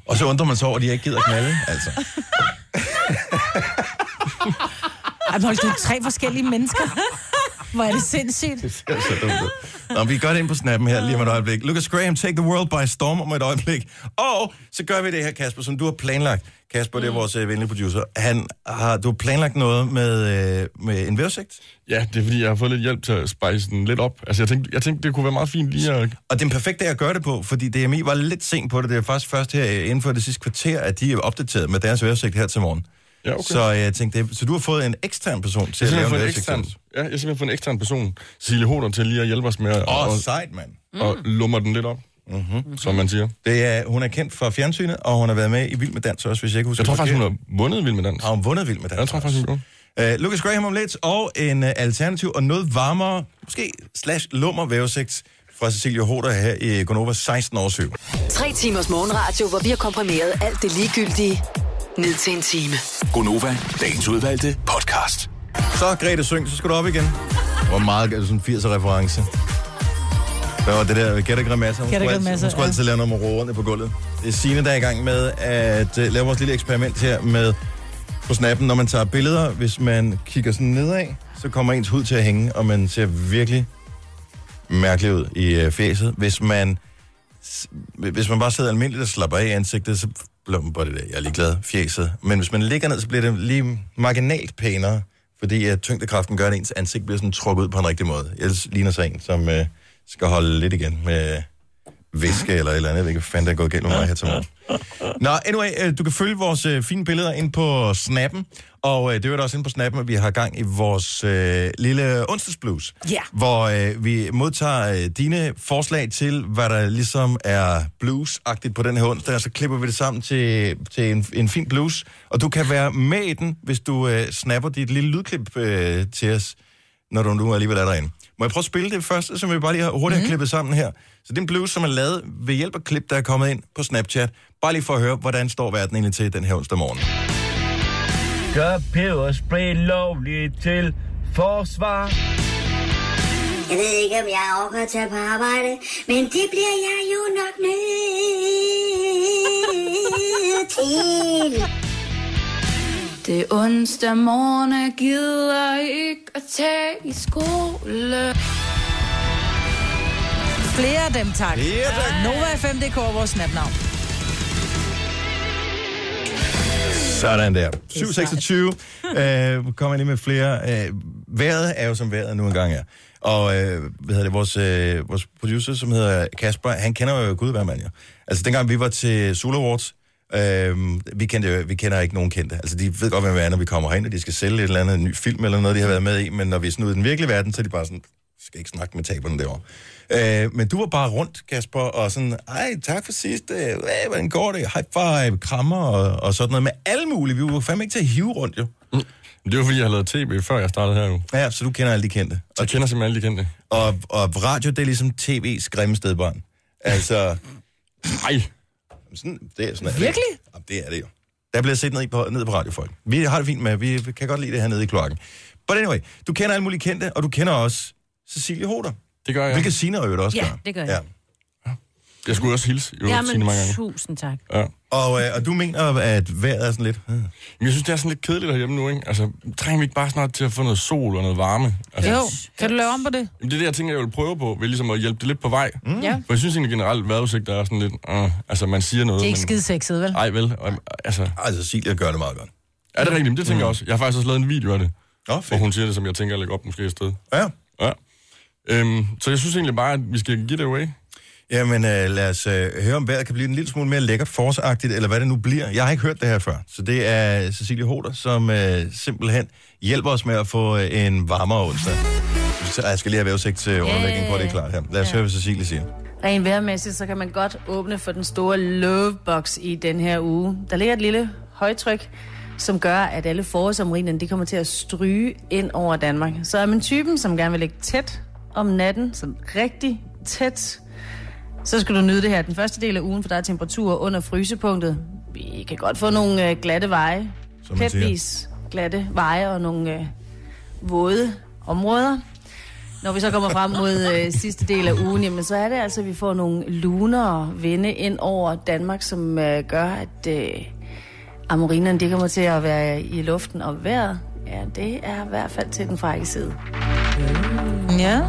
[SPEAKER 2] Og så undrer man sig over, at de ikke gider knalde, altså.
[SPEAKER 3] Ej, men hold, du er tre forskellige mennesker. Hvor er det sindssygt.
[SPEAKER 2] Det er så dumt ud. Nå, vi gør det ind på snappen her lige om et øjeblik. Lucas Graham, take the world by storm om et øjeblik. Og så gør vi det her, Kasper, som du har planlagt. Kasper,
[SPEAKER 8] Mm.
[SPEAKER 2] det er vores øh, venlige producer. Han har, du har planlagt noget med, øh, med en vævesigt,
[SPEAKER 8] Ja, det er fordi, jeg har fået lidt hjælp til at spice den lidt op. Altså, jeg tænkte, jeg tænkte det kunne være meget fint lige at...
[SPEAKER 2] og det er en perfekt dag at gøre det på, fordi DMI var lidt sent på det. Det er faktisk først her øh, inden for det sidste kvarter, at de er opdateret med deres vævesigt her til morgen.
[SPEAKER 8] Ja, okay.
[SPEAKER 2] Så øh, jeg tænkte, det, så du har fået en ekstern person
[SPEAKER 8] jeg
[SPEAKER 2] til at
[SPEAKER 8] har
[SPEAKER 2] lave en
[SPEAKER 8] fået en
[SPEAKER 2] vævesigt til
[SPEAKER 8] ekstern,
[SPEAKER 2] os.
[SPEAKER 8] ja, jeg har simpelthen fået en ekstern person, Cecilie Hoder, til lige at hjælpe os med at
[SPEAKER 2] Åh,
[SPEAKER 8] og,
[SPEAKER 2] oh, sejt, Mhm. mand.
[SPEAKER 8] og lummer den lidt op, mm-hmm. som man siger.
[SPEAKER 2] Det er, hun er kendt fra fjernsynet, og hun har været med i Vild med Dans også, hvis jeg ikke husker
[SPEAKER 8] Jeg tror faktisk, hun
[SPEAKER 2] forkert.
[SPEAKER 8] har vundet Vild med Dans.
[SPEAKER 2] har hun vundet Vild med Dans.
[SPEAKER 8] Jeg tror faktisk, hun har.
[SPEAKER 2] Uh, Lucas Graham om lidt, og en uh, alternativ og noget varmere, måske slash lummer vævesigt fra Cecilia Hoder her i Gonova 16 år 7.
[SPEAKER 5] Tre timers morgenradio, hvor vi har komprimeret alt det ligegyldige ned til en time.
[SPEAKER 1] Gonova, dagens udvalgte podcast.
[SPEAKER 2] Så Grete Søng, så skal du op igen. Det var meget det var sådan en 80'er reference. Hvad var det der? Gætter grimasser. Hun
[SPEAKER 3] Gæt og
[SPEAKER 2] skulle altid-
[SPEAKER 3] grimasser,
[SPEAKER 2] Hun skulle
[SPEAKER 3] ja.
[SPEAKER 2] altid lave noget med roerne på gulvet. Det er Signe, der er i gang med at øh, lave vores lille eksperiment her med på snappen, når man tager billeder. Hvis man kigger sådan nedad, så kommer ens hud til at hænge, og man ser virkelig mærkelig ud i øh, fjeset. Hvis man, s- hvis man bare sidder almindeligt og slapper af i ansigtet, så bliver man bare det der, jeg er ligeglad, fjeset. Men hvis man ligger ned, så bliver det lige marginalt pænere, fordi at tyngdekraften gør, at ens ansigt bliver sådan trukket ud på en rigtig måde. Ellers ligner sig en, som øh, skal holde lidt igen med væske eller et eller andet. Jeg ved ikke, hvad fanden der er gået galt med mig her til morgen. Nå, anyway, øh, du kan følge vores øh, fine billeder ind på Snappen, og øh, det er jo også inde på Snappen, at vi har gang i vores øh, lille onsdagsblues,
[SPEAKER 3] Ja.
[SPEAKER 2] hvor øh, vi modtager øh, dine forslag til, hvad der ligesom er blues-agtigt på den her onsdag, og så klipper vi det sammen til, til en, en fin blues, og du kan være med i den, hvis du øh, snapper dit lille lydklip øh, til os, når du nu alligevel er derinde. Må jeg prøve at spille det første, som vi bare lige har- hurtigt har klippet sammen her? Så det er en blues, som er lavet ved hjælp af klip, der er kommet ind på Snapchat. Bare lige for at høre, hvordan står verden egentlig til den her onsdag morgen.
[SPEAKER 9] Gør peberspray lovligt til forsvar.
[SPEAKER 10] Jeg ved ikke, om jeg overgår at tage på arbejde, men det bliver jeg jo nok nødt til.
[SPEAKER 11] Det er onsdag morgen, jeg gider ikke at tage i skole.
[SPEAKER 3] Flere af dem, tak.
[SPEAKER 2] Ja, tak.
[SPEAKER 3] Nova FM.dk er vores snapnavn.
[SPEAKER 2] Sådan der. 7.26. Øh, kommer jeg lige med flere. Øh, vejret er jo, som vejret nu engang er. Og øh, hvad hedder det, vores, øh, vores producer, som hedder Kasper, han kender jo Gud hver mand, jo. Altså, dengang vi var til Sula Awards, øh, vi, kendte, jo- vi kender ikke nogen kendte. Altså, de ved godt, hvem vi er, når vi kommer herind, og de skal sælge et eller andet, en ny film eller noget, de har været med i. Men når vi er sådan ude i den virkelige verden, så er de bare sådan, skal ikke snakke med taberne derovre. Øh, men du var bare rundt, Kasper, og sådan, ej, tak for sidst, øh, øh, hvordan går det? High five, krammer og, og sådan noget. Med alle mulige, vi var fandme ikke til at hive rundt, jo.
[SPEAKER 8] Mm. Men Det var fordi, jeg havde lavet tv, før jeg startede her jo.
[SPEAKER 2] Ja, så du kender alle de kendte.
[SPEAKER 8] Så jeg kender simpelthen alle de kendte.
[SPEAKER 2] Og, og radio, det er ligesom tv's grimme stedbarn. Altså,
[SPEAKER 8] Ej,
[SPEAKER 2] sådan, det er sådan, er det.
[SPEAKER 3] Virkelig?
[SPEAKER 2] Jamen, det er det jo. Der bliver set ned i på, ned på radiofolk. Vi har det fint med, vi kan godt lide det her nede i kloakken. But anyway, du kender alle mulige kendte, og du kender også Cecilie Hoder.
[SPEAKER 8] det gør jeg.
[SPEAKER 2] Hvilket Signe og øvrigt også
[SPEAKER 4] Ja,
[SPEAKER 2] gør.
[SPEAKER 4] det gør jeg.
[SPEAKER 8] Jeg skulle også hilse, jo, Jamen, Signe, mange
[SPEAKER 4] Jamen,
[SPEAKER 8] gange.
[SPEAKER 4] tusind tak.
[SPEAKER 8] Ja.
[SPEAKER 2] Og, øh, og du mener, at vejret er sådan lidt... Øh.
[SPEAKER 8] Men jeg synes, det er sådan lidt kedeligt herhjemme nu, ikke? Altså, trænger vi ikke bare snart til at få noget sol og noget varme? Altså,
[SPEAKER 3] Jo, kan du lave om på det?
[SPEAKER 8] Jamen, det er det, jeg tænker, jeg vil prøve på, ved ligesom at hjælpe det lidt på vej. Mm.
[SPEAKER 3] Ja.
[SPEAKER 8] For jeg synes egentlig generelt, vejrudsigt er sådan lidt... Øh, altså, man Ah. siger noget,
[SPEAKER 3] Det er ikke
[SPEAKER 8] men...
[SPEAKER 3] skide sexet, vel?
[SPEAKER 8] Ej, vel? Og, altså,
[SPEAKER 2] Altså, Cecilie gør det meget godt.
[SPEAKER 8] er det rigtigt? Men Det tænker jeg også. Jeg har faktisk også lavet en video af det,
[SPEAKER 2] Nå,
[SPEAKER 8] hvor
[SPEAKER 2] fedt.
[SPEAKER 8] hun siger det, som jeg tænker at lægge op måske et sted.
[SPEAKER 2] Ja.
[SPEAKER 8] Ja. Øhm, så jeg synes egentlig bare, at vi skal give det away.
[SPEAKER 2] Jamen, øh, lad os øh, høre, om vejret kan blive en lille smule mere lækkert forårsagtigt, eller hvad det nu bliver. Jeg har ikke hørt det her før, så det er Cecilie Hoder, som øh, simpelthen hjælper os med at få øh, en varmere onsdag. Så øh, jeg skal lige have vejrudsigt til underlægning på, at det er klart her. Lad os høre, hvad Cecilie siger.
[SPEAKER 12] Rent vejrmæssigt, så kan man godt åbne for den store lovebox i den her uge. Der ligger et lille højtryk, som gør, at alle forårsomrinerne, de kommer til at stryge ind over Danmark. Så er man typen, som gerne vil ligge tæt om natten, sådan rigtig tæt, så skal du nyde det her den første del af ugen, for der er temperaturer under frysepunktet. Vi kan godt få nogle øh, glatte veje,
[SPEAKER 2] Som man siger.
[SPEAKER 12] petvis glatte veje og nogle øh, våde områder. Når vi så kommer frem mod øh, sidste del af ugen, jamen, så er det altså, at vi får nogle lunere vinde ind over Danmark, som øh, gør, at øh, amorinerne de kommer til at være i luften, og vejret, ja, det er i hvert fald til den frække side.
[SPEAKER 3] Ja.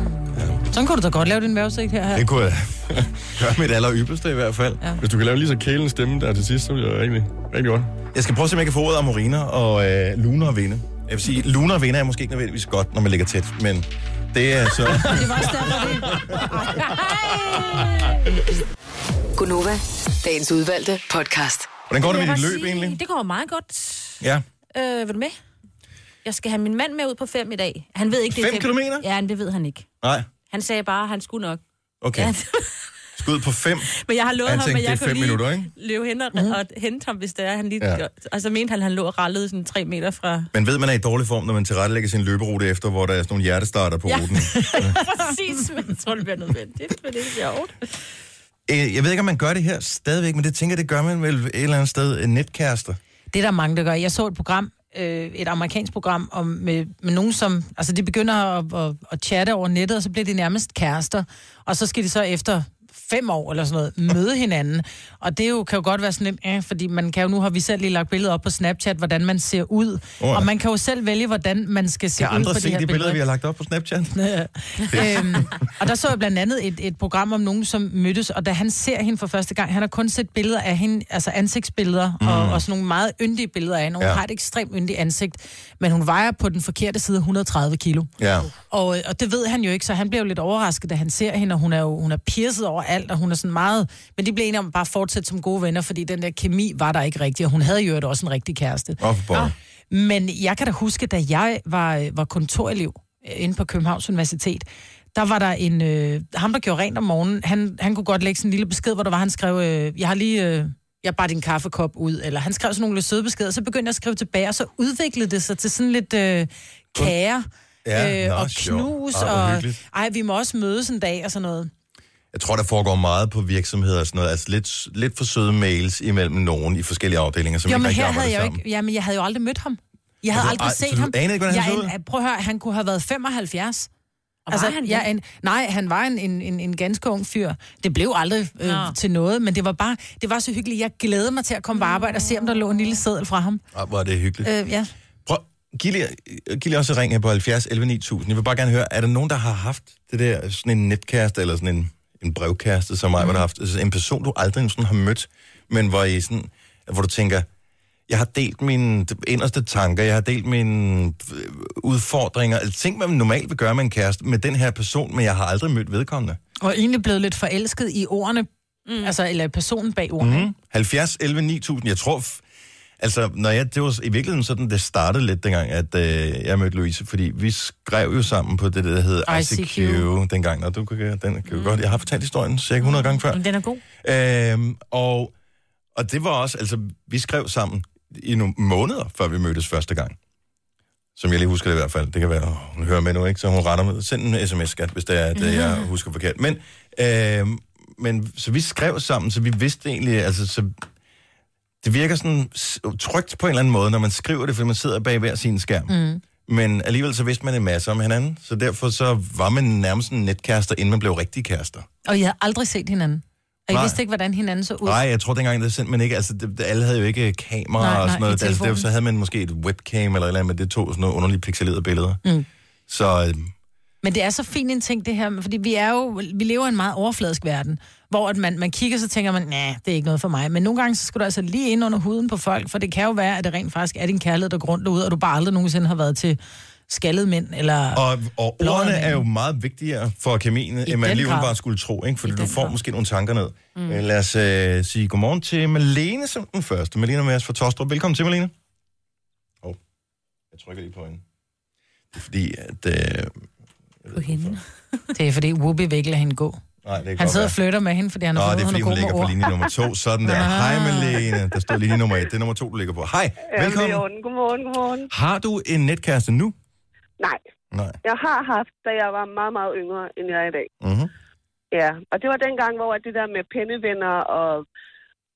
[SPEAKER 3] Sådan kunne du da godt lave din vejrudsigt her. her.
[SPEAKER 2] Det kunne jeg gøre mit aller ypperste i hvert fald.
[SPEAKER 3] Ja.
[SPEAKER 8] Hvis du kan lave lige så kælen stemme der til sidst, så bliver det rigtig, rigtig godt.
[SPEAKER 2] Jeg skal prøve at se, om jeg kan få ordet om uriner og øh, luner og vinde. Jeg vil sige, luner og vinde er måske ikke nødvendigvis godt, når man ligger tæt, men det er så...
[SPEAKER 3] Det var også derfor, det...
[SPEAKER 5] Gunova, dagens udvalgte podcast.
[SPEAKER 2] Hvordan går det med
[SPEAKER 4] Jeg
[SPEAKER 2] dit
[SPEAKER 4] vil
[SPEAKER 2] løb
[SPEAKER 4] sige,
[SPEAKER 2] egentlig?
[SPEAKER 4] Det går meget godt.
[SPEAKER 2] Ja.
[SPEAKER 4] Øh, vil du med? Jeg skal have min mand med ud på fem i dag. Han ved ikke, det er
[SPEAKER 2] Fem kilometer?
[SPEAKER 4] Ja, men det ved han ikke.
[SPEAKER 2] Nej,
[SPEAKER 4] Han sagde bare, at han skulle nok.
[SPEAKER 2] okay. Skud på fem.
[SPEAKER 4] Men jeg har lovet
[SPEAKER 2] Han
[SPEAKER 4] ham,
[SPEAKER 2] tænkte,
[SPEAKER 4] at jeg
[SPEAKER 2] det er
[SPEAKER 4] kunne
[SPEAKER 2] fem
[SPEAKER 4] lige
[SPEAKER 2] minutter, ikke?
[SPEAKER 4] løbe hen og, mm. og hente ham, hvis det er. Han lige
[SPEAKER 2] Ja.
[SPEAKER 4] ja. Og så mente han, at han lå og rallede sådan tre meter fra...
[SPEAKER 2] Man ved, man er i dårlig form, når man tilrettelægger sin løberute efter, hvor der er sådan nogle hjertestarter på ja. ruten.
[SPEAKER 4] Præcis, men jeg tror, det bliver nødvendigt, for det er sjovt.
[SPEAKER 2] Øh, Jeg ved ikke, om man gør det her stadigvæk, men det tænker jeg, det gør man vel et eller andet sted. øh, Netkærester.
[SPEAKER 3] Det er der mange, der gør. Jeg så et program, øh, et amerikansk program, om, med, med nogen, som... Altså, de begynder at, at, at chatte over nettet, og så bliver de nærmest kærester. Og så skal de så efter fem år eller sådan noget, møde hinanden. Og det er jo, kan jo godt være sådan lidt, ja, fordi man kan jo, nu har vi selv lige lagt billedet op på Snapchat, hvordan man ser ud.
[SPEAKER 2] Åh, ja.
[SPEAKER 3] Og man kan jo selv vælge, hvordan man skal se
[SPEAKER 2] Kan
[SPEAKER 3] ud på
[SPEAKER 2] andre
[SPEAKER 3] de
[SPEAKER 2] se
[SPEAKER 3] her
[SPEAKER 2] de billeder, vi
[SPEAKER 3] ikke?
[SPEAKER 2] har lagt op på Snapchat?
[SPEAKER 3] øhm, og der så jeg blandt andet et, et program om nogen, som mødtes, og da han ser hende for første gang, han har kun set billeder af hende, altså ansigtsbilleder, mm. og, og sådan nogle meget yndige billeder af hende. Hun
[SPEAKER 2] Ja.
[SPEAKER 3] ja. har et ekstremt yndigt ansigt, men hun vejer på den forkerte side 130 kilo.
[SPEAKER 2] Ja.
[SPEAKER 3] Og, øh, og det ved han jo ikke, så han bliver jo lidt overrasket, da han ser hende, og hun er jo hun er pierced over alt, og hun er sådan meget... Men de blev enige om bare at fortsætte som gode venner, fordi den der kemi var der ikke rigtig, og hun havde jo øvrigt også en rigtig kæreste.
[SPEAKER 2] Åh, for pokker.
[SPEAKER 3] Men jeg kan da huske, da jeg var, øh, var kontorelev øh, inde på Københavns Universitet, der var der en... Øh, ham, der gjorde rent om morgenen, han, han kunne godt lægge sådan en lille besked, hvor der var, han skrev, øh, jeg har lige... Øh, jeg bar din kaffekop ud, eller han skrev sådan nogle lidt søde beskeder, og så begyndte jeg at skrive tilbage, og så udviklede det sig til sådan lidt øh, kære,
[SPEAKER 2] Ja,
[SPEAKER 3] ja, øh,
[SPEAKER 2] nå,
[SPEAKER 3] og
[SPEAKER 2] sjovt.
[SPEAKER 3] knus,
[SPEAKER 2] Ej, hvor
[SPEAKER 3] og
[SPEAKER 2] hyggeligt.
[SPEAKER 3] ej, vi må også mødes en dag, og sådan noget.
[SPEAKER 2] Jeg tror, der foregår meget på virksomheder og sådan noget. Altså lidt, lidt for søde mails imellem nogen i forskellige afdelinger, som
[SPEAKER 3] jo,
[SPEAKER 2] ikke
[SPEAKER 3] men
[SPEAKER 2] rigtig
[SPEAKER 3] her
[SPEAKER 2] arbejder
[SPEAKER 3] havde jeg jo
[SPEAKER 2] sammen.
[SPEAKER 3] ikke, jamen, jeg havde jo aldrig mødt ham. Jeg havde
[SPEAKER 2] Altså,
[SPEAKER 3] aldrig
[SPEAKER 2] ej,
[SPEAKER 3] set
[SPEAKER 2] så du
[SPEAKER 3] ham.
[SPEAKER 2] anede ikke, hvordan han
[SPEAKER 3] jeg
[SPEAKER 2] så ud?
[SPEAKER 3] an- prøv at høre, han kunne have været 75.
[SPEAKER 4] Og var han det?
[SPEAKER 3] jeg an- nej, han var en, en, en, en ganske ung fyr. Det blev aldrig øh,
[SPEAKER 4] Nå.
[SPEAKER 3] til noget, men det var bare det var så hyggeligt. Jeg glædede mig til at komme på arbejde og se, om der lå en lille seddel fra ham.
[SPEAKER 2] Ej, Ah, hvor er det hyggeligt.
[SPEAKER 3] Øh, ja.
[SPEAKER 2] Prøv, giv lige, øh, giv lige også et ring her på 70 11 9000. Jeg vil bare gerne høre, er der nogen, der har haft det der, sådan en netkæreste eller sådan en, en brevkæreste, som mig, mm. har haft, altså en person, du aldrig sådan har mødt, men hvor, I sådan, hvor du tænker, jeg har delt mine inderste tanker, jeg har delt mine øh, udfordringer, altså ting, man normalt vil gøre med en kæreste, med den her person, men jeg har aldrig mødt vedkommende.
[SPEAKER 3] Og egentlig blevet lidt forelsket i ordene, mm. altså, eller i personen bag ordene. Mm.
[SPEAKER 2] Mm. 70, 11, 9000. Jeg tror... f- Altså, når jeg, det var i virkeligheden sådan, det startede lidt dengang, at øh, jeg mødte Louise, fordi vi skrev jo sammen på det, der hed ICQ,
[SPEAKER 3] ICQ.
[SPEAKER 2] dengang. Nå, du kan, den kan mm. godt. Jeg har fortalt historien cirka 100 gange før.
[SPEAKER 3] Mm.
[SPEAKER 4] Men den er god.
[SPEAKER 2] Øhm, og, og det var også, altså, vi skrev sammen i nogle måneder, før vi mødtes første gang. Som jeg lige husker det i hvert fald. Det kan være, åh, hun hører med nu, ikke? Så hun retter med. Send en sms, skat, hvis det er, at øh, jeg husker forkert. Men, øhm, men så vi skrev sammen, så vi vidste egentlig, altså, så det virker sådan s- trygt på en eller anden måde, når man skriver det, fordi man sidder bag hver sin skærm. Mm. Men alligevel så vidste man en masse om hinanden, så derfor så var man nærmest en netkærester, inden man blev rigtig kærester.
[SPEAKER 3] Og jeg havde aldrig set hinanden. Og jeg
[SPEAKER 2] Nej.
[SPEAKER 3] vidste ikke, hvordan hinanden så ud.
[SPEAKER 2] Nej, jeg tror dengang, det sendte man ikke, altså det, det- alle havde jo ikke kamera
[SPEAKER 3] Nej,
[SPEAKER 2] og
[SPEAKER 3] nej,
[SPEAKER 2] sådan
[SPEAKER 3] i
[SPEAKER 2] noget. altså,
[SPEAKER 3] telefonen.
[SPEAKER 2] det, så havde man måske et webcam eller et eller andet, men det tog sådan noget underligt pixelerede billeder.
[SPEAKER 3] Mm.
[SPEAKER 2] Så øh,
[SPEAKER 3] Men det er så fint en ting, det her, fordi vi er jo, vi lever i en meget overfladisk verden, hvor at man, man kigger, så tænker man, nej, det er ikke noget for mig. Men nogle gange, så skal du altså lige ind under huden på folk, for det kan jo være, at det rent faktisk er din kærlighed, der grund ud, og du bare aldrig nogensinde har været til skaldede mænd, eller...
[SPEAKER 2] Og, og
[SPEAKER 3] blå
[SPEAKER 2] ordene
[SPEAKER 3] mænd.
[SPEAKER 2] er jo meget vigtigere for kemien,
[SPEAKER 3] I
[SPEAKER 2] end man
[SPEAKER 3] den
[SPEAKER 2] lige
[SPEAKER 3] grad.
[SPEAKER 2] bare skulle tro, ikke? fordi du får måske nogle tanker ned.
[SPEAKER 3] Mm.
[SPEAKER 2] Mm. Lad os øh, sige godmorgen til Malene som den første. Malene Mads fra Tostrup. Velkommen til, Malene. Åh, oh, jeg trykker lige på hende. Det er fordi, at... Øh,
[SPEAKER 4] På hende.
[SPEAKER 3] Det er fordi Whoopi vil ikke lade hende gå.
[SPEAKER 2] nej, det kan
[SPEAKER 3] Han
[SPEAKER 2] godt
[SPEAKER 3] sidder
[SPEAKER 2] være.
[SPEAKER 3] og flytter med hende, fordi han har
[SPEAKER 2] Nå,
[SPEAKER 3] fået,
[SPEAKER 2] det er
[SPEAKER 3] hun
[SPEAKER 2] fordi, hun
[SPEAKER 3] god med
[SPEAKER 2] ligger på
[SPEAKER 3] ord. Ah.
[SPEAKER 2] linje nummer to. Sådan der. Hej, Malene. Der står linje nummer et. Det er nummer to, du ligger på. Hej,
[SPEAKER 13] Jamen, det er i
[SPEAKER 2] velkommen.
[SPEAKER 13] orden. Godmorgen, godmorgen.
[SPEAKER 2] Har du en netkæreste nu?
[SPEAKER 13] Nej,
[SPEAKER 2] Nej.
[SPEAKER 13] jeg har haft, da jeg var meget, meget yngre, end jeg er i dag.
[SPEAKER 2] Mm-hmm.
[SPEAKER 13] Ja, og det var dengang, hvor at det der med pennevenner og,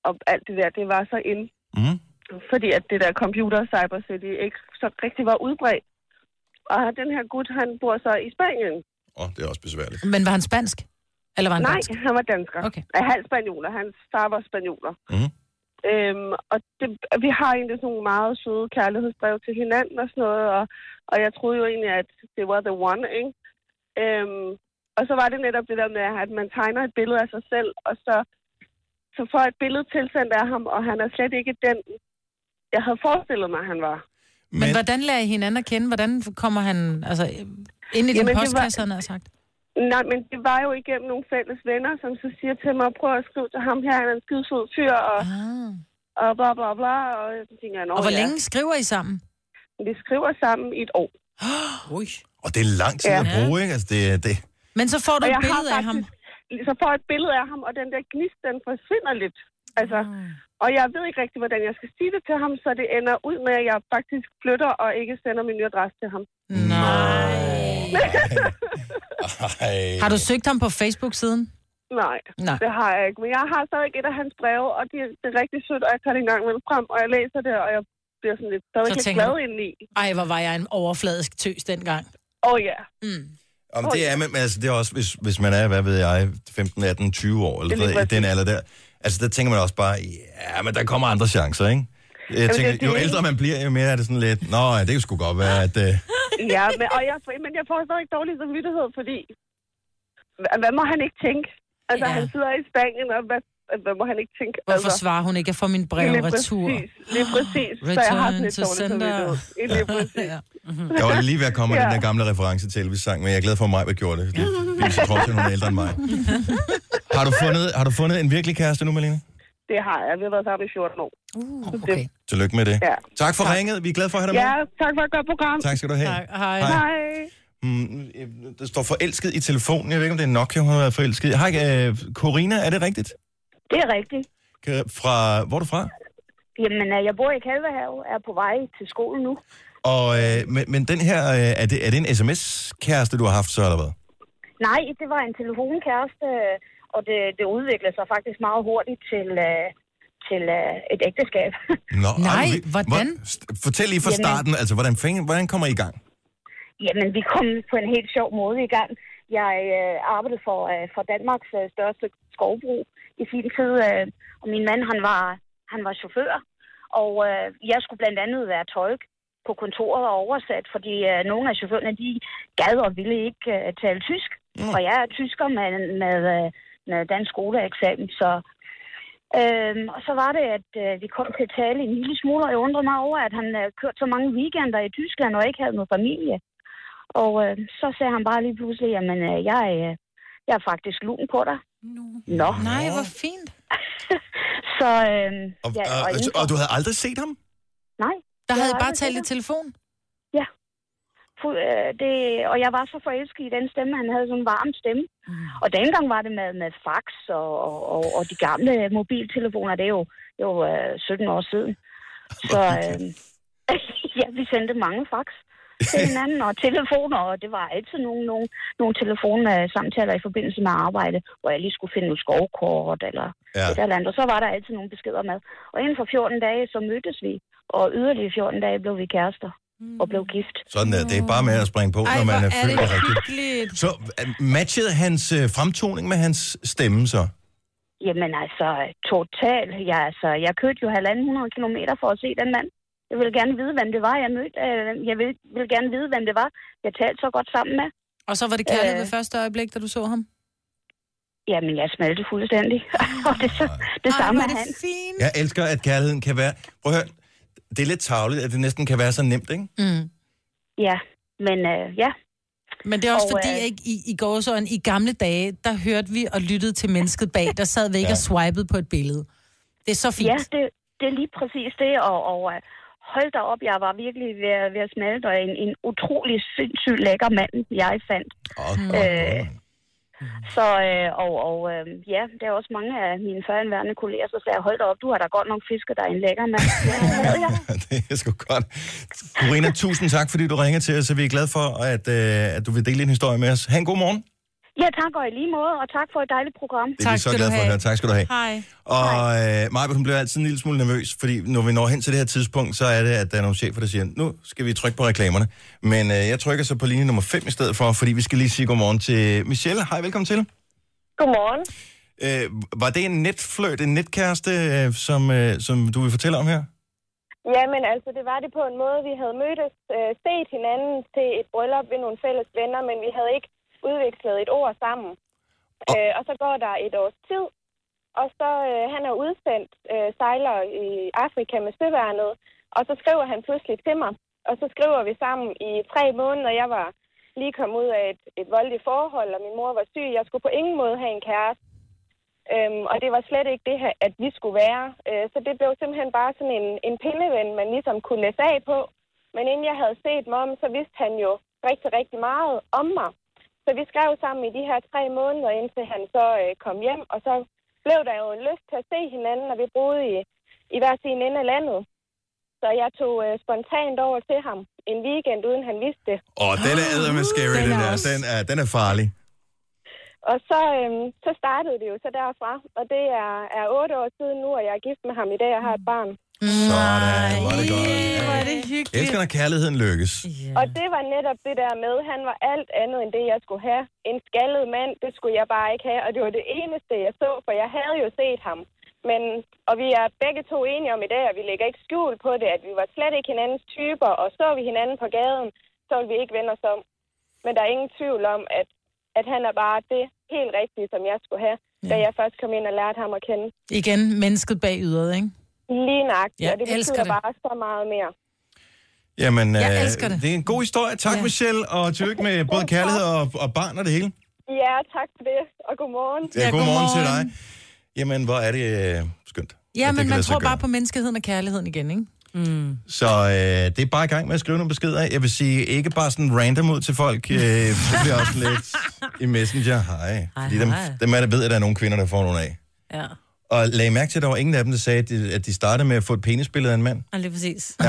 [SPEAKER 13] og alt det der, det var så ind.
[SPEAKER 2] Mm.
[SPEAKER 13] Fordi at det der computer Cyber City ikke så rigtig var udbredt. Og den her gut, han bor så i Spanien.
[SPEAKER 2] Åh, oh, det er også besværligt.
[SPEAKER 3] Men var han spansk? Eller var han
[SPEAKER 13] Nej,
[SPEAKER 3] dansk?
[SPEAKER 13] han var dansker. Okay. Er halv spanioler. Hans far var spanioler.
[SPEAKER 2] Mhm.
[SPEAKER 13] Øhm, og det, vi har egentlig sådan nogle meget søde kærlighedsbrev til hinanden og sådan noget, og, og jeg troede jo egentlig, at det var the one, ikke? Øhm, og så var det netop det der med, at man tegner et billede af sig selv, og så, så får jeg et billede tilsendt af ham, og han er slet ikke den, jeg havde forestillet mig, han var.
[SPEAKER 3] Men, men hvordan lærer I hinanden at kende? Hvordan kommer han altså, ind i din
[SPEAKER 13] Jamen, det var-
[SPEAKER 3] postkasse, han har sagt?
[SPEAKER 13] Nej, men det var jo igennem nogle fælles venner, som så siger til mig, prøv at skrive til ham her, han er en skidesød fyr, og,
[SPEAKER 3] ah.
[SPEAKER 13] og bla bla bla, og så tænker jeg, "Nå,
[SPEAKER 3] Og hvor
[SPEAKER 13] ja."
[SPEAKER 3] længe skriver I sammen?
[SPEAKER 13] Vi skriver sammen i et år.
[SPEAKER 3] Ui.
[SPEAKER 2] Og det er lang tid
[SPEAKER 13] Ja.
[SPEAKER 2] ja. at bruge, ikke? Altså, det, er- det,
[SPEAKER 3] Men så får du
[SPEAKER 13] Og
[SPEAKER 3] et
[SPEAKER 13] jeg har
[SPEAKER 3] billede af ham.
[SPEAKER 13] faktisk- Så får jeg et billede af ham, og den der gnist, den forsvinder lidt. Altså,
[SPEAKER 3] Ah.
[SPEAKER 13] Og jeg ved ikke rigtig, hvordan jeg skal sige det til ham, så det ender ud med, at jeg faktisk flytter og ikke sender min nye adresse til ham.
[SPEAKER 2] Ej.
[SPEAKER 3] Har du søgt ham på Facebook siden?
[SPEAKER 13] Nej,
[SPEAKER 3] Nej.
[SPEAKER 13] det har jeg ikke. Men jeg har stadig et af hans breve, og det, det er rigtig sødt, og jeg tager det en gang imellem frem, og jeg læser det, og jeg bliver sådan lidt stadig
[SPEAKER 3] Så
[SPEAKER 13] lidt
[SPEAKER 3] tænker
[SPEAKER 13] glad
[SPEAKER 3] du-
[SPEAKER 13] indeni.
[SPEAKER 3] Ej, hvor var jeg en overfladisk tøs dengang.
[SPEAKER 13] Åh oh, ja.
[SPEAKER 3] Mm.
[SPEAKER 2] Om det er, men men altså, det er også, hvis, hvis man er, hvad ved jeg, 15, 18, 20
[SPEAKER 13] Det
[SPEAKER 2] år, eller
[SPEAKER 13] er
[SPEAKER 2] sådan,
[SPEAKER 13] lige
[SPEAKER 2] noget, i den alder der, altså der tænker man også bare, ja, men der kommer andre chancer, ikke? Jeg
[SPEAKER 13] det er
[SPEAKER 2] tænker, jo
[SPEAKER 13] det.
[SPEAKER 2] ældre man bliver, jo mere er det sådan lidt, nå, ja, det kan sgu godt være, at... Øh,
[SPEAKER 13] ja men, og jeg, men jeg får stadig dårlig samvittighed, fordi hva- hvad må han ikke tænke? Altså,
[SPEAKER 3] Ja.
[SPEAKER 13] han sidder i Spanien, og hvad, hvad må han ikke tænke?
[SPEAKER 3] Hvorfor
[SPEAKER 13] altså,
[SPEAKER 3] svarer hun ikke, at jeg får min brev
[SPEAKER 13] Lige
[SPEAKER 3] retur?
[SPEAKER 13] præcis, lige præcis. Så jeg har
[SPEAKER 3] Return
[SPEAKER 13] sådan lidt
[SPEAKER 3] to
[SPEAKER 13] dårligt samvittighed.
[SPEAKER 3] sender.
[SPEAKER 13] Ja, Lige præcis.
[SPEAKER 2] jeg var lige ved at komme med den der gamle reference til Elvis-sang, men jeg er glad for, at Maja gjorde det. Det viser trods, at hun er ældre end mig. Har du fundet, har du fundet en virkelig kæreste nu, Malene?
[SPEAKER 13] Det har jeg. Vi har været sammen i 14 år. Uh, okay.
[SPEAKER 2] Tillykke med det.
[SPEAKER 13] Ja.
[SPEAKER 2] Tak for ringet. Vi er glade for at have dig
[SPEAKER 13] Ja,
[SPEAKER 2] med.
[SPEAKER 13] tak for et godt program.
[SPEAKER 2] Tak skal du have.
[SPEAKER 13] Tak.
[SPEAKER 3] Hej.
[SPEAKER 2] Hej.
[SPEAKER 13] Hej.
[SPEAKER 2] Mm, øh, der står forelsket i telefonen. Jeg ved ikke, om det er Nokia, hun har været forelsket i. Hej, øh, Corina, er det rigtigt?
[SPEAKER 14] Det er rigtigt.
[SPEAKER 2] Kan- Fra, hvor er du fra?
[SPEAKER 14] Jamen, øh, jeg bor i Kalvehave, er på vej til skolen nu.
[SPEAKER 2] Og, øh, men, men den her, øh, er det, er det en sms-kæreste, du har haft så, eller hvad?
[SPEAKER 14] Nej, det var en telefonkæreste, øh, og det, det udviklede sig faktisk meget hurtigt til, øh, til øh, et ægteskab.
[SPEAKER 2] Nå,
[SPEAKER 14] Nej,
[SPEAKER 2] hvor vildt.
[SPEAKER 14] hvordan?
[SPEAKER 2] Hvor, st- fortæl lige fra
[SPEAKER 14] Jamen.
[SPEAKER 2] starten, altså, hvordan, fanden- hvordan kommer I i gang?
[SPEAKER 14] Jamen, vi kom på en helt sjov måde i gang. Jeg øh, arbejdede for, øh, for Danmarks øh, største skovbrug i sin tid, øh, og min mand, han var, han var chauffør. Og øh, jeg skulle blandt andet være tolk på kontoret og oversat, fordi øh, nogle af chaufførerne, de gad og ville ikke øh, tale tysk. Mm. Og jeg er tysker med, med, øh, med dansk skoleeksamen, så... Øhm, og så var det, at øh, vi kom til at tale en lille smule, og jeg undrede mig over, at han øh, kørte så mange weekender i Tyskland og ikke havde noget familie. Og øh, så sagde han bare lige pludselig, jamen øh, jeg, øh, jeg er faktisk lun på dig. Nå.
[SPEAKER 3] Mm. Nej, hvor fint.
[SPEAKER 14] så, øh,
[SPEAKER 2] Og,
[SPEAKER 14] ja,
[SPEAKER 2] og,
[SPEAKER 14] inden
[SPEAKER 2] og, og du havde aldrig set ham?
[SPEAKER 14] Nej.
[SPEAKER 3] Der havde
[SPEAKER 14] Jeg
[SPEAKER 3] I bare
[SPEAKER 14] aldrig
[SPEAKER 3] talt i
[SPEAKER 14] set ham.
[SPEAKER 3] telefon?
[SPEAKER 14] Ja. Fu- øh, Det, og jeg var så forelsket i den stemme, han havde sådan en varm stemme. Mm. Og dengang var det med, med fax og, og, og, og de gamle mobiltelefoner, det er jo, det er jo øh, 17 år siden. Så øh, ja, vi sendte mange fax til hinanden, og telefoner, og det var altid nogle, nogle, nogle øh, telefonsamtaler i forbindelse med arbejde, hvor jeg lige skulle finde nogle skovkort eller ja. et eller andet. Og så var der altid nogle beskeder med. Og inden for 14 dage, så mødtes vi, og yderligere 14 dage blev vi kærester og blev gift.
[SPEAKER 2] Sådan der, det er bare med at springe på, når man er født rigtigt. Så øh, matchede hans øh, fremtoning med hans stemme så?
[SPEAKER 14] Jamen altså, totalt. Jeg, altså, jeg kørte jo halvanden hundrede kilometer for at se den mand. Jeg ville gerne vide, hvem det var, jeg mødte. Øh, Jeg ville, ville gerne vide, hvem det var, jeg talte så godt sammen med.
[SPEAKER 3] Og så var det kærlighed ved første øjeblik, da du så ham?
[SPEAKER 14] Øh. Jamen, jeg smelte fuldstændig. og det, så, det
[SPEAKER 3] Ej,
[SPEAKER 14] samme
[SPEAKER 3] hvor er det
[SPEAKER 14] er han.
[SPEAKER 3] fint.
[SPEAKER 2] Jeg elsker, at kærligheden kan være... Prøv at høre, det er lidt tavligt, at det næsten kan være så nemt, ikke?
[SPEAKER 3] Mm.
[SPEAKER 14] Ja, Men øh, ja,
[SPEAKER 3] Men det er også
[SPEAKER 14] Og,
[SPEAKER 3] og, fordi,
[SPEAKER 14] øh,
[SPEAKER 3] øh... ikke, i, i går så i gamle dage, der hørte vi og lyttede til mennesket bag. Der sad vi ikke
[SPEAKER 14] Ja.
[SPEAKER 3] ja. og swipede på et billede. Det er så fint.
[SPEAKER 14] Ja, det, det er lige præcis det, og, og øh, hold da op, jeg var virkelig ved, at- ved at smelte, og en, en utrolig sindssygt lækker mand, jeg fandt. Øh, så, øh, og, og øh, ja, der er også mange af mine førenværende kolleger, så sagde jeg, hold da op, du har da godt nok fisket dig en lækker mand. Ja, det havde jeg.
[SPEAKER 2] Det er sgu godt. Corina, tusind tak, fordi du ringer til os, og vi er glade for, at, øh, at du vil dele din historie med os. Ha' en god morgen.
[SPEAKER 14] ja, tak og i lige måde, og tak for et dejligt program.
[SPEAKER 2] Det er vi så glade for at høre. Tak skal du have.
[SPEAKER 14] Hej.
[SPEAKER 2] Og øh, Maja, hun bliver altid en lille smule nervøs, fordi når vi når hen til det her tidspunkt, så er det, at der er nogle chefer, der siger, nu skal vi trykke på reklamerne. Men øh, jeg trykker så på linje nummer 5 i stedet for, fordi vi skal lige sige godmorgen til Michelle. Hej, velkommen til.
[SPEAKER 15] Godmorgen.
[SPEAKER 2] Øh, var det en netfløjt, en netkæreste, øh, som, øh, som du vil fortælle om her?
[SPEAKER 15] Jamen altså, det var det på en måde. Vi havde mødtes, øh, set hinanden til et bryllup ved nogle fælles venner, men vi havde ikke udvekslet et ord sammen. Øh, og så går der et års tid, og så øh, han er udsendt, øh, sejler i Afrika med søværnet, og så skriver han pludselig til mig. Og så skriver vi sammen i tre måneder. Jeg var lige kommet ud af et, et voldeligt forhold, og min mor var syg. Jeg skulle på ingen måde have en kæreste. Øhm, og det var slet ikke det her, at vi skulle være. Øh, så det blev simpelthen bare sådan en, en pindeven, man ligesom kunne læse af på. Men inden jeg havde set mig om, så vidste han jo rigtig, rigtig meget om mig. Så vi skrev sammen i de her tre måneder, indtil han så øh, kom hjem. Og så blev der jo en lyst til at se hinanden, og vi boede i, i hver sin ende af landet. Så jeg tog øh, spontant over til ham en weekend, uden han vidste det.
[SPEAKER 2] Åh, oh, den
[SPEAKER 15] Ah,
[SPEAKER 2] er med scary, den, den der. Den er, den er farlig.
[SPEAKER 15] Og så, øhm, så startede det jo så derfra, og det er, er otte år siden nu, og jeg er gift med ham i dag og har et barn.
[SPEAKER 2] Sådan, hvor er det godt.
[SPEAKER 15] Hvor er det
[SPEAKER 2] Jeg elsker, når kærligheden lykkes.
[SPEAKER 15] Og det var netop det der med, han var alt andet end det, jeg skulle have. En skaldet mand, det skulle jeg bare ikke have, og det var det eneste, jeg så, for jeg havde jo set ham. Men, og vi er begge to enige om i dag, og vi lægger ikke skjul på det, at vi var slet ikke hinandens typer, og så vi hinanden på gaden, så ville vi ikke vende os om. Men der er ingen tvivl om, at, at han er bare det helt rigtige, som jeg skulle have, da jeg først kom ind og lærte ham at kende.
[SPEAKER 3] Igen, mennesket bag yderet, ikke?
[SPEAKER 15] Lige nøjagtigt,
[SPEAKER 3] Jeg
[SPEAKER 15] og det
[SPEAKER 3] elsker
[SPEAKER 15] betyder
[SPEAKER 3] det.
[SPEAKER 15] bare så meget mere.
[SPEAKER 2] Jamen,
[SPEAKER 15] Jeg
[SPEAKER 2] øh,
[SPEAKER 15] elsker det.
[SPEAKER 2] det er en god historie. Tak, ja. Michelle, og tillykke med både kærlighed og, og barn og det hele.
[SPEAKER 15] Ja, tak for det, og godmorgen.
[SPEAKER 2] Ja, ja, godmorgen til dig. Jamen, hvor er det øh, skønt.
[SPEAKER 3] Ja,
[SPEAKER 2] at det
[SPEAKER 3] men
[SPEAKER 2] kan
[SPEAKER 3] man
[SPEAKER 2] lade sig
[SPEAKER 3] tror
[SPEAKER 2] gøre.
[SPEAKER 3] bare på menneskeheden og kærligheden igen, ikke? Mm.
[SPEAKER 2] Så øh, det er bare i gang med at skrive nogle beskeder. Jeg vil sige, ikke bare sådan random ud til folk. Øh, så bliver også lidt i Messenger. Hej. Fordi dem,
[SPEAKER 4] hej.
[SPEAKER 2] dem er der ved, at der er nogle kvinder, der får nogle af.
[SPEAKER 4] Ja,
[SPEAKER 2] Og lag mærke til, at der var ingen af dem, der sagde, at de, at de startede med at få et penisbillede af en mand.
[SPEAKER 4] og lige præcis.
[SPEAKER 2] Så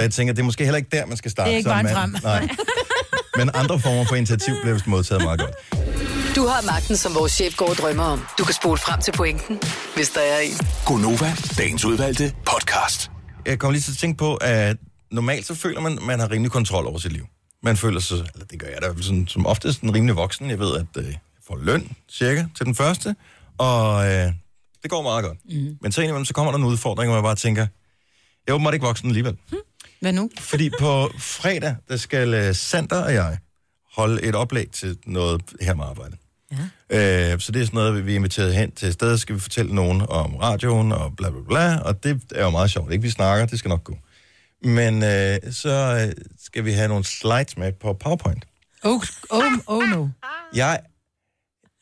[SPEAKER 2] jeg tænker, det er måske heller ikke der, man skal starte.
[SPEAKER 4] Det er ikke
[SPEAKER 2] som
[SPEAKER 4] vejen
[SPEAKER 2] mand.
[SPEAKER 4] frem.
[SPEAKER 2] Nej. Men andre former for initiativ blev vist modtaget meget godt.
[SPEAKER 5] Du har magten, som vores chef går og drømmer om. Du kan spole frem til pointen, hvis der er en.
[SPEAKER 1] Gonova, dagens udvalgte podcast.
[SPEAKER 2] jeg kom lige til at tænke på, at normalt så føler man, at man har rimelig kontrol over sit liv. Man føler sig, eller det gør jeg da, sådan, som oftest en rimelig voksen. Jeg ved, at øh, jeg får løn cirka til den første, og øh, det går meget godt. Mm. Men så indimellem, så kommer der en udfordring, hvor jeg bare tænker, jeg er åbenbart ikke voksen alligevel.
[SPEAKER 3] Hvad nu?
[SPEAKER 2] Fordi på fredag, der skal øh, Sander og jeg holde et oplæg til noget her med arbejde. Ja. Øh, så det er sådan noget, vi er inviteret hen til. Stedet skal vi fortælle nogen om radioen og bla bla bla, og det er jo meget sjovt. Ikke vi snakker, det skal nok gå. Men øh, så øh, skal vi have nogle slides med på PowerPoint.
[SPEAKER 3] Oh, oh, oh no.
[SPEAKER 2] Jeg,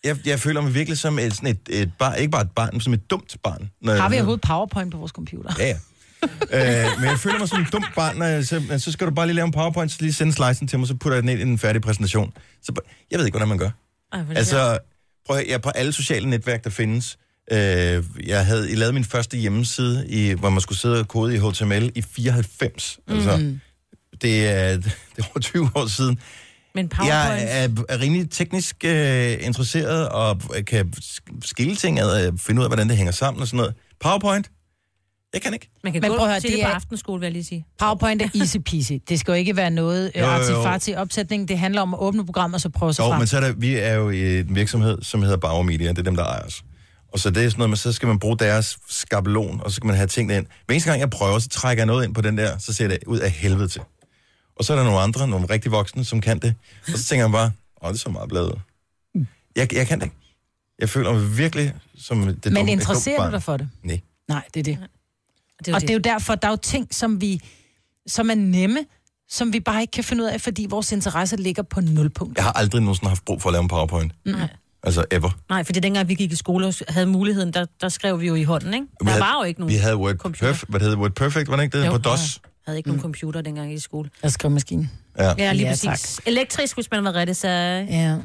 [SPEAKER 2] jeg, jeg føler mig virkelig som et, sådan et, et bar, ikke bare et barn, men som et dumt barn. Når
[SPEAKER 3] Har vi
[SPEAKER 2] jeg,
[SPEAKER 3] overhovedet PowerPoint på vores computer?
[SPEAKER 2] Ja, ja. øh, men jeg føler mig som en dum barn, når jeg, så, men så skal du bare lige lave en powerpoint, så lige sende slidesen til mig, så putter jeg den ind i en færdig præsentation. Så, ba- jeg ved ikke, hvordan man gør.
[SPEAKER 4] Ej, hvor
[SPEAKER 2] Altså,
[SPEAKER 4] sjovt.
[SPEAKER 2] prøv at, høre, jeg er på alle sociale netværk, der findes. Øh, jeg havde jeg lavede min første hjemmeside, i, hvor man skulle sidde og kode i HTML i 94. Mm. Altså, det er, det er over 20 år siden.
[SPEAKER 4] Men
[SPEAKER 2] Jeg
[SPEAKER 4] PowerPoint...
[SPEAKER 2] er, er rimelig teknisk øh, interesseret og kan skille ting ad, øh, finde ud af, hvordan det hænger sammen og sådan noget. PowerPoint? Jeg kan ikke.
[SPEAKER 4] Man kan
[SPEAKER 3] Men
[SPEAKER 4] gå
[SPEAKER 3] prøv at høre,
[SPEAKER 4] til det,
[SPEAKER 3] det
[SPEAKER 4] på
[SPEAKER 3] er-
[SPEAKER 4] aftenskole, vil jeg lige sige.
[SPEAKER 3] PowerPoint er easy peasy. Det skal jo ikke være noget
[SPEAKER 2] Jo, jo,
[SPEAKER 3] øh,
[SPEAKER 2] jo.
[SPEAKER 3] artifarti opsætning. Det handler om at åbne programmer, så prøve sig
[SPEAKER 2] Jo,
[SPEAKER 3] frem.
[SPEAKER 2] men så er der, vi er jo i en virksomhed, som hedder Bauer Media. Det er dem, der ejer os. Og så det er sådan noget, men så skal man bruge deres skabelon, og så skal man have tingene ind. Hver eneste gang jeg prøver, så trækker jeg noget ind på den der, så ser det ud af helvede til. Og så er der nogle andre, nogle rigtig voksne, som kan det. Og så tænker man bare, åh, det er så meget bladet. Jeg, jeg kan det ikke. Jeg føler mig virkelig som det dumme-
[SPEAKER 3] Men
[SPEAKER 2] et dumt
[SPEAKER 3] interesserer
[SPEAKER 2] barn.
[SPEAKER 3] du dig for det?
[SPEAKER 2] Nej.
[SPEAKER 3] Nej, det er det.
[SPEAKER 4] det er jo
[SPEAKER 3] og
[SPEAKER 4] det.
[SPEAKER 3] det er jo derfor, der er jo ting, som vi som er nemme, som vi bare ikke kan finde ud af, fordi vores interesse ligger på nulpunkt.
[SPEAKER 2] Jeg har aldrig nogensinde haft brug for at lave en PowerPoint.
[SPEAKER 4] Nej.
[SPEAKER 2] Altså ever.
[SPEAKER 4] Nej, fordi dengang vi gik i skole og havde muligheden, der, der skrev vi jo i hånden, ikke?
[SPEAKER 2] Vi
[SPEAKER 4] Der
[SPEAKER 2] havde-
[SPEAKER 4] var jo ikke nogen
[SPEAKER 2] Vi havde Word,
[SPEAKER 4] computer.
[SPEAKER 2] Perf- hvad hedder Word Perfect, var det ikke det?
[SPEAKER 4] Jo.
[SPEAKER 2] På DOS.
[SPEAKER 4] havde ikke nogen computer dengang i skole.
[SPEAKER 3] Jeg skrev maskinen.
[SPEAKER 2] Ja.
[SPEAKER 4] Ja, lige
[SPEAKER 2] Ja,
[SPEAKER 4] ja, præcis. Elektrisk, hvis man var rigtig, så...
[SPEAKER 3] Ja.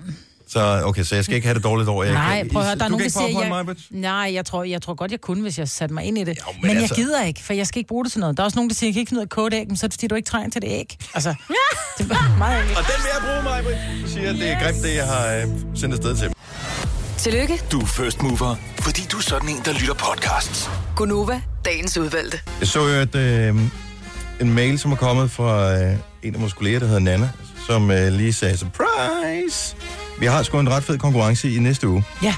[SPEAKER 2] Så, okay, så jeg skal ikke have det dårligt over. at Jeg
[SPEAKER 3] Nej,
[SPEAKER 2] ikke-
[SPEAKER 3] prøv at høre, der er
[SPEAKER 2] du
[SPEAKER 3] nogen, der
[SPEAKER 2] kan ikke
[SPEAKER 3] siger,
[SPEAKER 2] PowerPoint,
[SPEAKER 3] jeg, nej, jeg tror, jeg tror godt, jeg kunne, hvis jeg satte mig ind i det. Jo, men
[SPEAKER 2] men
[SPEAKER 3] men altså...
[SPEAKER 2] altså-
[SPEAKER 3] jeg gider ikke, for jeg skal ikke bruge det til noget. Der er også nogen, der siger, jeg kan ikke finde ud af at koge et æg, men så er det, fordi du ikke trænger til det æg. Altså, det er bare meget enkelt.
[SPEAKER 2] Og den vil jeg bruge, Majbrit. Du siger, at det er grimt, det jeg har øh, sendt afsted til.
[SPEAKER 5] Tillykke,
[SPEAKER 1] Du er first mover, fordi du er sådan en, der lytter podcasts.
[SPEAKER 5] Gunova, dagens udvalgte.
[SPEAKER 2] Jeg så jo et, øh, en mail, som er kommet fra øh, en af vores kolleger, der hedder Nana, som øh, lige sagde, surprise! Vi har sgu en ret fed konkurrence i næste uge.
[SPEAKER 3] Ja.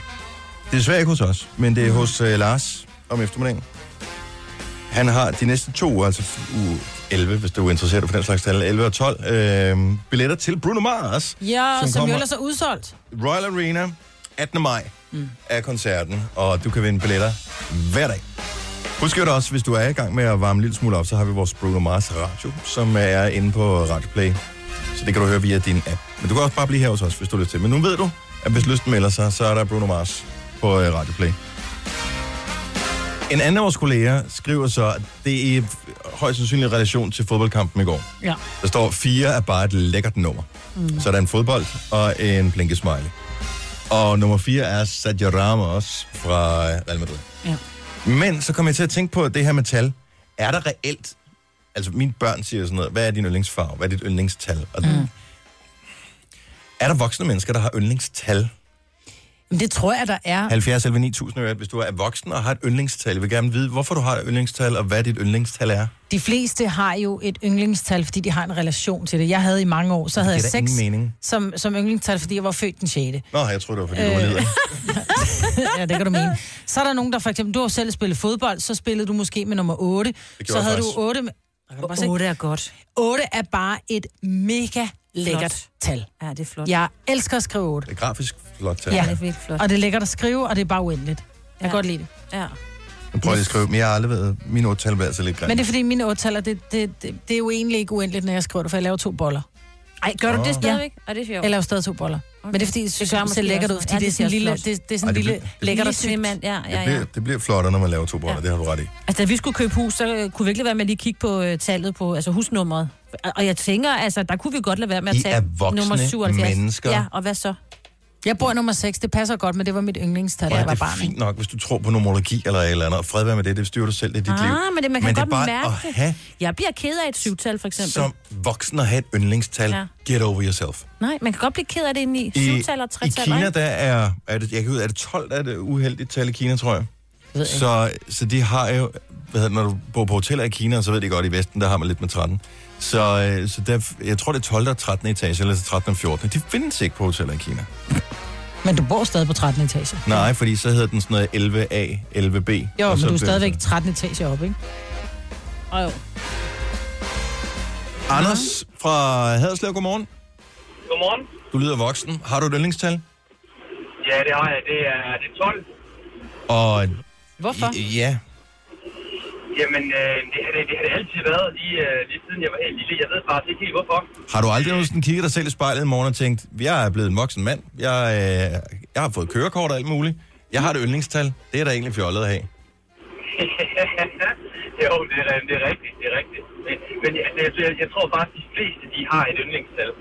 [SPEAKER 2] Det er desværre ikke hos os, men det er hos øh, Lars om eftermiddagen. Han har de næste to uger, altså uge 11, hvis du er interesseret for den slags tal, 11 og 12, øh, billetter til Bruno Mars.
[SPEAKER 3] Ja, som, som jo
[SPEAKER 2] kommer-
[SPEAKER 3] ellers er udsolgt.
[SPEAKER 2] Royal Arena, 18. maj mm. er koncerten, og du kan vinde billetter hver dag. Husk jo da også, hvis du er i gang med at varme en lille smule op, så har vi vores Bruno Mars radio, som er inde på Radio Play. Så det kan du høre via din app. Men du kan også bare blive her hos os, hvis du har lyst til. Men nu ved du, at hvis lysten melder sig, så er der Bruno Mars på øh, Radio Play. En anden af vores kolleger skriver så, at det er i højst sandsynlig relation til fodboldkampen i går.
[SPEAKER 3] Ja.
[SPEAKER 2] Der står, fire er bare et lækkert nummer. Mm. Så er der en fodbold og en blinkesmiley. Og nummer 4 er Sergio Ramos fra Real Madrid.
[SPEAKER 3] Ja.
[SPEAKER 2] Men så kom jeg til at tænke på det her med tal. Er der reelt... Altså, mine børn siger sådan noget. Hvad er din yndlingsfarve? Hvad er dit yndlingstal? Og mm. Er der voksne mennesker, der har yndlingstal?
[SPEAKER 3] Men det tror jeg, der er.
[SPEAKER 2] 70 eller 9000 øre, hvis du er voksen og har et yndlingstal. Jeg vil gerne vide, hvorfor du har et yndlingstal, og hvad dit yndlingstal er.
[SPEAKER 3] De fleste har jo et yndlingstal, fordi de har en relation til det. Jeg havde i mange år, så
[SPEAKER 2] Det
[SPEAKER 3] havde jeg
[SPEAKER 2] Altså, giver da
[SPEAKER 3] seks
[SPEAKER 2] ingen mening.
[SPEAKER 3] som, som yndlingstal, fordi jeg var født den 6.
[SPEAKER 2] Nå, jeg tror det var, fordi øh. du var leder.
[SPEAKER 3] ja, det kan du mene. Så er der nogen, der for eksempel, du har jo selv spillet fodbold, så spillede du måske med nummer 8.
[SPEAKER 4] gjorde
[SPEAKER 3] Så
[SPEAKER 4] jeg
[SPEAKER 3] havde
[SPEAKER 4] faktisk.
[SPEAKER 3] du 8 med...
[SPEAKER 4] Otte er godt.
[SPEAKER 3] 8 er bare et mega lækkert
[SPEAKER 4] Flot.
[SPEAKER 3] tal.
[SPEAKER 4] Ja, det er flot.
[SPEAKER 3] Jeg elsker at skrive 8.
[SPEAKER 2] Det er grafisk flot tal.
[SPEAKER 3] Ja,
[SPEAKER 2] Ja.
[SPEAKER 4] virkelig flot.
[SPEAKER 3] og det er lækkert at skrive, og det er bare uendeligt. Jeg kan godt lide det.
[SPEAKER 4] Ja.
[SPEAKER 2] Nu prøver jeg lige at skrive, men jeg har aldrig været... Mine otte tal var altså lidt grimt.
[SPEAKER 3] Men det er fordi, mine 8 det, det, det, det er jo egentlig ikke uendeligt, når jeg skriver det, for jeg laver to boller.
[SPEAKER 4] Ej, gør du
[SPEAKER 3] Åh.
[SPEAKER 4] det stadigvæk? Ja. Og det er sjovt.
[SPEAKER 3] Jeg laver stadig to boller. Okay. Men det er fordi, jeg synes,
[SPEAKER 4] gør
[SPEAKER 3] det
[SPEAKER 4] måske
[SPEAKER 3] ser lækkert
[SPEAKER 4] også
[SPEAKER 3] ud, fordi
[SPEAKER 4] noget.
[SPEAKER 3] det
[SPEAKER 4] Ja, det ser flot.
[SPEAKER 3] er sådan en lille, det, det er sådan
[SPEAKER 2] Ej,
[SPEAKER 3] en
[SPEAKER 2] det
[SPEAKER 3] lille
[SPEAKER 2] bliver- det-
[SPEAKER 3] lækkert og
[SPEAKER 4] Lille snemand,
[SPEAKER 3] sygt.
[SPEAKER 4] ja, ja,
[SPEAKER 2] Det
[SPEAKER 4] ja.
[SPEAKER 2] bliver, det bliver flottere, når man laver to boller. Ja. Det har du ret i.
[SPEAKER 4] Altså, da vi skulle købe hus, så øh, kunne vi ikke lade være med at lige kigge på øh, tallet på, altså husnummeret. Og- Og jeg tænker, altså, der kunne vi godt lade være med at
[SPEAKER 2] I
[SPEAKER 4] tage
[SPEAKER 2] er voksne
[SPEAKER 4] nummer 77.
[SPEAKER 2] mennesker.
[SPEAKER 4] Ja, og hvad så?
[SPEAKER 3] Jeg bor i nummer 6, det passer godt, men det var mit yndlingstal, da
[SPEAKER 2] Ja,
[SPEAKER 3] jeg
[SPEAKER 2] det
[SPEAKER 3] var
[SPEAKER 2] er
[SPEAKER 3] barn. ikke?
[SPEAKER 2] fint nok, hvis du tror på nomologi eller et eller andet. Og fred være med det, det styrer du selv, det er dit liv.
[SPEAKER 4] Ah, men det, man kan
[SPEAKER 2] men
[SPEAKER 4] godt
[SPEAKER 2] det er bare
[SPEAKER 4] mærke
[SPEAKER 2] at
[SPEAKER 4] det.
[SPEAKER 2] have
[SPEAKER 4] Jeg bliver ked af et syvtal, for eksempel.
[SPEAKER 2] som voksen at have et yndlingstal.
[SPEAKER 4] Ja.
[SPEAKER 2] Ja. Get over yourself.
[SPEAKER 4] Nej, man kan godt blive ked af det inde i
[SPEAKER 2] I,
[SPEAKER 4] syvtal og
[SPEAKER 2] I
[SPEAKER 4] tretal.
[SPEAKER 2] Kina,
[SPEAKER 4] ikke?
[SPEAKER 2] der er, er det, jeg kan ud, er det 12, der er det uheldigt tal i Kina, tror jeg.
[SPEAKER 4] ved ikke.
[SPEAKER 2] Så, så de har jo, hvad hedder, det, når du bor på hoteller i Kina, så ved de godt, i Vesten, der har man lidt med 13. Så, øh, så der, jeg tror, det er 12. og 13. etage, eller så 13. og 14. De findes ikke på hoteller i Kina.
[SPEAKER 3] Men du bor stadig på 13. etage.
[SPEAKER 2] Nej, fordi så hedder den sådan noget 11A, 11B.
[SPEAKER 3] Jo,
[SPEAKER 2] og
[SPEAKER 3] men
[SPEAKER 2] så
[SPEAKER 3] du er
[SPEAKER 2] bliver-
[SPEAKER 3] stadigvæk 13 etage op, ikke?
[SPEAKER 4] Og jo.
[SPEAKER 2] Anders fra Haderslev, godmorgen.
[SPEAKER 16] Godmorgen.
[SPEAKER 2] Du lyder voksen. Har du et yndlingstal?
[SPEAKER 16] Ja, det har jeg. Det er, det er 12.
[SPEAKER 2] Og...
[SPEAKER 3] Hvorfor?
[SPEAKER 2] Ja.
[SPEAKER 16] Jamen, øh, det, har det, det har det altid været lige, øh, lige siden jeg var helt lille. Jeg ved bare ikke helt hvorfor.
[SPEAKER 2] Har du aldrig nogensinde kigget dig selv i spejlet en morgen og tænkt, jeg er blevet en voksen mand, jeg, øh, jeg har fået kørekort og alt muligt, jeg har et yndlingstal, det er da egentlig fjollet at have.
[SPEAKER 16] jo, det er, det er rigtigt. Det er rigtigt. Men, men altså, jeg, jeg, jeg tror bare, at de fleste de har et yndlingstal.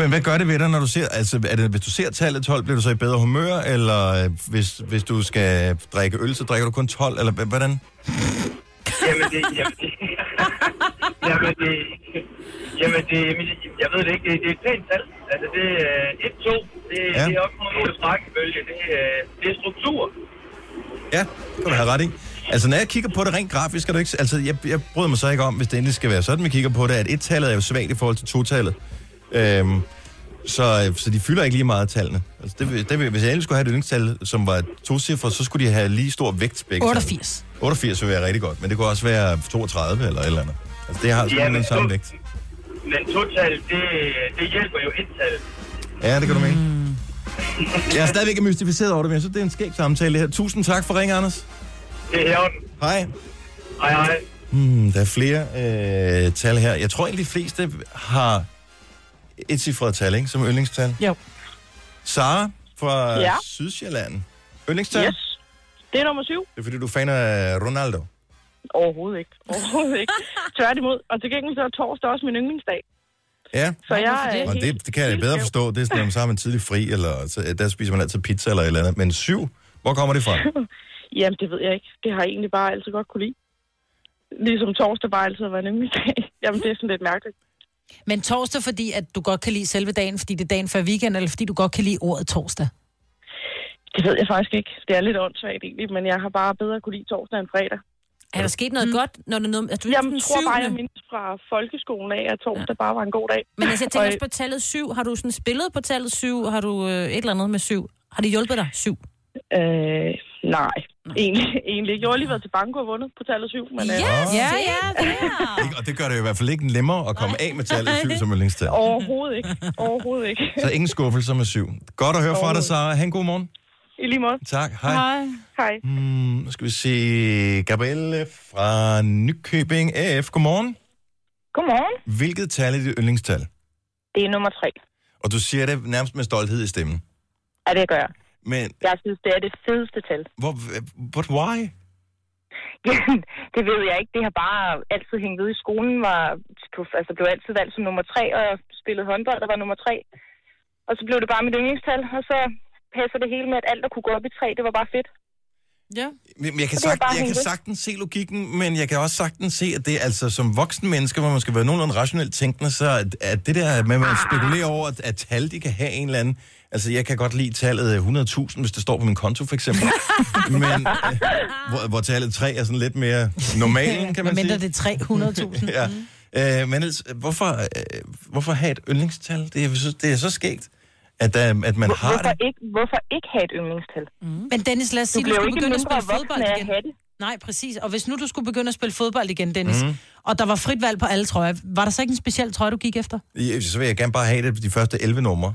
[SPEAKER 2] Men hvad gør det ved dig, når du ser, altså er det, hvis du ser tallet 12, bliver du så i bedre humør, eller øh, hvis, hvis du skal drikke øl, så drikker du kun 12, eller h- hvordan?
[SPEAKER 16] Jamen, det... Jamen, det, jamen, det, jamen, det jeg ved det ikke. Det, det er et pænt tal. Altså, det er 1-2. Det, ja.
[SPEAKER 2] Ja.
[SPEAKER 16] det er op på en strækkebølge. Det, er- det er struktur.
[SPEAKER 2] Ja, det kan du have ret i. Altså, når jeg kigger på det rent grafisk, er det ikke... Altså, jeg, jeg bryder mig så ikke om, hvis det endelig skal være sådan, vi kigger på det, at et-tallet er jo svagt i forhold til to-tallet. Øhm, så, øh, så de fylder ikke lige meget af tallene. Altså, det, vil- det, vil- hvis jeg endelig skulle have et yndlingstal, som var to cifre, så skulle de have lige stor vægt begge tal.
[SPEAKER 3] 88.
[SPEAKER 2] 88 vil være rigtig godt, men det kunne også være 32 eller et eller andet. Altså, det har
[SPEAKER 16] Ja,
[SPEAKER 2] sådan
[SPEAKER 16] men
[SPEAKER 2] den
[SPEAKER 16] to-
[SPEAKER 2] samme vægt.
[SPEAKER 16] Men total, det, det hjælper jo et tal.
[SPEAKER 2] Ja, det kan du mene. Jeg er stadigvæk mystificeret over det, men jeg synes, det er en skæg samtale det her. Tusind tak for ring, Anders.
[SPEAKER 16] Det er i orden.
[SPEAKER 2] Hej.
[SPEAKER 16] Hej, hej.
[SPEAKER 2] Hmm, der er flere øh, tal her. Jeg tror egentlig, de fleste har et cifret tal, ikke? Som yndlingstal.
[SPEAKER 3] Jo.
[SPEAKER 2] Sara fra
[SPEAKER 13] Ja.
[SPEAKER 2] ja. Sydsjælland. Yndlingstal? Yes.
[SPEAKER 13] Det er nummer syv.
[SPEAKER 2] Det er fordi, du er fan af Ronaldo.
[SPEAKER 13] Overhovedet ikke. Overhovedet ikke. Tværtimod. Og til gengæld så er torsdag også min yndlingsdag.
[SPEAKER 2] Ja.
[SPEAKER 13] Så jeg er
[SPEAKER 2] Og
[SPEAKER 13] helt-
[SPEAKER 2] det, det kan jeg bedre forstå. Det er sådan, at så har man tidlig fri, eller så, der spiser man altid pizza eller et eller andet. Men syv, hvor kommer det fra?
[SPEAKER 13] Jamen, det ved jeg ikke. Det har jeg egentlig bare altid godt kunne lide. Ligesom torsdag bare altid har været en yndlingsdag. Jamen, det er sådan lidt mærkeligt.
[SPEAKER 3] Men torsdag, fordi at du godt kan lide selve dagen, fordi det er dagen før weekend, eller fordi du godt kan lide ordet torsdag?
[SPEAKER 13] Det ved jeg faktisk ikke. Det er lidt åndssvagt egentlig, men jeg har bare bedre kunne lide torsdag end fredag.
[SPEAKER 4] Er der sket noget mm. godt, når du noget... Altså, du
[SPEAKER 13] Jamen,
[SPEAKER 4] den
[SPEAKER 13] jeg tror bare, jeg
[SPEAKER 4] syvende.
[SPEAKER 13] mindes fra folkeskolen af, at torsdag bare var en god dag.
[SPEAKER 4] Men altså, jeg tænker
[SPEAKER 13] Og,
[SPEAKER 4] også på tallet 7. Har du sådan spillet på tallet 7? Har du øh, et eller andet med 7? Har det hjulpet dig? 7?
[SPEAKER 13] Øh, nej. Egentlig, egentlig ikke. Jeg har lige været til banko og vundet på tallet 7. Men, øh,
[SPEAKER 4] Yes! Ja, ja,
[SPEAKER 2] Ikke? Og det gør det jo i hvert fald ikke nemmere at komme af med tallet syv som yndlingstal.
[SPEAKER 13] Overhovedet ikke. Overhovedet ikke.
[SPEAKER 2] Så ingen skuffelser med syv. Godt at høre fra dig, Sara. Ha' en god morgen.
[SPEAKER 13] I lige måde.
[SPEAKER 2] Tak. Hej.
[SPEAKER 13] Hej.
[SPEAKER 2] Mm, nu skal vi se Gabrielle fra Nykøbing AF. Godmorgen.
[SPEAKER 17] Godmorgen.
[SPEAKER 2] Hvilket tal er dit yndlingstal?
[SPEAKER 17] Det er nummer tre.
[SPEAKER 2] Og du siger det nærmest med stolthed i stemmen.
[SPEAKER 17] Ja, det gør jeg.
[SPEAKER 2] Men
[SPEAKER 17] Jeg synes, det er det fedeste tal.
[SPEAKER 2] hvor, but why?
[SPEAKER 17] Jamen, det ved jeg ikke. Det har bare altid hængt ved i skolen. Var, altså, blev altid valgt som nummer tre, og jeg spillede håndbold, der var nummer tre. Og så blev det bare mit yndlingstal, og så passer det hele med, at alt, der kunne gå op i tre, det var bare fedt.
[SPEAKER 3] Ja.
[SPEAKER 2] Men jeg kan,
[SPEAKER 17] Så det er
[SPEAKER 2] sagt,
[SPEAKER 17] bare
[SPEAKER 2] jeg kan
[SPEAKER 17] hentet.
[SPEAKER 2] sagtens se logikken, men jeg kan også sagtens se, at det er altså som voksen menneske, hvor man skal være nogenlunde rationelt tænkende, så at, at det der med, at
[SPEAKER 17] Ah.
[SPEAKER 2] man spekulerer over, at, at tal, de kan have en eller anden... Altså, jeg kan godt lide tallet øh, 100.000, hvis det står på min konto, for eksempel. men øh, hvor, hvor tallet 3 er sådan lidt mere normalen, kan man
[SPEAKER 3] Hvad
[SPEAKER 2] sige.
[SPEAKER 3] mindre det er 300.000.
[SPEAKER 2] ja. Øh, men ellers, øh, hvorfor, øh, hvorfor have et yndlingstal? Det er, så- det er så skægt, at, øh, at man har
[SPEAKER 17] hvorfor,
[SPEAKER 2] det.
[SPEAKER 17] Ikke, hvorfor ikke have et yndlingstal?
[SPEAKER 3] Mm. Men Dennis, lad os
[SPEAKER 17] Du
[SPEAKER 3] sige, du,
[SPEAKER 17] bliver jo
[SPEAKER 3] skulle
[SPEAKER 17] ikke
[SPEAKER 3] begynde
[SPEAKER 17] mindre
[SPEAKER 3] at spille
[SPEAKER 17] voksen
[SPEAKER 3] fodbold
[SPEAKER 17] af at
[SPEAKER 3] igen.
[SPEAKER 17] have
[SPEAKER 3] Nej, præcis. Og hvis nu du skulle begynde at spille fodbold igen, Dennis,
[SPEAKER 2] Mhm.
[SPEAKER 3] mm. og der var frit valg på alle trøjer, var der så ikke en speciel trøje, du gik efter?
[SPEAKER 2] Ja, Så vil jeg gerne bare have det på de første 11 numre.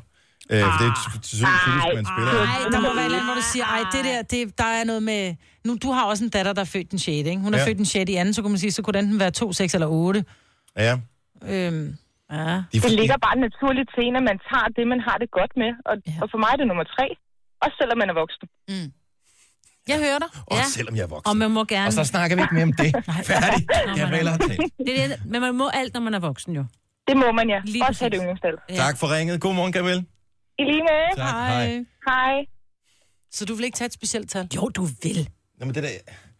[SPEAKER 2] Øh, for
[SPEAKER 4] Ah.
[SPEAKER 2] det er ty- ty- typisk, man spiller.
[SPEAKER 3] Nej, der må være et eller andet, hvor du siger, ej, det der, det, der er noget med... Nu, du har også en datter, der er født den 6., ikke? Hun er
[SPEAKER 2] Ja.
[SPEAKER 3] ja. født den 6. i anden, så kunne man sige, så kunne den enten være 2, 6 eller 8.
[SPEAKER 2] Ja.
[SPEAKER 3] Øhm,
[SPEAKER 4] ja.
[SPEAKER 2] De
[SPEAKER 17] Det ligger bare naturligt til en, at man tager det, man har det godt med. Og, ja. og for mig er det nummer tre. Også selvom man er voksen.
[SPEAKER 3] Mm. Jeg hører dig.
[SPEAKER 2] Og selvom jeg er voksen.
[SPEAKER 4] Og man må gerne...
[SPEAKER 2] Og så snakker vi ikke mere om det. Færdig. Gabrielle har talt.
[SPEAKER 4] Det er det, men man må alt, når man er voksen, jo.
[SPEAKER 17] Det må man, ja.
[SPEAKER 4] Lige Også have det
[SPEAKER 17] yndlingstal.
[SPEAKER 2] Tak for ringet. God morgen, Gabrielle.
[SPEAKER 17] I lige måde.
[SPEAKER 2] Tak, hej.
[SPEAKER 17] Hej.
[SPEAKER 3] Så du vil ikke tage et specielt tal?
[SPEAKER 4] Jo, du vil.
[SPEAKER 2] Nå, men det der...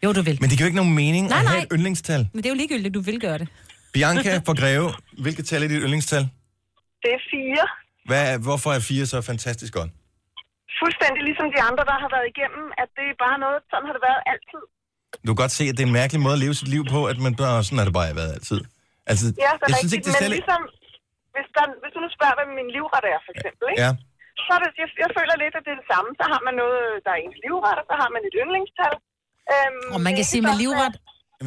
[SPEAKER 4] Jo, du vil.
[SPEAKER 2] Men det giver jo ikke nogen mening
[SPEAKER 4] Nej,
[SPEAKER 2] at have
[SPEAKER 4] nej.
[SPEAKER 2] et yndlingstal.
[SPEAKER 4] Men det er jo ligegyldigt, du vil gøre det.
[SPEAKER 2] Bianca fra Greve, hvilket tal er dit yndlingstal?
[SPEAKER 18] Det er fire.
[SPEAKER 2] Hvad er, hvorfor er 4 så fantastisk godt?
[SPEAKER 18] Fuldstændig ligesom de andre, der har været igennem, at det er bare noget, sådan har det været altid.
[SPEAKER 2] Du kan godt se, at det er en mærkelig måde at leve sit liv på, at man bare, sådan har det bare været altid. Altså,
[SPEAKER 18] Ja, så
[SPEAKER 2] jeg
[SPEAKER 18] rigtigt.
[SPEAKER 2] synes ikke, det er
[SPEAKER 18] men
[SPEAKER 2] særlig...
[SPEAKER 18] ligesom, hvis, der, hvis du nu spørger, hvad min livret er, for eksempel, ikke?
[SPEAKER 2] Ja.
[SPEAKER 18] så er det, jeg, jeg føler lidt, at det er det samme. Så har man noget, der er ens livret, og så har man et yndlingstal. Øhm,
[SPEAKER 3] Og man
[SPEAKER 18] det
[SPEAKER 3] kan
[SPEAKER 18] er
[SPEAKER 3] sige,
[SPEAKER 18] ikke
[SPEAKER 3] med
[SPEAKER 18] sådan,
[SPEAKER 3] livret...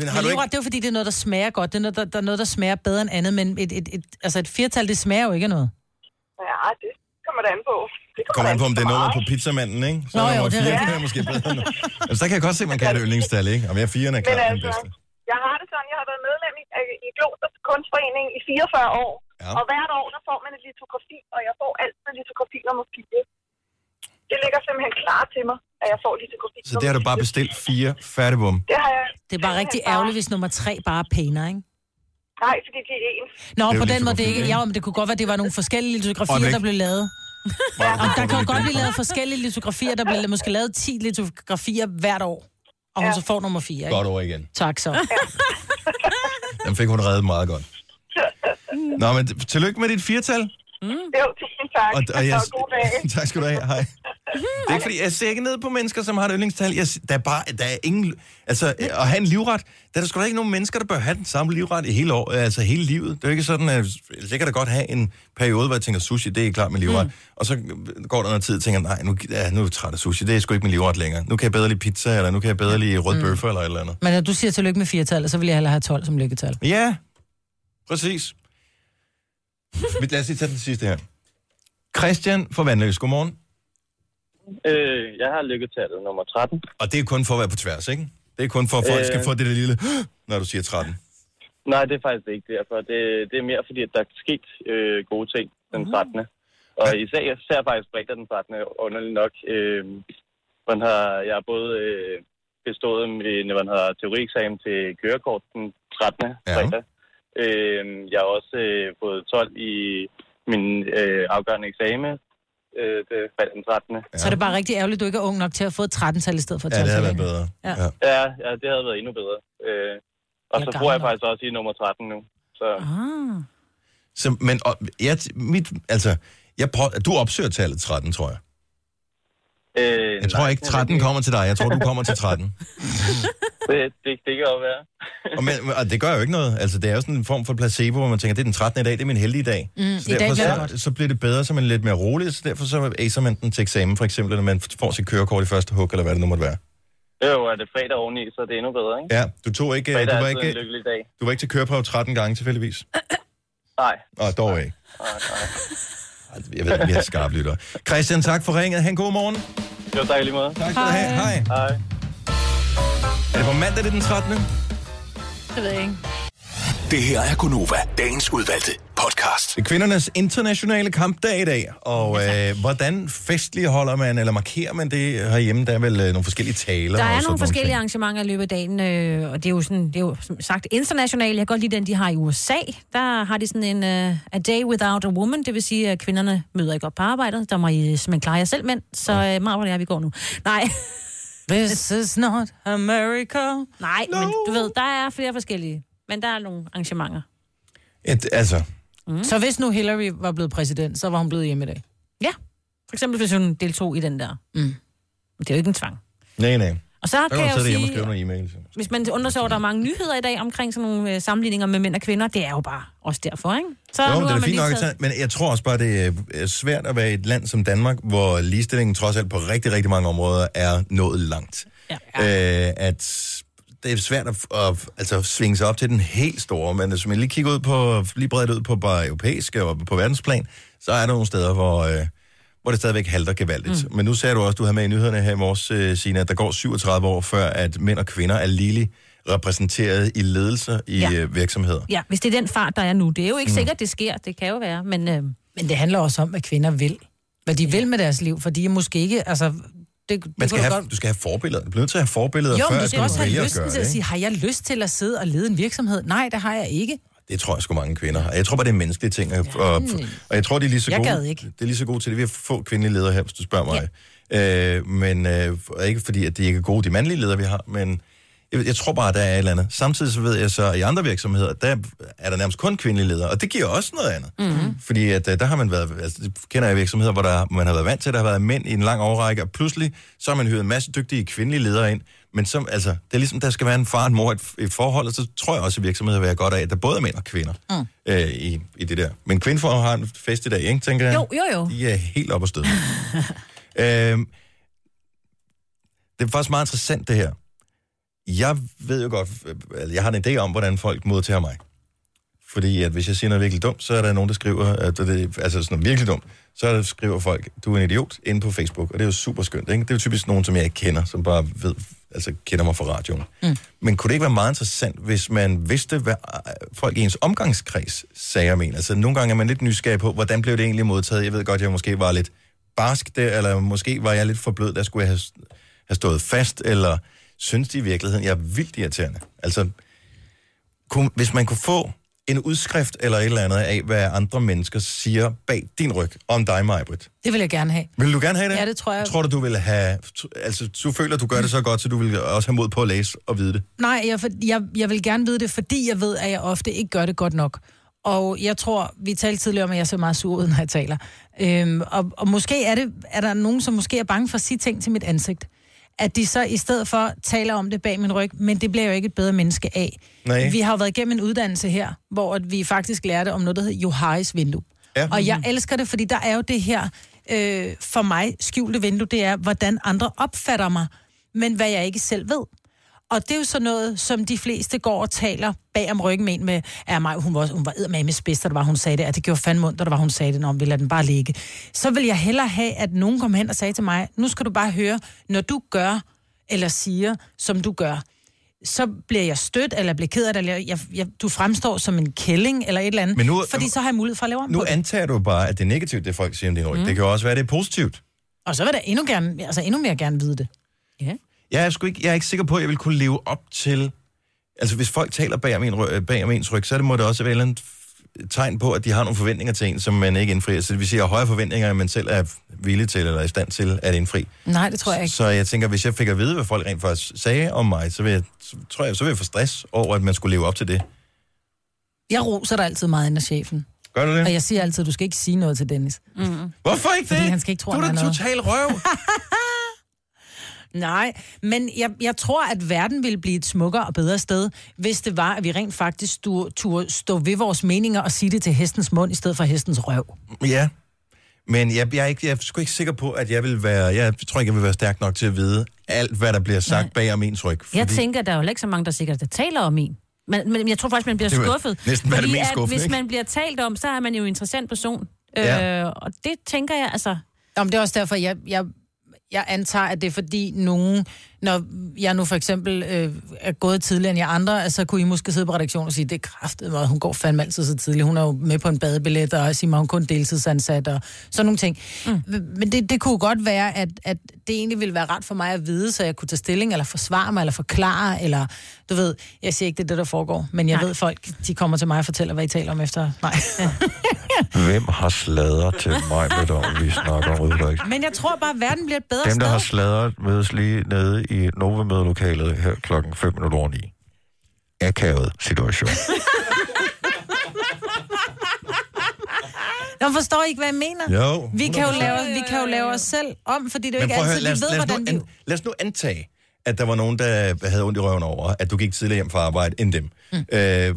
[SPEAKER 2] Men
[SPEAKER 3] har livret, det er jo fordi, det er noget, der smager godt. Det er noget, der, der, er noget, der smager bedre end andet, men et, et, et, altså et firtal, det smager jo ikke af noget.
[SPEAKER 18] at- Ja, det kommer da an på. Det
[SPEAKER 2] Kommer an på, om det er
[SPEAKER 18] så
[SPEAKER 2] nummeret på
[SPEAKER 18] meget.
[SPEAKER 2] pizzamanden, ikke? Så
[SPEAKER 18] Nå,
[SPEAKER 2] er
[SPEAKER 18] jo,
[SPEAKER 2] nummer
[SPEAKER 18] det er
[SPEAKER 2] 4, det
[SPEAKER 18] rigtigt.
[SPEAKER 2] er måske bedre. end- altså, der kan jeg godt se, at man kan have et yndlingstal, ikke? Om jeg er 4'eren
[SPEAKER 18] Men
[SPEAKER 2] er klart den
[SPEAKER 18] altså,
[SPEAKER 2] bedste.
[SPEAKER 18] jeg har det sådan, jeg har været medlem i, i Glosters Kunstforening i 44 år.
[SPEAKER 2] Ja.
[SPEAKER 18] Ja. Og hvert år, der får man et litografi, og jeg får altid litografi nummer 4. Det ligger simpelthen klar til mig, at jeg får litografi
[SPEAKER 2] Så det har du bare bestilt fire færdigbom.
[SPEAKER 18] Det har jeg.
[SPEAKER 3] Det er bare rigtig ærgerligt, hvis nummer tre bare er pænere, ikke?
[SPEAKER 18] Nej, fordi de er ens.
[SPEAKER 3] Nå,
[SPEAKER 2] Det er
[SPEAKER 3] på
[SPEAKER 2] jo
[SPEAKER 3] den måde det
[SPEAKER 2] litografi,
[SPEAKER 3] ikke.
[SPEAKER 2] ikke?
[SPEAKER 3] Ja, men det kunne godt være, at det var nogle forskellige
[SPEAKER 2] Og
[SPEAKER 3] litografier,
[SPEAKER 2] væk.
[SPEAKER 3] der blev lavet.
[SPEAKER 2] Ja,
[SPEAKER 3] Og der kan jo godt blive lavet forskellige litografier. Der bliver måske lavet 10 litografier hvert år. Og hun så får nummer 4, ikke?
[SPEAKER 2] Godt over igen.
[SPEAKER 3] Tak så.
[SPEAKER 2] Den fik hun reddet meget godt. Nå, men t- tillykke med dit firtal.
[SPEAKER 18] Mm. Jo, tusind tak.
[SPEAKER 2] Og, og jeg,
[SPEAKER 18] god dag.
[SPEAKER 2] tak skal du have. Hej. Det er ikke fordi, jeg ser ikke ned på mennesker, som har et yndlingstal. Jeg, s- der, er bare, der er ingen... Altså, øh, at have en livret, der er der sgu da ikke nogen mennesker, der bør have den samme livret i hele år, øh, altså hele livet. Det er jo ikke sådan, at jeg kan da godt have en periode, hvor jeg tænker, sushi, det er klart min livret. Mm. Og så går der noget tid og tænker, nej, nu, ja, nu er jeg træt af sushi, det er sgu ikke min livret længere. Nu kan jeg bedre lide pizza, eller nu kan jeg bedre lide rød mm. bøffer, eller et eller andet.
[SPEAKER 3] Men når du siger tillykke med 4-tallet, så vil jeg hellere have 12 som lykketal.
[SPEAKER 2] Ja, præcis. Men Lad os lige tage den sidste her. Christian fra Vandløs, godmorgen.
[SPEAKER 16] Øh, jeg har lykketallet nummer 13.
[SPEAKER 2] Og det er kun for at være på tværs, ikke? Det er kun for, at folk skal
[SPEAKER 16] Øh.
[SPEAKER 2] få det der lille, når du siger 13.
[SPEAKER 16] Nej, det er faktisk ikke derfor. Det, altså. det er mere fordi, at der er sket øh, gode ting den 13. Og især, især faktisk fredag den 13. underligt nok. Øh, man har, jeg har både øh, bestået min man har teorieksamen til kørekort den 13. Ja. fredag. Øh, jeg har også øh, fået 12 i min øh, afgørende eksamen øh, det er fredag den 13.
[SPEAKER 3] Så er det bare rigtig ærgerligt, at du ikke er ung nok til at få et 13-tal i stedet for et 12-tal. ikke?
[SPEAKER 2] bedre.
[SPEAKER 3] Ja.
[SPEAKER 16] Ja, ja det havde været endnu bedre. Øh, og
[SPEAKER 3] Jeg
[SPEAKER 16] så
[SPEAKER 3] er
[SPEAKER 16] bruger jeg
[SPEAKER 3] gammel.
[SPEAKER 16] faktisk også i nummer 13 nu. Så.
[SPEAKER 3] Ah.
[SPEAKER 2] Så, men og, jeg, t- mit, altså, jeg prøver, du opsøger tallet 13, tror jeg.
[SPEAKER 16] Øh,
[SPEAKER 2] Jeg tror ikke, 13 kommer til dig. Jeg tror, du kommer til 13.
[SPEAKER 16] Det, det, det kan jo være.
[SPEAKER 2] Og, men, og det gør jo ikke noget. Altså, det er jo sådan en form for placebo, hvor man tænker, det er den 13. i dag, det er min heldige dag.
[SPEAKER 3] Mm, i
[SPEAKER 2] så
[SPEAKER 3] dag
[SPEAKER 2] derfor
[SPEAKER 3] bliver det
[SPEAKER 2] så, så bliver det bedre, så man er lidt mere rolig, så derfor så acer man den til eksamen, for eksempel, når man får sit kørekort i første hug, eller hvad det nu måtte være.
[SPEAKER 16] Det er jo, at det er fredag oveni, så det er endnu bedre, ikke?
[SPEAKER 2] Ja, du tog ikke...
[SPEAKER 16] fredag
[SPEAKER 2] du
[SPEAKER 16] er
[SPEAKER 2] var
[SPEAKER 16] altid
[SPEAKER 2] ikke,
[SPEAKER 16] en lykkelig dag.
[SPEAKER 2] du var ikke til køreprøve 13 gange tilfældigvis?
[SPEAKER 16] Nej.
[SPEAKER 2] Nå, dog ikke. Altså, Jeg ved, vi er skarpe lytter. Christian, tak for ringet. Han god morgen.
[SPEAKER 16] Jo, tak i lige måde.
[SPEAKER 2] Tak skal du have. Hej.
[SPEAKER 16] Hej.
[SPEAKER 2] Er det på mandag, det er den 13.
[SPEAKER 12] Det ved jeg ikke.
[SPEAKER 1] Det her er Gunova, dagens udvalgte podcast.
[SPEAKER 2] Det er kvindernes internationale kampdag i dag, og øh, hvordan festlig holder man, eller markerer man det herhjemme? Der er vel øh, nogle forskellige taler.
[SPEAKER 4] Der
[SPEAKER 2] og
[SPEAKER 4] er
[SPEAKER 2] sådan
[SPEAKER 4] nogle forskellige
[SPEAKER 2] ting.
[SPEAKER 4] arrangementer i løbet af dagen, øh, og det er jo sådan, det er jo som sagt internationalt. Jeg kan godt lide den, de har i USA. Der har de sådan en øh, A Day Without a Woman, det vil sige, at kvinderne møder ikke op på arbejdet. Der må I simpelthen klare jer selv, mænd. Så øh, Marvel og jeg, vi går nu. Nej.
[SPEAKER 3] This is not America.
[SPEAKER 4] Nej, no. men du ved, der er flere forskellige. Men der er nogle arrangementer.
[SPEAKER 2] Et, altså,
[SPEAKER 4] Mm.
[SPEAKER 3] Så hvis nu Hillary var blevet præsident, så var hun blevet hjemme i dag.
[SPEAKER 4] Ja, for eksempel hvis hun deltog i den der.
[SPEAKER 3] Mm. Men
[SPEAKER 4] det er jo ikke en tvang.
[SPEAKER 2] Nej, nej.
[SPEAKER 4] Og så
[SPEAKER 2] Der
[SPEAKER 4] kan
[SPEAKER 2] man
[SPEAKER 4] jeg jo
[SPEAKER 2] sidde hjemme og
[SPEAKER 4] sige-
[SPEAKER 2] skrive nogle e-mails. jo.
[SPEAKER 4] Hvis man undrer sig over, at der er mange nyheder i dag omkring sådan nogle øh, sammenligninger med mænd og kvinder, det er jo bare også derfor, ikke? Så
[SPEAKER 2] Jo, det
[SPEAKER 4] har
[SPEAKER 2] er da
[SPEAKER 4] man
[SPEAKER 2] fint
[SPEAKER 4] lige
[SPEAKER 2] nok, at tage,
[SPEAKER 4] taget-
[SPEAKER 2] men jeg tror også bare, det er- er svært at være i et land som Danmark, hvor ligestillingen trods alt på rigtig, rigtig mange områder er nået langt. Ja. Øh, at det er svært at, at altså, svinge sig op til den helt store, men hvis man lige kigger ud på, lige bredt ud på bare europæisk og på verdensplan, så er der nogle steder, hvor, øh, hvor det stadigvæk halter gevaldigt. Mm. Men nu sagde du også, du havde med i nyhederne her i morges, øh, Signe, at der går 37 år før, at mænd og kvinder er lige repræsenteret i ledelser i
[SPEAKER 4] Ja.
[SPEAKER 2] ja. virksomheder.
[SPEAKER 4] Ja, hvis det er den fart, der er nu. Det er jo ikke
[SPEAKER 2] Mm.
[SPEAKER 4] mm. sikkert, det sker. Det kan jo være, men... Øh,
[SPEAKER 3] det handler også om, hvad kvinder vil. Hvad de vil med deres liv, for de er måske ikke... Altså, det, det
[SPEAKER 2] Man skal
[SPEAKER 3] kunne du
[SPEAKER 2] have, du skal have forbilleder. Du bliver nødt til at have forbilleder,
[SPEAKER 3] Jo,
[SPEAKER 2] før
[SPEAKER 3] men du
[SPEAKER 2] at
[SPEAKER 3] skal også
[SPEAKER 2] vælger
[SPEAKER 3] have
[SPEAKER 2] at
[SPEAKER 3] lysten
[SPEAKER 2] gøre
[SPEAKER 3] til at
[SPEAKER 2] det,
[SPEAKER 3] sige, har jeg lyst til at sidde og lede en virksomhed? Nej, det har jeg ikke.
[SPEAKER 2] ikke? Det tror jeg sgu mange kvinder har. Jeg tror bare, det er menneskelige ting. Og, og, og jeg tror, det er lige så
[SPEAKER 3] Mm. Jeg gad
[SPEAKER 2] gode.
[SPEAKER 3] ikke.
[SPEAKER 2] Det er lige så gode til det. Vi har få kvindelige ledere her, hvis du spørger mig. Øh, men øh, og ikke fordi, at de ikke er gode, de mandlige ledere, vi har, men jeg, jeg tror bare, der er et eller andet. Samtidig så ved jeg så, at i andre virksomheder, der er der nærmest kun kvindelige ledere, og det giver også noget andet.
[SPEAKER 1] Mm-hmm.
[SPEAKER 2] Fordi at, øh, der har man været, altså, det kender jeg virksomheder, hvor der, man har været vant til, at der har været mænd i en lang årrække, og pludselig så har man hyret en masse dygtige kvindelige ledere ind. Men som, altså, det er ligesom, der skal være en far og en mor i et, et forhold, og så tror jeg også, at virksomheder vil have godt af, at der både er mænd og kvinder
[SPEAKER 4] Mm.
[SPEAKER 2] øh, i, i det der. Men kvindeform har en fest i dag, ikke, tænker jeg?
[SPEAKER 4] Jo, jo, jo.
[SPEAKER 2] De er helt op og støde. øhm, det er faktisk meget interessant, det her. Jeg ved jo godt, øh, eller jeg har en idé om, hvordan folk modtager mig. Fordi at hvis jeg siger noget virkelig dumt, så er der nogen, der skriver, at det, altså sådan noget virkelig dumt, så er der, skriver folk, du er en idiot, inde på Facebook. Og det er jo super skønt, ikke? Det er jo typisk nogen, som jeg ikke kender, som bare ved, altså kender mig fra radioen. Mm. Men kunne det ikke være meget interessant, hvis man vidste, hvad øh, folk i ens omgangskreds sagde om en? Altså nogle gange er man lidt nysgerrig på, hvordan blev det egentlig modtaget? Jeg ved godt, jeg måske var lidt barsk der, eller måske var jeg lidt for blød, der skulle jeg have, have stået fast, eller synes de i virkeligheden, jeg er vildt irriterende? Altså, kunne, hvis man kunne få en udskrift eller et eller andet af, hvad andre mennesker siger bag din ryg om dig, Majbrit.
[SPEAKER 3] Det vil jeg gerne have.
[SPEAKER 2] Vil du gerne have det?
[SPEAKER 3] Ja, det tror jeg.
[SPEAKER 2] Tror du, du vil have... Altså, du føler, du gør det så godt, så du vil også have mod på at læse og vide det.
[SPEAKER 3] Nej, jeg, for- jeg, jeg vil gerne vide det, fordi jeg ved, at jeg ofte ikke gør det godt nok. Og jeg tror, vi talte tidligere om, at jeg ser meget sur ud, når jeg taler. Øhm, og, og måske er, det, er der nogen, som måske er bange for at sige ting til mit ansigt. At de så i stedet for taler om det bag min ryg, men det bliver jo ikke et bedre menneske af.
[SPEAKER 11] Nej.
[SPEAKER 3] Vi har jo været igennem en uddannelse her, hvor at vi faktisk lærte om noget, der hedder Johais vindue.
[SPEAKER 11] Ja.
[SPEAKER 3] Og jeg elsker det, fordi der er jo det her, øh, for mig skjulte vindue, det er, hvordan andre opfatter mig, men hvad jeg ikke selv ved. Og det er jo sådan noget, som de fleste går og taler bag om ryggen med, en med er mig, hun var, hun var eddermame spids, da det var, hun sagde det, at det gjorde fandme ondt, da det var, hun sagde det, når vi lader den bare ligge. Så vil jeg hellere have, at nogen kom hen og sagde til mig, nu skal du bare høre, når du gør eller siger, som du gør, så bliver jeg stødt, eller bliver ked af det, eller jeg, jeg, du fremstår som en kælling, eller et eller andet.
[SPEAKER 2] Men nu-
[SPEAKER 3] fordi så har jeg mulighed for at lave om
[SPEAKER 2] Nu
[SPEAKER 3] på det.
[SPEAKER 2] antager du bare, at det er negativt, det folk siger om din ryg.
[SPEAKER 3] Mm.
[SPEAKER 2] Mm. Det kan jo også være, at det er positivt.
[SPEAKER 3] Og så vil jeg da endnu, gerne, altså endnu mere gerne vide det. Ja.
[SPEAKER 2] Jeg er, sgu ikke, jeg er ikke sikker på, at jeg vil kunne leve op til... Altså, hvis folk taler bag om, en, ry- øh, bag om ens ryg, så er det, må det også være et eller andet f- tegn på, at de har nogle forventninger til en, som man ikke indfrier. Så det vil sige, at højere forventninger, end man selv er villig til eller i stand til at indfri.
[SPEAKER 3] Nej, det tror jeg ikke.
[SPEAKER 2] Så jeg tænker, hvis jeg fik at vide, hvad folk rent faktisk sagde om mig, så, vil jeg, så tror jeg, så vil jeg få stress over, at man skulle leve op til det.
[SPEAKER 3] Jeg roser dig altid meget ind af chefen.
[SPEAKER 2] Gør du det?
[SPEAKER 3] Og jeg siger altid, at du skal ikke sige noget til Dennis. Mm.
[SPEAKER 2] Hvorfor ikke
[SPEAKER 3] Fordi
[SPEAKER 2] det?
[SPEAKER 3] han skal ikke tro,
[SPEAKER 2] du
[SPEAKER 3] han
[SPEAKER 2] er
[SPEAKER 3] er
[SPEAKER 2] da
[SPEAKER 3] noget.
[SPEAKER 2] total røv.
[SPEAKER 3] Nej, men jeg, jeg tror, at verden ville blive et smukkere og bedre sted, hvis det var, at vi rent faktisk du, turde stå ved vores meninger og sige det til hestens mund, i stedet for hestens røv.
[SPEAKER 2] Ja, men jeg, jeg, er ikke, jeg er sgu ikke sikker på, at jeg vil være... Jeg tror ikke, jeg vil være stærk nok til at vide alt, hvad der bliver sagt Nej. bag om ens ryg.
[SPEAKER 4] Fordi... Jeg tænker, der er jo heller ikke så mange, der sikkert der taler om en. Men, men jeg tror faktisk, man bliver
[SPEAKER 2] Det vil
[SPEAKER 4] skuffet.
[SPEAKER 2] næsten være det
[SPEAKER 4] fordi
[SPEAKER 2] mest
[SPEAKER 4] at
[SPEAKER 2] skuffende,
[SPEAKER 4] Hvis
[SPEAKER 2] ikke?
[SPEAKER 4] man bliver talt om, så er man jo en interessant person.
[SPEAKER 2] Ja.
[SPEAKER 4] Ja. Øh, og det tænker jeg, altså...
[SPEAKER 3] Jamen, det er også derfor, jeg, jeg, jeg antager, at det er fordi nogen, når jeg nu for eksempel øh, er gået tidligere end jeg andre, altså, så kunne I måske sidde på redaktionen og sige, det er kraftet mig, hun går fandme altid så tidligt, hun er jo med på en badebillet, og siger mig, hun er kun deltidsansat, og sådan nogle ting. Mm. Men det, det kunne jo godt være, at, at det egentlig ville være ret for mig at vide, så jeg kunne tage stilling, eller forsvare mig, eller forklare, eller du ved, jeg siger ikke, det er det, der foregår, men jeg Nej. ved, folk, de kommer til mig og fortæller, hvad I taler om efter. Nej.
[SPEAKER 19] Hvem har sladret til mig, med om vi snakker om udlæg?
[SPEAKER 3] men jeg tror bare, at verden bliver et bedre
[SPEAKER 19] Dem,
[SPEAKER 3] sted.
[SPEAKER 19] der har sladret, mødes lige nede i Nova-mødelokalet her klokken 5 minutter over 9. Akavet situation.
[SPEAKER 3] Nå, forstår I ikke, hvad jeg mener?
[SPEAKER 2] Jo,
[SPEAKER 3] Vi kan jo
[SPEAKER 2] 100%.
[SPEAKER 3] lave, vi kan jo lave os selv om, fordi det er jo
[SPEAKER 2] Men
[SPEAKER 3] ikke
[SPEAKER 2] prøv at
[SPEAKER 3] altid,
[SPEAKER 2] høre, lad
[SPEAKER 3] vi
[SPEAKER 2] os,
[SPEAKER 3] ved,
[SPEAKER 2] lad, os
[SPEAKER 3] hvordan
[SPEAKER 2] nu,
[SPEAKER 3] vi...
[SPEAKER 2] an, lad os nu antage, at der var nogen, der havde ondt i røven over, at du gik tidligere hjem fra arbejde end dem. Mm. Øh,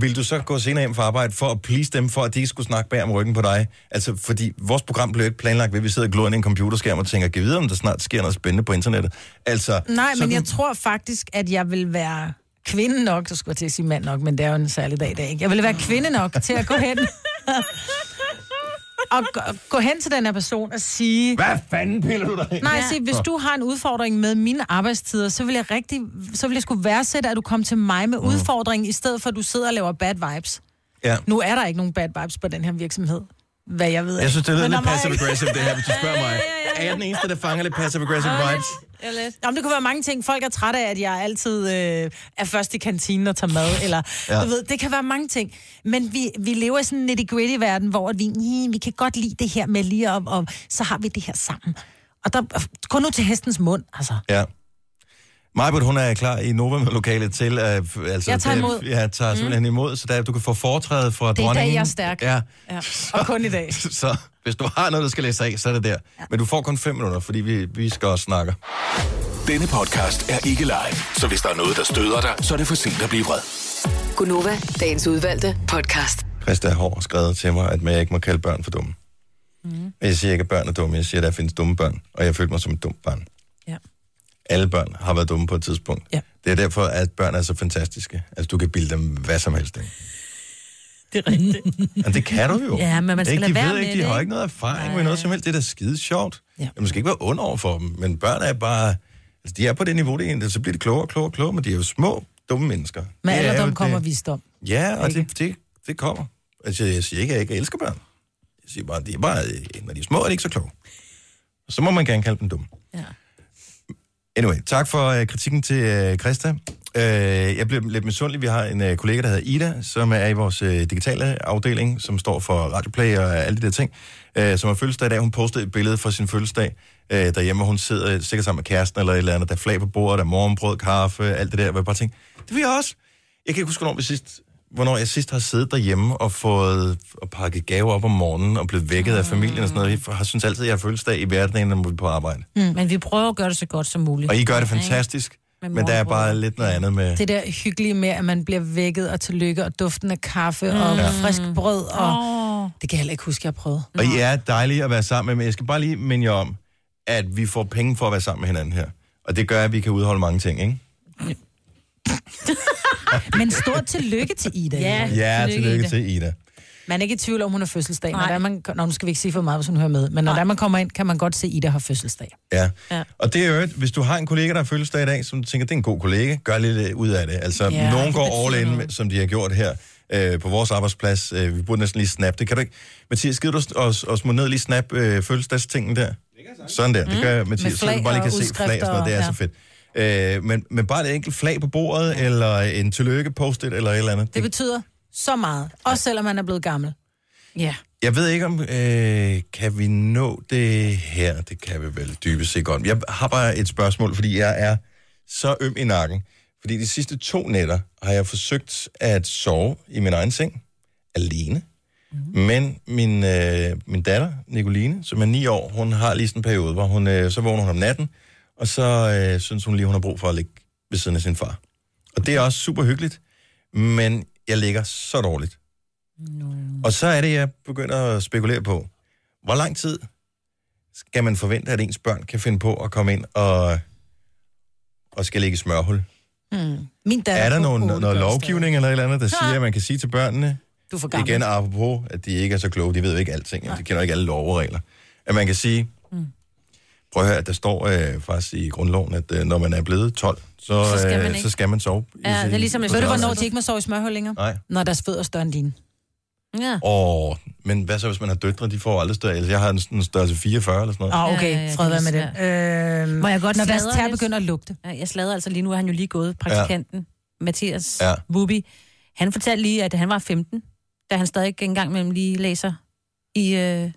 [SPEAKER 2] vil du så gå senere hjem fra arbejde for at please dem, for at de ikke skulle snakke bag om ryggen på dig? Altså, fordi vores program blev ikke planlagt ved, at vi sidder og glor ind i en computerskærm og tænker, kan vide, om der snart sker noget spændende på internettet? Altså,
[SPEAKER 3] Nej, men
[SPEAKER 2] sådan-
[SPEAKER 3] jeg tror faktisk, at jeg vil være kvinde nok, du skulle jeg til at sige mand nok, men det er jo en særlig dag i dag, ikke? Jeg vil være kvinde nok til at gå hen... og gå, gå hen til den her person og sige...
[SPEAKER 2] Hvad fanden piller du dig af?
[SPEAKER 3] Nej,
[SPEAKER 2] Ja.
[SPEAKER 3] sig, hvis du har en udfordring med mine arbejdstider, så vil jeg rigtig, så vil jeg sgu værdsætte, at du kom til mig med udfordringen, i stedet for at du sidder og laver bad vibes.
[SPEAKER 2] Mm. Ja.
[SPEAKER 3] Nu er der ikke nogen bad vibes på den her virksomhed, hvad jeg ved.
[SPEAKER 2] Jeg synes, det lyder
[SPEAKER 3] Men
[SPEAKER 2] lidt
[SPEAKER 3] der var ikke-
[SPEAKER 2] passive-aggressive, det her, hvis du spørger mig. Er jeg den eneste, der fanger lidt passive-aggressive
[SPEAKER 3] Ja,
[SPEAKER 2] Altså, vibes?
[SPEAKER 3] Jamen, det kunne være mange ting. Folk er trætte af, at jeg altid øh, er først i kantinen og tager mad. Eller,
[SPEAKER 2] Ja.
[SPEAKER 3] ja. du ved, det kan være mange ting. Men vi, vi lever i sådan en nitty-gritty verden, hvor at vi, "Nj, vi kan godt lide det her med lige op, og så har vi det her sammen. Og der, gå nu til hestens mund, altså.
[SPEAKER 2] Ja. Majbert, hun er klar i Nova-lokalet til at... Uh, altså,
[SPEAKER 3] Jeg tager
[SPEAKER 2] det-
[SPEAKER 3] imod.
[SPEAKER 2] Ja, tager simpelthen mm. imod, så der, du kan få foretræde fra
[SPEAKER 3] Det er i
[SPEAKER 2] dronningen.
[SPEAKER 3] dag, jeg er stærk.
[SPEAKER 2] Ja,
[SPEAKER 3] ja. Og kun i dag.
[SPEAKER 2] så hvis du har noget, du skal læse af, så er det der. Ja. Men du får kun 5 minutter, fordi vi, vi skal også snakke.
[SPEAKER 1] Denne podcast er ikke live, så hvis der er noget, der støder dig, så er det for sent at blive vred.
[SPEAKER 5] Gunova, dagens udvalgte podcast.
[SPEAKER 2] Christa Hård har skrevet til mig, at jeg ikke må kalde børn for dumme. Mm. Jeg siger ikke, at børn er dumme. Jeg siger, at der findes dumme børn, og jeg følte mig som et dumt barn.
[SPEAKER 3] Ja.
[SPEAKER 2] Alle børn har været dumme på et tidspunkt.
[SPEAKER 3] Ja.
[SPEAKER 2] Det er derfor, at børn er så fantastiske. Altså, du kan bilde dem hvad som helst. Ikke?
[SPEAKER 4] Det er rigtigt.
[SPEAKER 2] Men det kan du jo.
[SPEAKER 4] Ja, men man skal
[SPEAKER 2] ikke, de
[SPEAKER 4] lade være
[SPEAKER 2] ved ikke,
[SPEAKER 4] med
[SPEAKER 2] de
[SPEAKER 4] det,
[SPEAKER 2] har
[SPEAKER 4] ikke?
[SPEAKER 2] ikke noget erfaring med noget som helst. Det er da skide sjovt. Ja. Man skal ikke være ond over for dem, men børn er bare... Altså, de er på det niveau, det er, så bliver de klogere og klogere og klogere, men de er jo små, dumme mennesker.
[SPEAKER 3] Med
[SPEAKER 2] Det er jo
[SPEAKER 3] alderdom
[SPEAKER 2] det.
[SPEAKER 3] kommer visdom.
[SPEAKER 2] Ja, og det, det, det kommer. Altså, jeg siger ikke, at jeg ikke elsker børn. Jeg siger bare, de er bare øh, når de er små, er de ikke så kloge. Og så må man gerne kalde dem dumme.
[SPEAKER 4] Ja.
[SPEAKER 2] Anyway, tak for øh, kritikken til øh, Christa. Øh, jeg blev lidt misundelig. Vi har en øh, kollega, der hedder Ida, som er i vores øh, digitale afdeling, som står for radioplay og alle de der ting, øh, som har fødselsdag i dag. Hun postede et billede fra sin fødselsdag øh, derhjemme, og hun sidder øh, sikkert sammen med kæresten eller et eller andet. Der er flag på bordet, der er morgenbrød, kaffe, alt det der. Hvor jeg bare tænkte, det vil jeg også. Jeg kan ikke huske, hvornår, vi sidst, hvornår jeg sidst har siddet derhjemme og fået og pakket gaver op om morgenen og blevet vækket af familien og sådan noget. Jeg har, synes altid, jeg har fødselsdag i hverdagen, når vi er på arbejde.
[SPEAKER 4] Mm. Men vi prøver at gøre det så godt som muligt.
[SPEAKER 2] Og I gør det
[SPEAKER 4] Ikke?
[SPEAKER 2] fantastisk,
[SPEAKER 4] Med
[SPEAKER 2] men der er bare lidt noget andet med...
[SPEAKER 3] Det der hyggelige med, at man bliver vækket og tillykke, og duften af kaffe, mm. og
[SPEAKER 2] Ja.
[SPEAKER 3] frisk brød, og... Oh. Det kan jeg heller ikke huske, jeg har prøvet.
[SPEAKER 2] Og I er dejlige at være sammen med, men jeg skal bare lige minde jer om, at vi får penge for at være sammen med hinanden her. Og det gør, at vi kan udholde mange ting, ikke?
[SPEAKER 3] Men stort tillykke til Ida.
[SPEAKER 2] Ja, tillykke, tillykke til Ida.
[SPEAKER 3] Man er ikke i tvivl om, hun har fødselsdag. Når der er man, nå, nu skal vi ikke sige for meget, hvis hun hører med. Men når der er man kommer ind, kan man godt se, at Ida har fødselsdag.
[SPEAKER 2] Ja.
[SPEAKER 3] Ja.
[SPEAKER 2] Og det er jo, hvis du har en kollega, der har fødselsdag i dag, som du tænker, det er en god kollega, gør lidt øh, ud af det. Altså,
[SPEAKER 19] Ja,
[SPEAKER 2] ja, nogen
[SPEAKER 19] det
[SPEAKER 2] går
[SPEAKER 19] betyder
[SPEAKER 2] all in,
[SPEAKER 19] noget.
[SPEAKER 2] med- som de har gjort her øh, på vores arbejdsplads. Øh, vi burde næsten lige snap. Det kan du ikke. Mathias, gider du s- os, os må ned lige snap øh, fødselsdagstingen der? Sådan der. Det gør
[SPEAKER 19] Mm.
[SPEAKER 2] Mathias,
[SPEAKER 19] Med
[SPEAKER 2] så du
[SPEAKER 19] flag
[SPEAKER 2] bare lige
[SPEAKER 19] og
[SPEAKER 2] kan se flag og sådan noget. Det er
[SPEAKER 19] udskrifter
[SPEAKER 2] så
[SPEAKER 19] og-
[SPEAKER 2] fedt. Øh, men, men bare et enkelt flag på bordet, ja. eller en tillykke post-it, eller et eller andet.
[SPEAKER 3] Det betyder så meget. Også selvom man er blevet gammel. Ja.
[SPEAKER 2] Jeg ved ikke, om øh, kan vi nå det her? Det kan vi vel dybest set godt. Jeg har bare et spørgsmål, fordi jeg er så øm i nakken. Fordi de sidste to nætter har jeg forsøgt at sove i min egen seng, alene. Mm-hmm. Men min, øh, min datter, Nicoline, som er ni år, hun har lige sådan en periode, hvor hun, øh, så vågner hun om natten, og så øh, synes hun lige, hun har brug for at ligge ved siden af sin far. Og det er også super hyggeligt, men jeg ligger så dårligt. Og så er det, jeg begynder at spekulere på, hvor lang tid skal man forvente, at ens børn kan finde på at komme ind og, og skal ligge i smørhul?
[SPEAKER 3] Mm. Min datter
[SPEAKER 2] er der
[SPEAKER 3] på
[SPEAKER 2] nogen,
[SPEAKER 3] otte
[SPEAKER 2] noget
[SPEAKER 3] gør
[SPEAKER 2] lovgivning eller et eller andet, der siger, at man kan sige til børnene,
[SPEAKER 3] Du er for gammel.
[SPEAKER 2] igen apropos, at de ikke er så kloge, de ved jo ikke alting, og de kender ikke alle lov og regler, at man kan sige,
[SPEAKER 3] Mm.
[SPEAKER 2] prøv at høre, at der står øh, faktisk i grundloven, at øh, når man er blevet 12, så,
[SPEAKER 3] Så
[SPEAKER 2] så,
[SPEAKER 3] skal
[SPEAKER 2] skal,
[SPEAKER 3] man
[SPEAKER 2] øh,
[SPEAKER 3] ikke.
[SPEAKER 2] så skal man sove. i
[SPEAKER 3] Ja, det er
[SPEAKER 2] sin-
[SPEAKER 3] ligesom...
[SPEAKER 2] på
[SPEAKER 3] Ved du,
[SPEAKER 2] sin egen
[SPEAKER 3] hvornår
[SPEAKER 2] tid.
[SPEAKER 3] de ikke må sove i smørhul længere?
[SPEAKER 2] Nej.
[SPEAKER 3] Når deres fødder er større end dine. Ja.
[SPEAKER 2] Åh, men hvad så, hvis man har døtre, de får aldrig større. Altså, jeg har en, sådan en størrelse 44 eller sådan noget.
[SPEAKER 3] Ah,
[SPEAKER 4] Ja, ja, ja,
[SPEAKER 3] okay. Fred,
[SPEAKER 4] det
[SPEAKER 3] hvad
[SPEAKER 4] er
[SPEAKER 3] med det? Øh,
[SPEAKER 4] Må jeg godt
[SPEAKER 3] når deres
[SPEAKER 4] sladre
[SPEAKER 3] tær
[SPEAKER 4] lidt?
[SPEAKER 3] begynder at lugte.
[SPEAKER 4] Ja, Jeg slader altså lige nu, er han jo lige gået, praktikanten, ja. Mathias
[SPEAKER 2] Ja.
[SPEAKER 4] ja. Wubi. Han fortalte lige, at han var 15, da han stadig ikke engang mellem lige læser i, øh,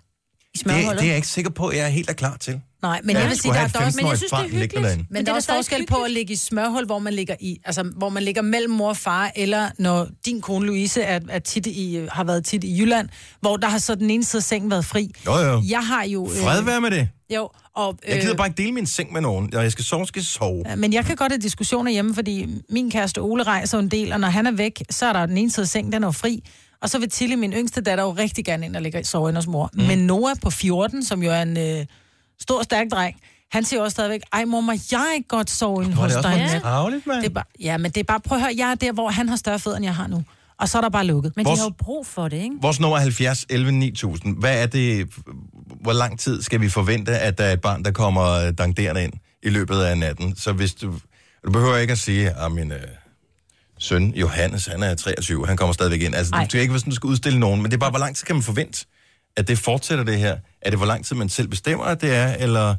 [SPEAKER 4] i smørhullet.
[SPEAKER 2] Det, det er jeg ikke sikker på, at jeg er helt er klar til.
[SPEAKER 3] Nej, men jeg vil sige, der er dog- men jeg synes, det er
[SPEAKER 2] hyggeligt. Derinde.
[SPEAKER 3] Men, men der er også forskel på at ligge i smørhul, hvor man ligger i, altså hvor man ligger mellem mor og far, eller når din kone Louise er, er tit i, har været tit i Jylland, hvor der har så den ene side af sengen været fri.
[SPEAKER 2] Jo, jo.
[SPEAKER 3] Jeg har jo... øh,
[SPEAKER 2] Fred være med det.
[SPEAKER 3] Jo, og... øh,
[SPEAKER 2] Jeg gider bare ikke dele min seng med nogen. Når jeg skal sove, skal jeg sove.
[SPEAKER 3] Ja, Men jeg kan godt have diskussioner hjemme, fordi min kæreste Ole rejser jo en del, og når han er væk, så er der jo den ene side af sengen, den er jo fri. Og så vil Tilly, min yngste datter, jo rigtig gerne ind og ligge og sove ind hos mor. Mm. Men Noah på 14, som jo er en øh, stor, stærk dreng, han siger jo også stadigvæk, ej mor, må jeg ikke godt sove ind
[SPEAKER 2] Hvor er
[SPEAKER 3] hos
[SPEAKER 2] det
[SPEAKER 3] dig?
[SPEAKER 2] også for
[SPEAKER 3] i nat?"
[SPEAKER 2] tarveligt, mand.
[SPEAKER 3] Det er bare, ja, men det er bare, prøv at høre, jeg er der, hvor han har større fødder, end jeg har nu. Og så er der bare lukket.
[SPEAKER 2] Men de Vores- har jo
[SPEAKER 3] brug for det, ikke?
[SPEAKER 2] Vores nummer er 70 11 9000. Hvad er det, hvor lang tid skal vi forvente, at der er et barn, der kommer øh, danderende ind i løbet af natten? Så hvis du... Du behøver ikke at sige, at min øh, søn Johannes, han er 23, han kommer stadigvæk ind. Altså,
[SPEAKER 19] Ej.
[SPEAKER 2] du skal ikke være sådan, du skal udstille nogen, men det er bare, hvor lang tid kan man forvente, at det fortsætter det her? Er det, hvor lang tid man selv bestemmer, at det er, eller...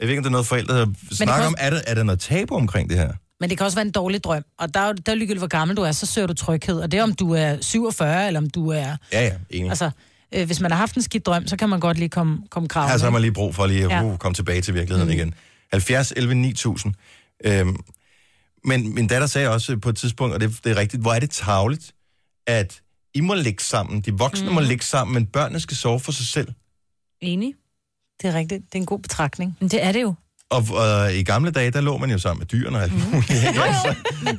[SPEAKER 2] Jeg ved ikke, om det er noget, forældre snakker
[SPEAKER 3] kan
[SPEAKER 2] om. Er der, er der noget tabu omkring det her?
[SPEAKER 3] Men det kan også være en dårlig drøm. Og der, er jo- der er jo ligegyldigt, hvor gammel du er, så søger du tryghed. Og det er, om du er 47, eller om du er...
[SPEAKER 2] Ja, ja, enig.
[SPEAKER 3] Altså, øh, hvis man har haft en skidt drøm, så kan man godt lige komme, komme krav.
[SPEAKER 2] Her så har man lige brug for lige at
[SPEAKER 3] Ja.
[SPEAKER 2] uh, komme tilbage til virkeligheden mm. igen. 70, 11, 9000. Øhm, men min datter sagde også på et tidspunkt, og det, det er rigtigt, hvor er det tavligt, at I må ligge sammen, de voksne mm. må ligge sammen, men børnene skal sove for sig selv.
[SPEAKER 4] Enig.
[SPEAKER 3] Det er rigtigt. Det er en god betragtning.
[SPEAKER 4] Men det er det jo.
[SPEAKER 2] Og øh, i gamle dage, der lå man jo sammen med dyrene og alt muligt. Mm. altså.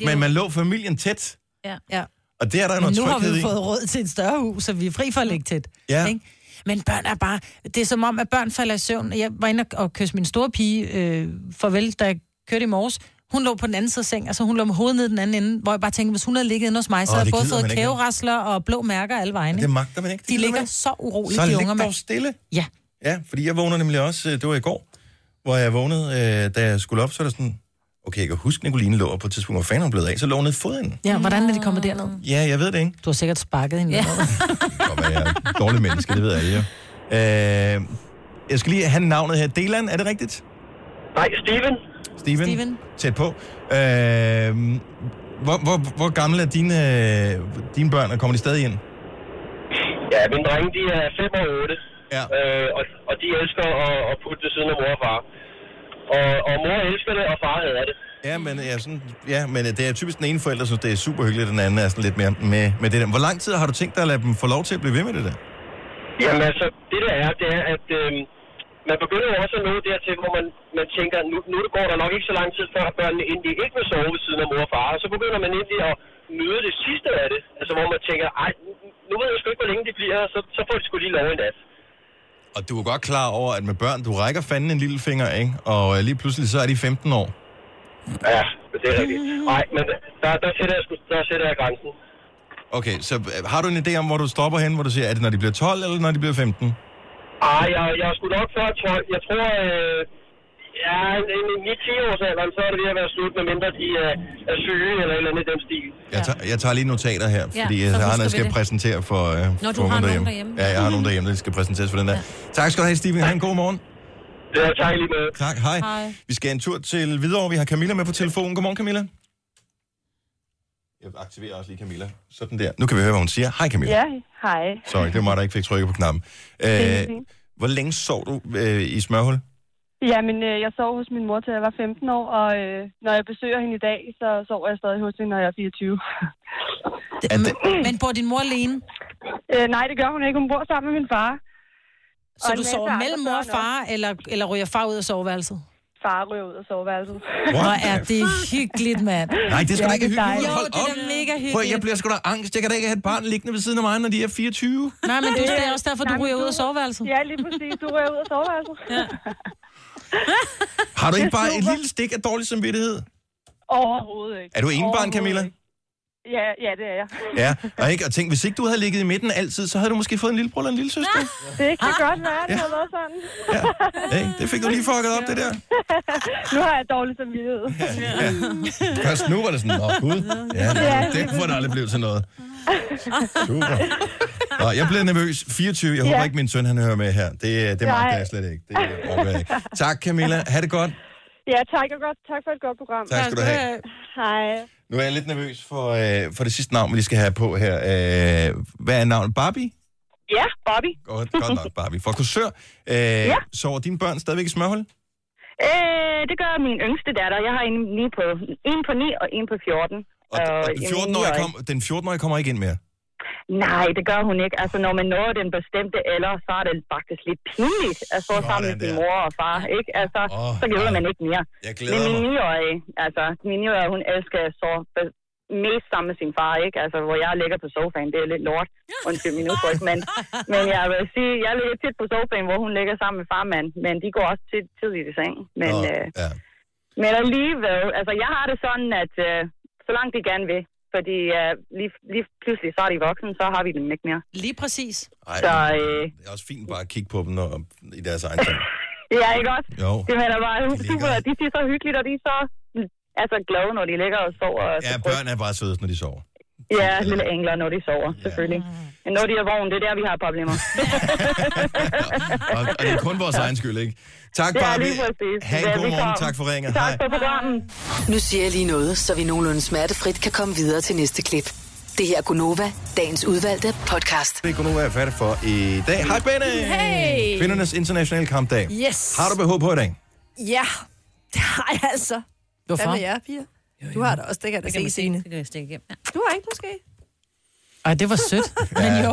[SPEAKER 2] Men man lå familien tæt,
[SPEAKER 4] Ja.
[SPEAKER 3] ja.
[SPEAKER 2] og det er der
[SPEAKER 3] Men
[SPEAKER 2] noget
[SPEAKER 3] nu har
[SPEAKER 2] tryghed
[SPEAKER 3] vi
[SPEAKER 2] i.
[SPEAKER 3] fået råd til et større hus, så vi er fri for at ligge tæt.
[SPEAKER 2] Ja.
[SPEAKER 3] Ikke? Men børn er bare... Det er som om, at børn falder i søvn. Jeg var inde og- og kysse min store pige øh, farvel, da jeg kørte i morges. Hun lå på den anden side af sengen, altså hun lå med hovedet ned i den anden ende, hvor jeg bare tænkte, hvis hun havde ligget inde hos mig, så
[SPEAKER 2] Åh,
[SPEAKER 3] havde jeg
[SPEAKER 2] det
[SPEAKER 3] både
[SPEAKER 2] gider
[SPEAKER 3] fået
[SPEAKER 2] man ikke.
[SPEAKER 3] kæverasler og blå mærker alle vejen.
[SPEAKER 2] Det magter man ikke. Det
[SPEAKER 3] De
[SPEAKER 2] gider man
[SPEAKER 3] ligger
[SPEAKER 2] ikke.
[SPEAKER 3] så uroligt,
[SPEAKER 2] Så
[SPEAKER 3] de
[SPEAKER 2] lig
[SPEAKER 3] unger.
[SPEAKER 2] dog
[SPEAKER 3] mand.
[SPEAKER 2] stille.
[SPEAKER 3] Ja.
[SPEAKER 2] Ja, fordi jeg vågner nemlig også, øh, det var i går, hvor jeg vågnede, øh, da jeg skulle op, så er der sådan, okay, jeg kan huske, Nicoline lå og på et tidspunkt, hvor fanden hun blev af, så lå hun ned i fodenden.
[SPEAKER 3] Ja, hvordan er de kommet
[SPEAKER 13] Ah.
[SPEAKER 3] derned?
[SPEAKER 2] Ja, jeg ved det ikke.
[SPEAKER 3] Du har sikkert sparket hende. Ja.
[SPEAKER 2] Dårlig menneske, det ved jeg ikke. Øh, jeg skal lige have navnet her. Delan, er det rigtigt?
[SPEAKER 18] Nej, Steven.
[SPEAKER 2] Steven.
[SPEAKER 18] Steven.
[SPEAKER 2] Tæt på. Øh, hvor, hvor, hvor gamle er dine, øh, dine børn, og kommer de stadig ind?
[SPEAKER 18] Ja, mine drenge, de er 5 og 8.
[SPEAKER 2] Ja.
[SPEAKER 18] Øh, og, og de elsker at, at putte ved siden af mor og far. Og, og mor elsker det, og far hader det.
[SPEAKER 2] Ja, men, ja, sådan, ja, men øh, det er typisk den ene forælder, synes, det er super hyggeligt, og den anden er sådan lidt mere med, med det der. Hvor lang tid har du tænkt dig at lade dem få lov til at blive ved med det der?
[SPEAKER 18] Jamen altså, det der er, det er, at øh, man begynder jo også at nå dertil, hvor man, man tænker, nu, nu går der nok ikke så lang tid, før børnene endelig ikke vil sove ved siden af mor og far. Og så begynder man endelig at møde det sidste af det. Altså, hvor man tænker, ej, nu- nu ved jeg sgu ikke, hvor længe de bliver, så, så får de sgu lige lov en nat.
[SPEAKER 2] Og du er godt klar over, at med børn, du rækker fanden en lille finger, ikke? Og øh, lige pludselig, så er de 15 år.
[SPEAKER 18] Ja, det er rigtigt. Nej, men der, der, sætter jeg, sgu- der sætter jeg grænsen.
[SPEAKER 2] Okay, så øh, har du en idé om, hvor du stopper hen, hvor du siger, er det når de bliver 12 eller når de bliver 15?
[SPEAKER 18] Ej, jeg, jeg er sgu nok før 12. Jeg tror, øh, ja, i 10 års alderen, så er det ved at være slut, medmindre de er, er syge eller et eller andet i den stil.
[SPEAKER 2] Jeg, tager, jeg tager lige notater her,
[SPEAKER 18] Ja,
[SPEAKER 2] fordi
[SPEAKER 18] så
[SPEAKER 2] ja, jeg har
[SPEAKER 18] husker vi
[SPEAKER 2] noget, skal
[SPEAKER 18] det.
[SPEAKER 2] præsentere for, øh,
[SPEAKER 18] du
[SPEAKER 2] for
[SPEAKER 18] har nogen derhjemme.
[SPEAKER 2] Ja, jeg har nogen derhjemme, der skal præsenteres for den der. Ja. Tak skal du have, Steven. Ha' en god morgen.
[SPEAKER 18] Ja, tak lige med.
[SPEAKER 2] Tak, hej. hej. Vi skal en tur til Hvidovre. Vi har Camilla med på telefonen. Godmorgen, Camilla. Jeg aktiverer også lige Camilla. Sådan der. Nu kan vi høre, hvad hun siger. Hej, Camilla.
[SPEAKER 13] Ja, hej.
[SPEAKER 2] Sorry, det var mig, der ikke fik trykket på knappen. Øh,
[SPEAKER 13] Ingenting.
[SPEAKER 2] hvor længe sov du øh, i smørhul?
[SPEAKER 13] Jamen, øh, jeg sov hos min mor, til jeg var 15 år, og øh, når jeg besøger hende i dag, så sover jeg stadig hos hende, når jeg er 24.
[SPEAKER 2] Er det,
[SPEAKER 13] Men bor din mor alene? Øh, nej, det gør hun ikke. Hun bor sammen med min far.
[SPEAKER 3] Så
[SPEAKER 13] Og
[SPEAKER 3] du
[SPEAKER 13] en masse
[SPEAKER 3] sover
[SPEAKER 13] andre
[SPEAKER 3] mellem mor og
[SPEAKER 13] børn
[SPEAKER 3] far, eller, eller ryger far ud af soveværelset?
[SPEAKER 13] Far ryger ud af soveværelset.
[SPEAKER 3] Hvor er det hyggeligt, mand.
[SPEAKER 2] Nej, det skal da ikke hyggeligt.
[SPEAKER 3] Jo,
[SPEAKER 2] Hold
[SPEAKER 3] det er
[SPEAKER 2] op.
[SPEAKER 3] da mega
[SPEAKER 2] Prøv, at- jeg
[SPEAKER 3] hyggeligt.
[SPEAKER 2] bliver sgu da angst. Jeg kan da ikke have et barn liggende ved siden af mig, når de er 24.
[SPEAKER 3] Nej, men du,
[SPEAKER 13] Det er-
[SPEAKER 3] det er også derfor, du
[SPEAKER 13] Nej, men
[SPEAKER 3] ryger ud
[SPEAKER 13] du-
[SPEAKER 3] af soveværelset.
[SPEAKER 13] Ja, lige præcis. Du ryger ud af soveværelset. Ja.
[SPEAKER 2] Har du ikke bare et lille stik af dårlig samvittighed?
[SPEAKER 13] Overhovedet ikke.
[SPEAKER 2] Er du enebarn,
[SPEAKER 13] Overhovedet
[SPEAKER 2] Camilla?
[SPEAKER 13] ikke. Ja, ja, det er jeg.
[SPEAKER 2] Ja, og, ikke, og tænk, hvis ikke du havde ligget i midten altid, så havde du måske fået en lillebror eller en lille søster.
[SPEAKER 13] Det kan
[SPEAKER 3] Ah.
[SPEAKER 13] godt være, det har været sådan.
[SPEAKER 2] Hey, det fik du lige fucket op, det der.
[SPEAKER 13] nu har jeg dårlig samvittighed.
[SPEAKER 2] Ja. Først nu var det sådan, nå gud, ja,
[SPEAKER 13] Ja.
[SPEAKER 2] det kunne det aldrig blive til noget. Super. Nå, jeg blev nervøs. 24, jeg håber
[SPEAKER 13] Ja.
[SPEAKER 2] ikke, min søn han hører med her. Det, det er
[SPEAKER 13] Nej.
[SPEAKER 2] meget, jeg slet ikke. Det orker jeg ikke. Tak Camilla, ha' det godt.
[SPEAKER 13] Ja, tak, og godt. tak for et godt program.
[SPEAKER 2] Tak skal du have.
[SPEAKER 13] Hej.
[SPEAKER 2] Nu er jeg lidt nervøs for, øh, for det sidste navn, vi lige skal have på her. Øh, hvad er navnet? Barbie?
[SPEAKER 17] Ja, Bobby.
[SPEAKER 2] Godt, godt nok, Barbie. For kursør, øh,
[SPEAKER 17] Ja.
[SPEAKER 2] sover dine børn stadigvæk i smørhul?
[SPEAKER 17] Øh, det gør min yngste datter. Jeg har en, lige på, en på 9 og en på 14.
[SPEAKER 2] Og, og Altså, den
[SPEAKER 17] en
[SPEAKER 2] 14-årige,
[SPEAKER 17] 9-årig.
[SPEAKER 2] kom, den 14-årige kommer ikke ind mere.
[SPEAKER 17] Nej, det gør hun ikke. Altså, når man når den bestemte alder, så er det faktisk lidt pinligt at stå sammen med sin mor og far, ikke? Altså,
[SPEAKER 2] Åh,
[SPEAKER 17] oh, så gider man ikke mere.
[SPEAKER 2] Jeg
[SPEAKER 17] Men
[SPEAKER 2] glæder
[SPEAKER 17] min
[SPEAKER 2] mig.
[SPEAKER 17] 9-årige, altså, min 9-årige, hun elsker at sove be- mest sammen med sin far, ikke? Altså, hvor jeg ligger på sofaen, det er lidt lort. Undskyld min udtryk, men, men jeg vil sige, jeg ligger tit på sofaen, hvor hun ligger sammen med farmand, men de går også tit tidligt i seng. Men,
[SPEAKER 2] Nå,
[SPEAKER 17] øh,
[SPEAKER 2] ja.
[SPEAKER 17] men alligevel, altså jeg har det sådan, at øh, så langt de gerne vil, fordi øh, lige, lige pludselig så er de voksne, så har vi dem ikke mere.
[SPEAKER 3] Lige præcis.
[SPEAKER 2] Ej,
[SPEAKER 17] Så,
[SPEAKER 2] men
[SPEAKER 17] øh,
[SPEAKER 2] Det er også fint bare at kigge på dem når, i deres egen seng.
[SPEAKER 17] ja, ikke også?
[SPEAKER 2] Jo.
[SPEAKER 17] Det er da bare super, de er så hyggeligt, og de er så altså, glade, når de ligger og sover. og så
[SPEAKER 2] Ja, børn er bare søde, når de sover.
[SPEAKER 17] Ja, lille engler, når de sover, selvfølgelig. Men når de er vågen, det er der, vi har problemer.
[SPEAKER 2] Og, og det er kun vores egen skyld, ikke? Tak,
[SPEAKER 17] Ja,
[SPEAKER 2] Barbie.
[SPEAKER 17] lige præcis.
[SPEAKER 2] Ha' en
[SPEAKER 17] Ja,
[SPEAKER 2] god morgen.
[SPEAKER 17] velkommen.
[SPEAKER 2] Tak for ringet. Hej.
[SPEAKER 17] Tak for programmet.
[SPEAKER 5] Nu siger jeg lige noget, så vi nogenlunde smertefrit kan komme videre til næste klip. Det her er Gunova, dagens udvalgte podcast.
[SPEAKER 2] Det kunne nu være færdig for i dag. Hej, Benny!
[SPEAKER 12] Hey!
[SPEAKER 2] Kvindernes internationale kampdag.
[SPEAKER 12] Yes.
[SPEAKER 2] Har du behov på i dag?
[SPEAKER 12] Ja, det har jeg altså.
[SPEAKER 3] Hvorfor?
[SPEAKER 12] Hvad med jer, piger? Du har da også, det kan jeg da
[SPEAKER 4] Det kan
[SPEAKER 12] se i
[SPEAKER 4] man
[SPEAKER 12] scene.
[SPEAKER 4] Det kan jeg stikke igennem. Ja.
[SPEAKER 12] Du har ikke måske?
[SPEAKER 3] Ej, det var sødt. Men jo.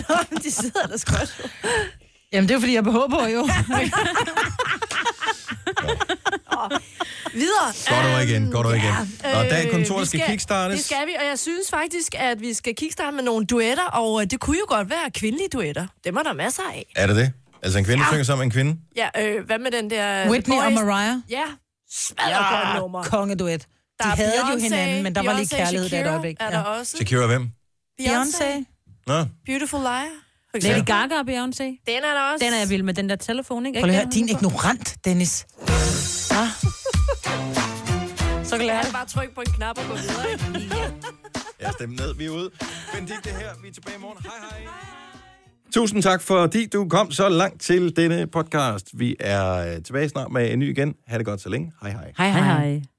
[SPEAKER 12] Nå, men de sidder ellers godt.
[SPEAKER 3] Jamen, det er jo, fordi, jeg behøver på, jo.
[SPEAKER 12] Videre. Øh,
[SPEAKER 2] Går du igen, går du igen. Nå, dag i kontoret
[SPEAKER 12] vi
[SPEAKER 2] skal kickstartes.
[SPEAKER 12] Det skal vi, og jeg synes faktisk, at vi skal kickstarte med nogle duetter, og øh, det kunne jo godt være kvindelige duetter. Dem er der masser af.
[SPEAKER 2] Er det det? Altså en kvinde, der synger sammen med en kvinde?
[SPEAKER 12] Ja, øh, hvad med den der... øh,
[SPEAKER 3] Whitney
[SPEAKER 12] The
[SPEAKER 3] og
[SPEAKER 12] Boys?
[SPEAKER 3] Mariah?
[SPEAKER 12] Ja, smadret ja. godt nummer.
[SPEAKER 3] kongeduet. De havde jo hinanden, men der var lige kærlighed der
[SPEAKER 12] der
[SPEAKER 3] et øjeblik.
[SPEAKER 12] er
[SPEAKER 3] Ja.
[SPEAKER 12] der også.
[SPEAKER 2] Shakira hvem?
[SPEAKER 12] Beyoncé.
[SPEAKER 2] Nå,
[SPEAKER 12] Beautiful Liar. for eksempel.
[SPEAKER 4] Lady Gaga og Beyoncé.
[SPEAKER 12] Den er der også.
[SPEAKER 4] Den er jeg vild med, den der telefon, ikke?
[SPEAKER 3] Prøv lige at høre,
[SPEAKER 4] Den,
[SPEAKER 3] din
[SPEAKER 4] hun
[SPEAKER 3] ignorant, Dennis.
[SPEAKER 12] Så kan jeg bare trykke på en knap og gå videre. ikke?
[SPEAKER 2] jeg stemmer ned, vi er ude. Benedikt det her, vi er tilbage i morgen. Hej hej. Tusind tak, fordi du kom så langt til denne podcast. Vi er øh, tilbage snart med en ny igen. Ha' det godt så længe. Hej
[SPEAKER 4] Hej,
[SPEAKER 2] hej.
[SPEAKER 4] hej.